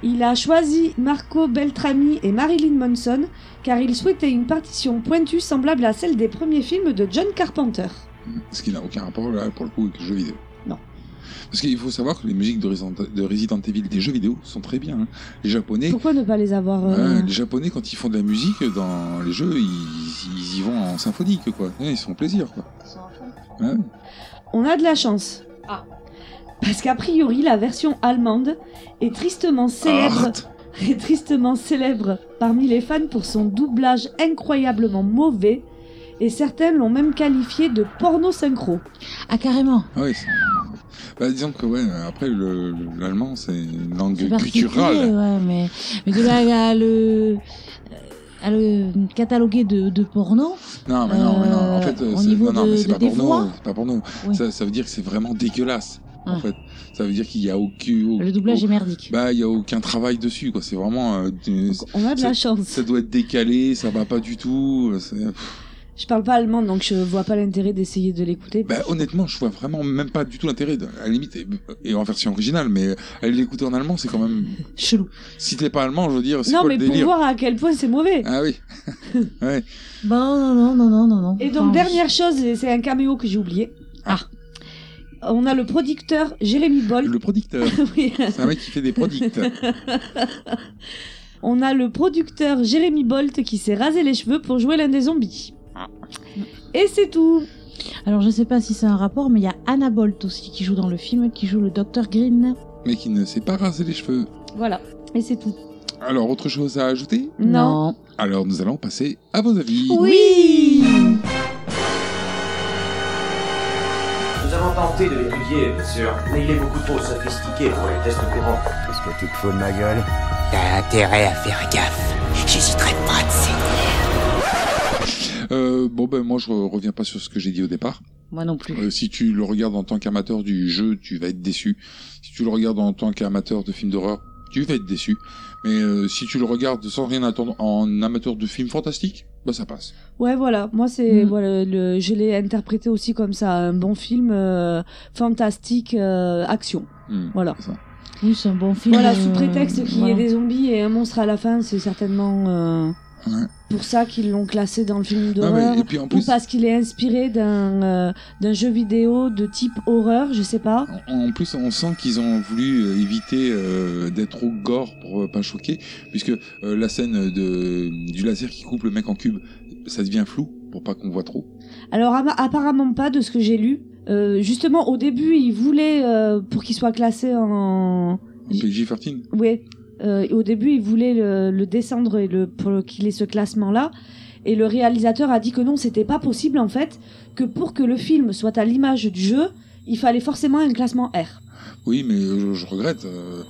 I: Il a choisi Marco Beltrami et Marilyn Manson car il souhaitait une partition pointue semblable à celle des premiers films de John Carpenter.
F: Ce qui n'a aucun rapport là pour le coup avec le jeu vidéo.
I: Non.
F: Parce qu'il faut savoir que les musiques de Resident, de Resident Evil des jeux vidéo sont très bien. hein. Les japonais.
I: Pourquoi ne pas les avoir euh,
F: euh, les japonais quand ils font de la musique dans les jeux, ils, ils y vont en symphonique quoi. Ouais, Ils se font plaisir quoi. Ouais.
I: On a de la chance. Parce qu'a priori, la version allemande est tristement
F: Ah.
I: célèbre. <laughs> Est tristement célèbre parmi les fans pour son doublage incroyablement mauvais. Et certains l'ont même qualifié de porno synchro.
G: Ah, carrément.
F: Ah ouais, c'est- bah, disons que ouais, après le- l'allemand c'est une
G: C'est
F: langue
G: particulier,
F: culturelle.
G: ouais, mais, mais de là à le, à le cataloguer de, de porno,
F: Non mais non, mais non. En
G: Euh,
F: fait, euh,
G: au
F: c'est-
G: niveau
F: non, non,
G: de-
F: mais c'est
G: de-
F: pas
G: des
F: porno,
G: voix
F: c'est pas porno.
G: Oui.
F: Ça, ça veut dire que c'est vraiment dégueulasse. En
G: Ouais.
F: fait, ça veut dire qu'il y a aucun.
G: le doublage
F: au-
G: est merdique.
F: Bah, il y a aucun travail dessus, quoi. C'est vraiment. euh, du-
I: on a de
F: ça-
I: la chance.
F: Ça doit être décalé, ça va pas du tout. euh, c'est- pff.
I: Je parle pas allemand, donc je vois pas l'intérêt d'essayer de l'écouter.
F: Bah, honnêtement, je vois vraiment même pas du tout l'intérêt. de- À la limite, et, et en version originale, mais euh, aller l'écouter en allemand, c'est quand même.
I: Chelou.
F: Si t'es pas allemand, je veux dire, c'est
I: non,
F: quoi
I: mais
F: le
I: pour
F: délire
I: voir à quel point c'est mauvais.
F: Ah oui. ouais.
H: Bah,
G: Bon, non, non, non, non, non, non.
I: Et donc,
G: Enfin,
I: dernière chose, et c'est un caméo que j'ai oublié. Ah.
F: Ah.
I: On a le producteur Jérémy Boll.
F: Le producteur.
I: <laughs> Oui.
F: C'est un mec qui fait des products. <laughs>
I: On a le producteur Jérémy Bolt qui s'est rasé les cheveux pour jouer l'un des zombies. Et c'est tout.
G: Alors, je sais pas si c'est un rapport, mais il y a Anna Bolt aussi qui joue dans le film, qui joue le Dr Green.
F: mais qui ne s'est pas rasé les cheveux.
I: Voilà. Et c'est tout.
F: Alors, autre chose à ajouter
I: Non.
F: Alors, nous allons passer à vos avis.
I: Oui
O: Nous avons tenté de l'étudier, bien sûr, mais il est beaucoup trop sophistiqué pour les tests courants. Qu'est-ce que tu te fous de ma gueule
D: T'as intérêt à faire gaffe. J'hésiterai pas à te
F: Euh, bon, ben moi, je re- reviens pas sur ce que j'ai dit au départ.
G: Moi non plus.
F: Euh, si tu le regardes en tant qu'amateur du jeu, tu vas être déçu. Si tu le regardes en tant qu'amateur de films d'horreur, tu vas être déçu. Mais euh, si tu le regardes sans rien attendre en amateur de films fantastiques, bah ça passe.
I: Ouais, voilà. Moi,
F: Mm.
I: c'est voilà, le, je l'ai interprété aussi comme ça, un bon film euh, fantastique euh, action.
F: Hmm,
I: Voilà.
G: Oui, c'est un bon film.
I: Voilà,
G: euh,
F: Mm.
I: sous prétexte qu'il y
G: voilà.
I: ait des zombies et un monstre à la fin, c'est certainement euh,
F: Ouais. Ah,
I: pour ça qu'ils l'ont classé dans le film d'horreur.
F: mais- et puis en plus-
I: Ou parce qu'il est inspiré d'un euh, d'un jeu vidéo de type horreur, je sais pas.
F: En plus, on sent qu'ils ont voulu euh, éviter euh, d'être trop gore pour euh, pas choquer, puisque euh, la scène de, du laser qui coupe le mec en cube, ça devient flou pour pas qu'on voit trop.
I: Alors ama- apparemment pas de ce que j'ai lu. Euh, justement, au début, ils voulaient, euh, pour qu'il soit classé en...
F: PG-13
I: Ouais. Euh, au début, ils voulaient le, le descendre et le, pour qu'il ait ce classement-là. Et le réalisateur a dit que non, c'était pas possible en fait, que pour que le film soit à l'image du jeu, il fallait forcément un classement R.
F: Oui, mais je, je regrette. euh,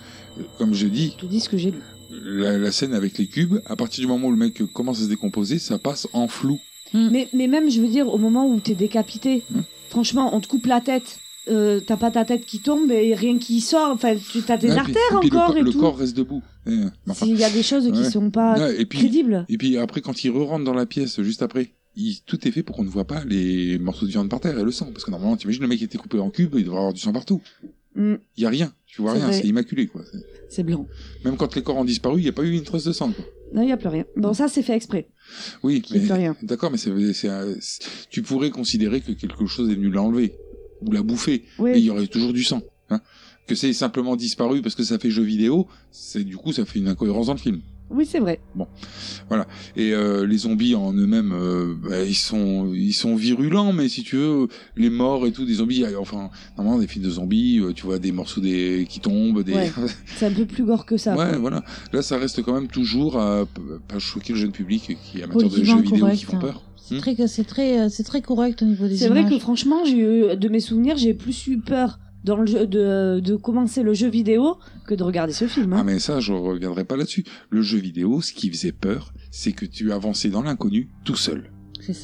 F: comme je dis,
I: Tout dit ce que j'ai lu.
F: la, la scène avec les cubes, à partir du moment où le mec commence à se décomposer, ça passe en flou.
I: Mais, mais même, je veux dire, au moment où t'es décapité, franchement, on te coupe la tête, euh, t'as pas ta tête qui tombe et rien qui sort, enfin, tu t'as des
F: Ouais, puis-
I: artères
F: Ah, puis le
I: encore
F: corps-
I: et
F: le,
I: tout. euh,
F: corps reste debout. Eh, mais enfin,
I: S'il y a des choses qui
F: ouais.
I: sont pas
F: Ouais, et puis-
I: crédibles.
F: Et puis après, quand il re-rentre dans la pièce, juste après, il- tout est fait pour qu'on ne voit pas les morceaux de viande par terre et le sang. Parce que normalement, t'imagines, le mec était coupé en cubes, il devrait avoir du sang partout.
I: Mm.
F: Il y a rien, tu vois
I: C'est
F: rien,
I: vrai.
F: c'est immaculé. quoi. C'est-
I: C'est blanc.
F: Même quand les corps ont disparu, il n'y a pas eu une trace de sang. quoi.
I: Non, il n'y a plus rien. Bon, ça, c'est fait exprès.
F: Oui,
I: y ait plus
F: mais
I: rien.
F: d'accord, mais c'est- c'est un- c'est- tu pourrais considérer que quelque chose est venu l'enlever ou la bouffer,
I: Oui.
F: mais il y aurait toujours du sang. hein. Que c'est simplement disparu parce que ça fait jeu vidéo, c'est du coup ça fait une incohérence dans le film.
I: Oui, c'est vrai.
F: Bon, voilà. Et euh, les zombies en eux-mêmes, euh, bah, ils sont ils sont virulents, mais si tu veux, les morts et tout des zombies. euh, Enfin, normalement des films de zombies, euh, tu vois des morceaux des qui tombent, des <laughs>
I: Ouais. C'est un peu plus gore que ça.
F: Ouais,
I: quoi.
F: voilà. Là, ça reste quand même toujours à p- pas choquer le jeune public qui est amateur de
G: Politiquement
F: jeux vidéo
G: correct,
F: qui font
G: hein.
F: peur. Hum.
G: C'est très, que- c'est très, euh, c'est très correct au niveau des
I: C'est vrai
G: images.
I: que franchement, j'ai eu- de mes souvenirs, j'ai plus eu peur dans le jeu, de, de commencer le jeu vidéo que de regarder ce film. hein.
F: Ah mais ça, je reviendrai pas là-dessus. Le jeu vidéo, ce qui faisait peur, c'est que tu avançais dans l'inconnu tout seul.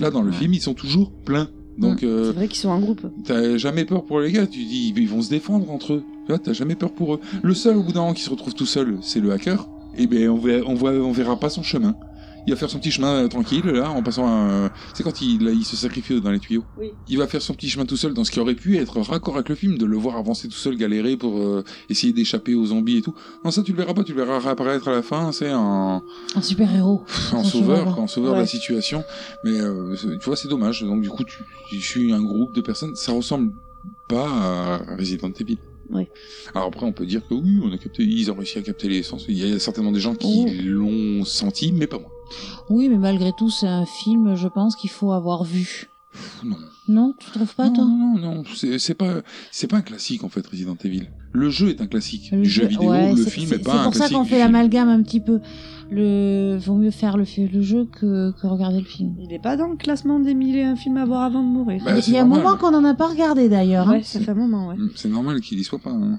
F: Là, dans le film, ils sont toujours pleins. Donc, euh,
I: C'est vrai qu'ils sont en groupe.
F: T'as jamais peur pour les gars, tu dis ils vont se défendre entre eux. Tu vois, t'as jamais peur pour eux. Le seul au bout d'un moment qui se retrouve tout seul, c'est le hacker. Et ben on verra, on, voit- on verra pas son chemin. Il va faire son petit chemin euh, tranquille là, en passant. un- C'est quand il, là, il se sacrifie dans les tuyaux.
I: Oui.
F: Il va faire son petit chemin tout seul dans ce qui aurait pu être raccord avec le film, de le voir avancer tout seul, galérer pour euh, essayer d'échapper aux zombies et tout. Non ça tu le verras pas, tu le verras réapparaître à la fin. C'est un
G: Un super héros.
F: en sauveur, quoi, en sauveur de la
G: Ouais.
F: situation. Mais euh, c'est- tu vois, c'est dommage. Donc du coup, tu, tu suis un groupe de personnes. Ça ressemble pas à Resident Evil.
I: Ouais.
F: Alors après, on peut dire que oui, on a capté, ils ont réussi à capter l'essence. Il y a certainement des gens qui
G: Oh.
F: l'ont senti, mais pas moi.
G: Oui, mais malgré tout, c'est un film, je pense, qu'il faut avoir vu.
F: non.
G: Non, tu trouves pas, toi
F: Non, non, c'est c'est pas, c'est pas un classique en fait, Resident Evil. Le jeu est un classique
G: Le
F: du jeu, vidéo.
G: ouais,
F: le
G: c'est-
F: film
G: c'est-
F: est pas
G: C'est
F: un
G: pour ça
F: classique.
G: qu'on
F: du
G: fait
F: film.
G: l'amalgame un petit peu. Le... Vaut mieux faire le, fi- le jeu que... que regarder le film.
I: Il est pas dans le classement des mille et un films à voir avant de mourir.
F: Bah,
G: Il y a un moment qu'on n'en a pas regardé, d'ailleurs.
I: Ouais,
G: hein.
I: ça fait un moment, ouais.
F: Mm, C'est normal qu'il y soit pas. hein.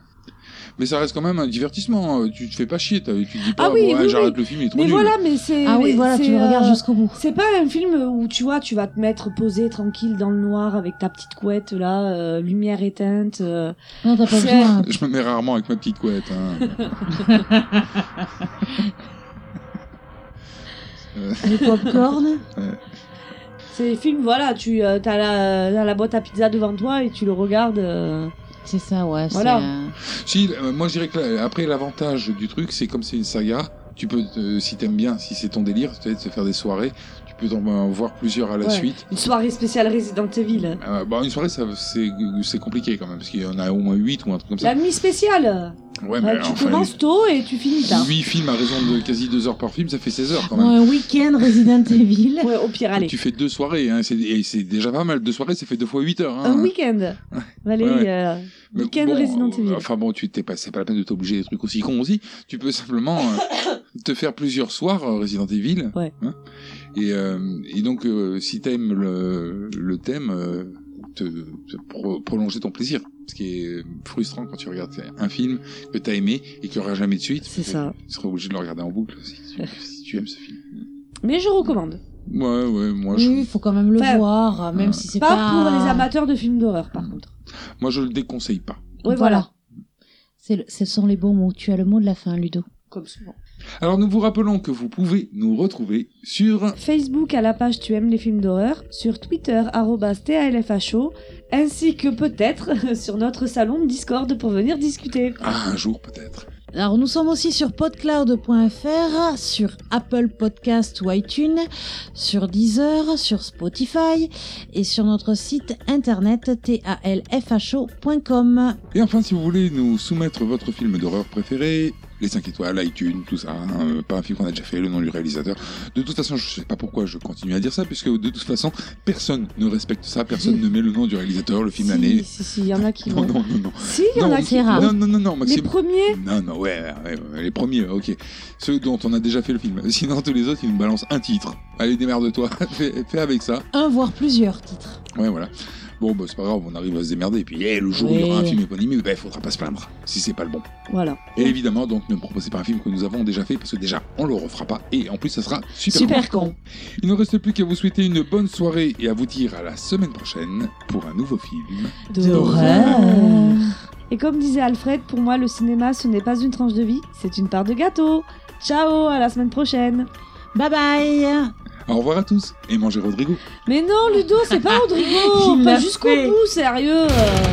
F: Mais ça reste quand même un divertissement. euh, Tu te fais pas chier. t'as- Tu te dis pas,
I: Ah oui,
F: bon, ouais,
I: oui,
F: j'arrête
I: oui.
F: le film, il est trop
I: mais
F: nul.
I: voilà, mais c'est.
G: Ah oui,
I: mais
G: voilà, tu
I: c'est, euh,
G: le regardes jusqu'au bout.
I: C'est pas un film où tu vois, tu vas te mettre posé, tranquille, dans le noir, avec ta petite couette là, euh, lumière éteinte. euh,
G: Non, t'as pas
I: c'est-
G: besoin.
F: <laughs> Je me mets rarement avec ma petite
I: <laughs>
F: couette. hein. Euh,
G: Le popcorn.
F: ouais.
I: C'est des films, voilà, tu as la, t'as la boîte à pizza devant toi et tu le regardes. euh,
G: C'est ça, ouais.
I: Voilà.
F: Si, euh, moi je dirais que là, après l'avantage du truc, c'est comme c'est une saga, tu peux, te- si t'aimes bien, si c'est ton délire, tu sais, de se faire des soirées, tu peux en euh, voir plusieurs à la
I: ouais.
F: suite.
I: Une soirée spéciale Resident Evil.
F: Euh, bah, une soirée, ça, c'est c'est compliqué quand même, parce qu'il y en a au moins 8 ou un truc comme ça.
I: La nuit spéciale.
F: Ouais, mais
I: Ouais, tu
F: enfin,
I: commences tôt et tu finis tard.
F: 8 films à raison de quasi 2 heures par film, ça fait 16 heures quand même.
G: Bon, un week-end Resident Evil.
I: Ouais, au pire, allez.
F: Tu fais deux soirées, hein, c'est- et c'est déjà pas mal. Deux soirées, ça fait deux fois 8 heures. hein.
I: Un week-end. Valérie,
F: Ouais, ouais.
I: euh,
F: Mais
I: week-end
F: bon,
I: Euh, Resident Evil.
F: euh, Enfin bon, tu t'es pas, c'est pas la peine de t'obliger à des trucs aussi cons aussi. Tu peux simplement euh,
I: <coughs>
F: te faire plusieurs soirs euh, Resident Evil.
I: Ouais.
F: hein. et, euh, et donc, euh, si t'aimes le, le thème, euh, te, te pro- prolonger ton plaisir. Ce qui est frustrant quand tu regardes un film que t'as aimé et qu'il n'y aura jamais de suite.
I: C'est ça.
F: Tu seras obligé de le regarder en boucle si tu, si tu aimes
I: <laughs>
F: ce film.
I: Mais je recommande.
F: Ouais, ouais, moi je.
G: Oui, il faut quand même le
I: Enfin,
G: voir, même si c'est
I: pas,
G: pas...
I: pour les amateurs de films d'horreur, par contre.
F: Moi, je le déconseille pas.
I: Oui,
G: voilà. C'est le- Ce sont les bons mots. Tu as le mot de la fin, Ludo.
I: Comme souvent.
F: Alors, nous vous rappelons que vous pouvez nous retrouver sur
I: Facebook à la page Tu aimes les films d'horreur, sur Twitter arrobas TALFHO, ainsi que peut-être <laughs> sur notre salon Discord pour venir discuter.
F: Ah, un jour peut-être.
G: Alors, nous sommes aussi sur podcloud.fr, sur Apple Podcast ou iTunes, sur Deezer, sur Spotify et sur notre site internet talfho.com.
F: Et enfin, si vous voulez nous soumettre votre film d'horreur préféré, les 5 étoiles, iTunes, tout ça, hein, euh, pas un film qu'on a déjà fait, le nom du réalisateur. De toute façon, je sais pas pourquoi je continue à dire ça, puisque de toute façon, personne ne respecte ça, personne ne met le nom du réalisateur, le film l'année.
I: Si, si, si, il y en a qui
F: <laughs> Non,
I: l'ont.
F: non, non, non.
I: Si, il y en
F: Non,
I: a qui l'ont.
F: Non, non, non, non,
I: Les
F: Maxime.
I: premiers
F: Non, non, ouais, ouais, ouais, les premiers, ok. Ceux dont on a déjà fait le film. <laughs> Sinon, tous les autres, ils nous balancent un titre. Allez, démerde-toi, <laughs> fais, fais avec ça.
G: Un, voire plusieurs titres.
F: Ouais, voilà. Bon, bah, c'est pas grave, on arrive à se démerder. Et puis, eh, le jour où il y aura un
G: Ouais.
F: film éponymé, bah, il faudra pas se plaindre si c'est pas le bon.
I: Voilà.
F: Et évidemment, donc, ne me proposez pas un film que nous avons déjà fait, parce que déjà, on le refera pas, et en plus, ça sera super,
I: Super
F: cool.
I: con.
F: Il ne reste plus qu'à vous souhaiter une bonne soirée et à vous dire à la semaine prochaine pour un nouveau film
G: Euh,
I: Et comme disait Alfred, pour moi, le cinéma, ce n'est pas une tranche de vie, c'est une part de gâteau. Ciao, à la semaine prochaine.
G: Bye bye
F: Au revoir à tous, et mangez Rodrigo.
I: Mais non, Ludo, c'est
F: <laughs>
I: pas Rodrigo
G: Il
I: Pas
G: l'a
I: jusqu'au
G: fait.
I: bout, sérieux euh.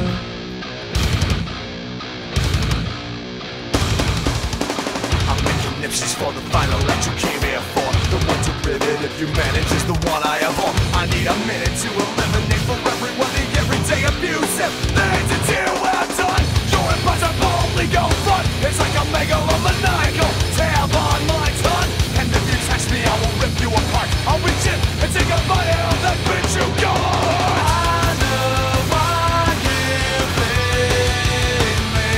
K: I'm making nipsies for the final that you came here for. The one to rivet if you manage is the one I have on. I need a minute to eliminate for everyone the everyday abusive things it's here when I'm done. Your impossible legal front It's like a megalomaniacal tab on my tongue. And if you touch me, I will rip you apart. I'll reach in and take a bite out of that bitch you got. I know I give in me.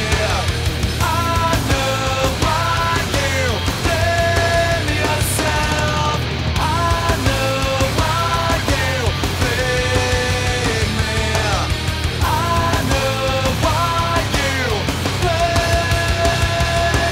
K: I know why you blame yourself. I know why you blame me. I know why you blame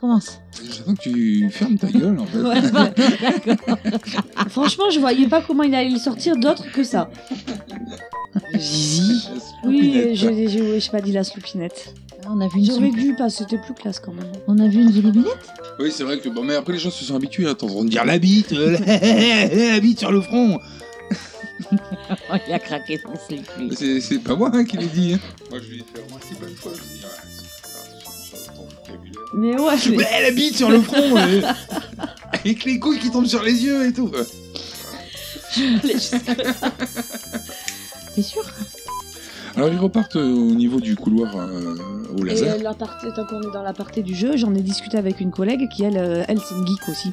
G: Commence.
F: J'attends que tu fermes ta gueule en fait.
I: Ouais, bah, d'accord. Franchement, je voyais pas comment il allait le sortir d'autre que ça.
F: Zizi.
I: Oui, euh, je l'ai- je- oui, j'ai pas dit la sloupinette.
G: Ah, On a vu une
I: J'aurais
G: slou-
I: dû, parce que c'était plus classe quand même.
G: On a vu une zoulibinette
F: Oui, c'est vrai que bon, mais après les gens se sont habitués à t'entendre dire la bite, euh, la <laughs> bite sur le front.
G: Oh, il a craqué son slip. lui.
F: C'est c'est pas moi hein, qui l'ai dit. hein. Moi je lui ai fait moi c'est pas une fois. Je lui ai dit, ouais, c'est pas grave, c'est sur ton vocabulaire.
I: Mais ouais.
F: Je- Ouais, la bite sur le front, <laughs> euh, avec les couilles qui tombent sur les yeux et tout.
G: T'es sûr
F: Alors ils repartent euh, au niveau du couloir euh, au
I: Et
F: laser.
I: euh, l'aparté, tant qu'on est dans l'aparté du jeu, j'en ai discuté avec une collègue qui, elle, euh, elle c'est une geek aussi.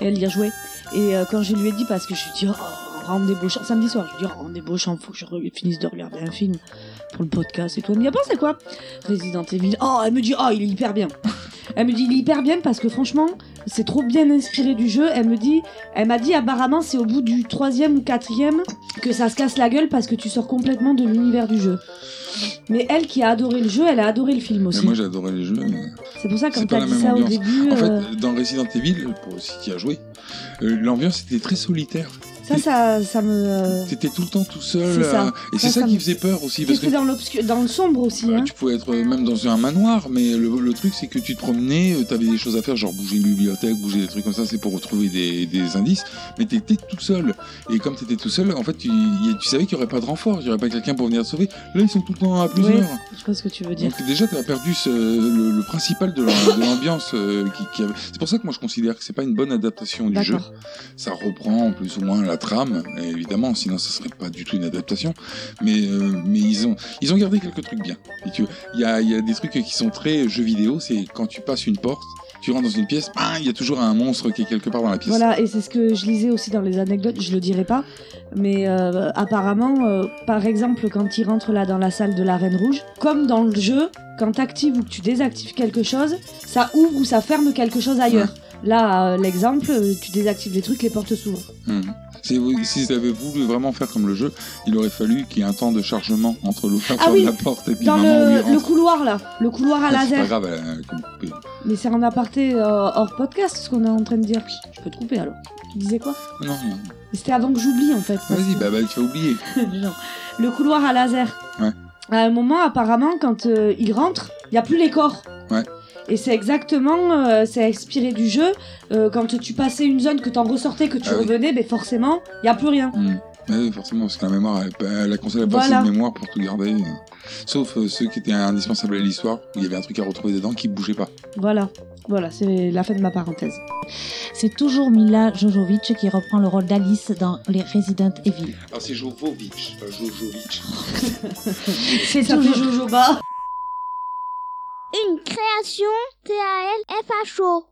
I: Et elle y a joué. Et euh, quand je lui ai dit, parce que je lui ai dit, oh, rends débauchant, samedi soir, je lui ai dit, oh, rends débauchant, faut que je re- finisse de regarder un film pour le podcast et tout. Elle me dit, ah bon, c'est quoi Resident Evil. Oh, elle me dit, oh, il est hyper bien. Elle me dit, il est hyper bien parce que franchement, c'est trop bien inspiré du jeu. Elle me dit, elle m'a dit, apparemment, c'est au bout du troisième ou quatrième que ça se casse la gueule parce que tu sors complètement de l'univers du jeu. Mais elle qui a adoré le jeu, elle a adoré le film
F: Mais
I: aussi.
F: moi j'adorais les jeux. mais-
I: C'est pour ça quand
F: C'est pas
I: t'as
F: la
I: dit
F: même
I: ça
F: ambiance.
I: au début,
F: en fait,
I: euh,
F: euh, dans Resident Evil, pour si tu as joué, euh, l'ambiance était très solitaire.
I: ça, ça, ça me. euh,
F: T'étais tout le temps tout seul.
I: C'est ça.
F: euh, et c'est
I: Ça,
F: ça,
I: ça
F: qui
I: me-
F: faisait peur aussi. Parce que
I: T'étais dans l'obscur, dans le sombre aussi. Hein.
F: tu pouvais être euh, même dans un manoir, mais le, le truc c'est que tu te promenais, euh, t'avais des choses à faire, genre bouger une bibliothèque, bouger des trucs comme ça, c'est pour retrouver des, des indices, mais t'étais tout seul. Et comme t'étais tout seul, en fait, tu, y- tu savais qu'il n'y aurait pas de renfort, il n'y aurait pas quelqu'un pour venir te sauver. Là, ils sont tout le temps à plusieurs.
I: Oui, je vois ce que tu veux dire.
F: Donc déjà, tu as perdu ce- le, le principal de la- de l'ambiance. euh, qui, qui avait- C'est pour ça que moi, je considère que c'est pas une bonne adaptation du jeu.
I: D'accord.
F: Ça reprend plus ou moins la trame, et évidemment, sinon ça serait pas du tout une adaptation. Mais, euh, mais ils, ont, ils ont gardé quelques trucs bien. Si tu veux. Il y a, il y a des trucs qui sont très jeux vidéo, c'est quand tu passes une porte, tu rentres dans une pièce, bang, il y a toujours un monstre qui est quelque part dans la pièce.
I: Voilà, et c'est ce que je lisais aussi dans les anecdotes, je le dirai pas, mais euh, apparemment, euh, par exemple, quand il rentre là dans la salle de la Reine Rouge, comme dans le jeu, quand t'actives ou que tu désactives quelque chose, ça ouvre ou ça ferme quelque chose ailleurs. Là, euh, l'exemple, euh, tu désactives les trucs, les portes s'ouvrent.
F: Mhm. Si vous- S'ils avaient voulu vraiment faire comme le jeu, il aurait fallu qu'il y ait un temps de chargement entre l'ouverture
I: Ah oui,
F: de la porte et puis
I: Dans
F: le moment où il
I: le,
F: rentre.
I: le couloir là, le couloir à
F: Ah, C'est pas
I: laser.
F: grave, elle a coupé.
I: Mais c'est en aparté euh, hors podcast ce qu'on est en train de dire. Je peux te couper alors. Tu disais quoi
F: Non, non.
I: Mais C'était avant que j'oublie en fait. parce
F: Vas-y,
I: que-
F: bah, bah, tu vas oublier.
I: Non. Le couloir à laser.
F: Ouais.
I: À un moment, apparemment, quand euh, il rentre, il n'y a plus les corps.
F: Ouais.
I: Et c'est exactement, euh, c'est inspiré du jeu. euh, quand tu passais une zone, que t'en ressortais, que tu
F: Ah oui.
I: revenais, ben forcément, il n'y a plus rien.
F: Mhm. Bah oui, forcément, parce que la mémoire, elle- bah, la console a pas
I: Voilà.
F: assez de mémoire pour tout garder. Sauf euh, ceux qui étaient indispensables à l'histoire, où il y avait un truc à retrouver dedans qui bougeait pas.
I: Voilà. Voilà, c'est la fin de ma parenthèse.
G: C'est toujours Mila Jojovic qui reprend le rôle d'Alice dans les Resident Evil.
F: Alors c'est euh, Jovovic, pas Jojovic.
G: C'est
I: Ça fait Jojoba.
P: Une création T-A-L-F-H-O.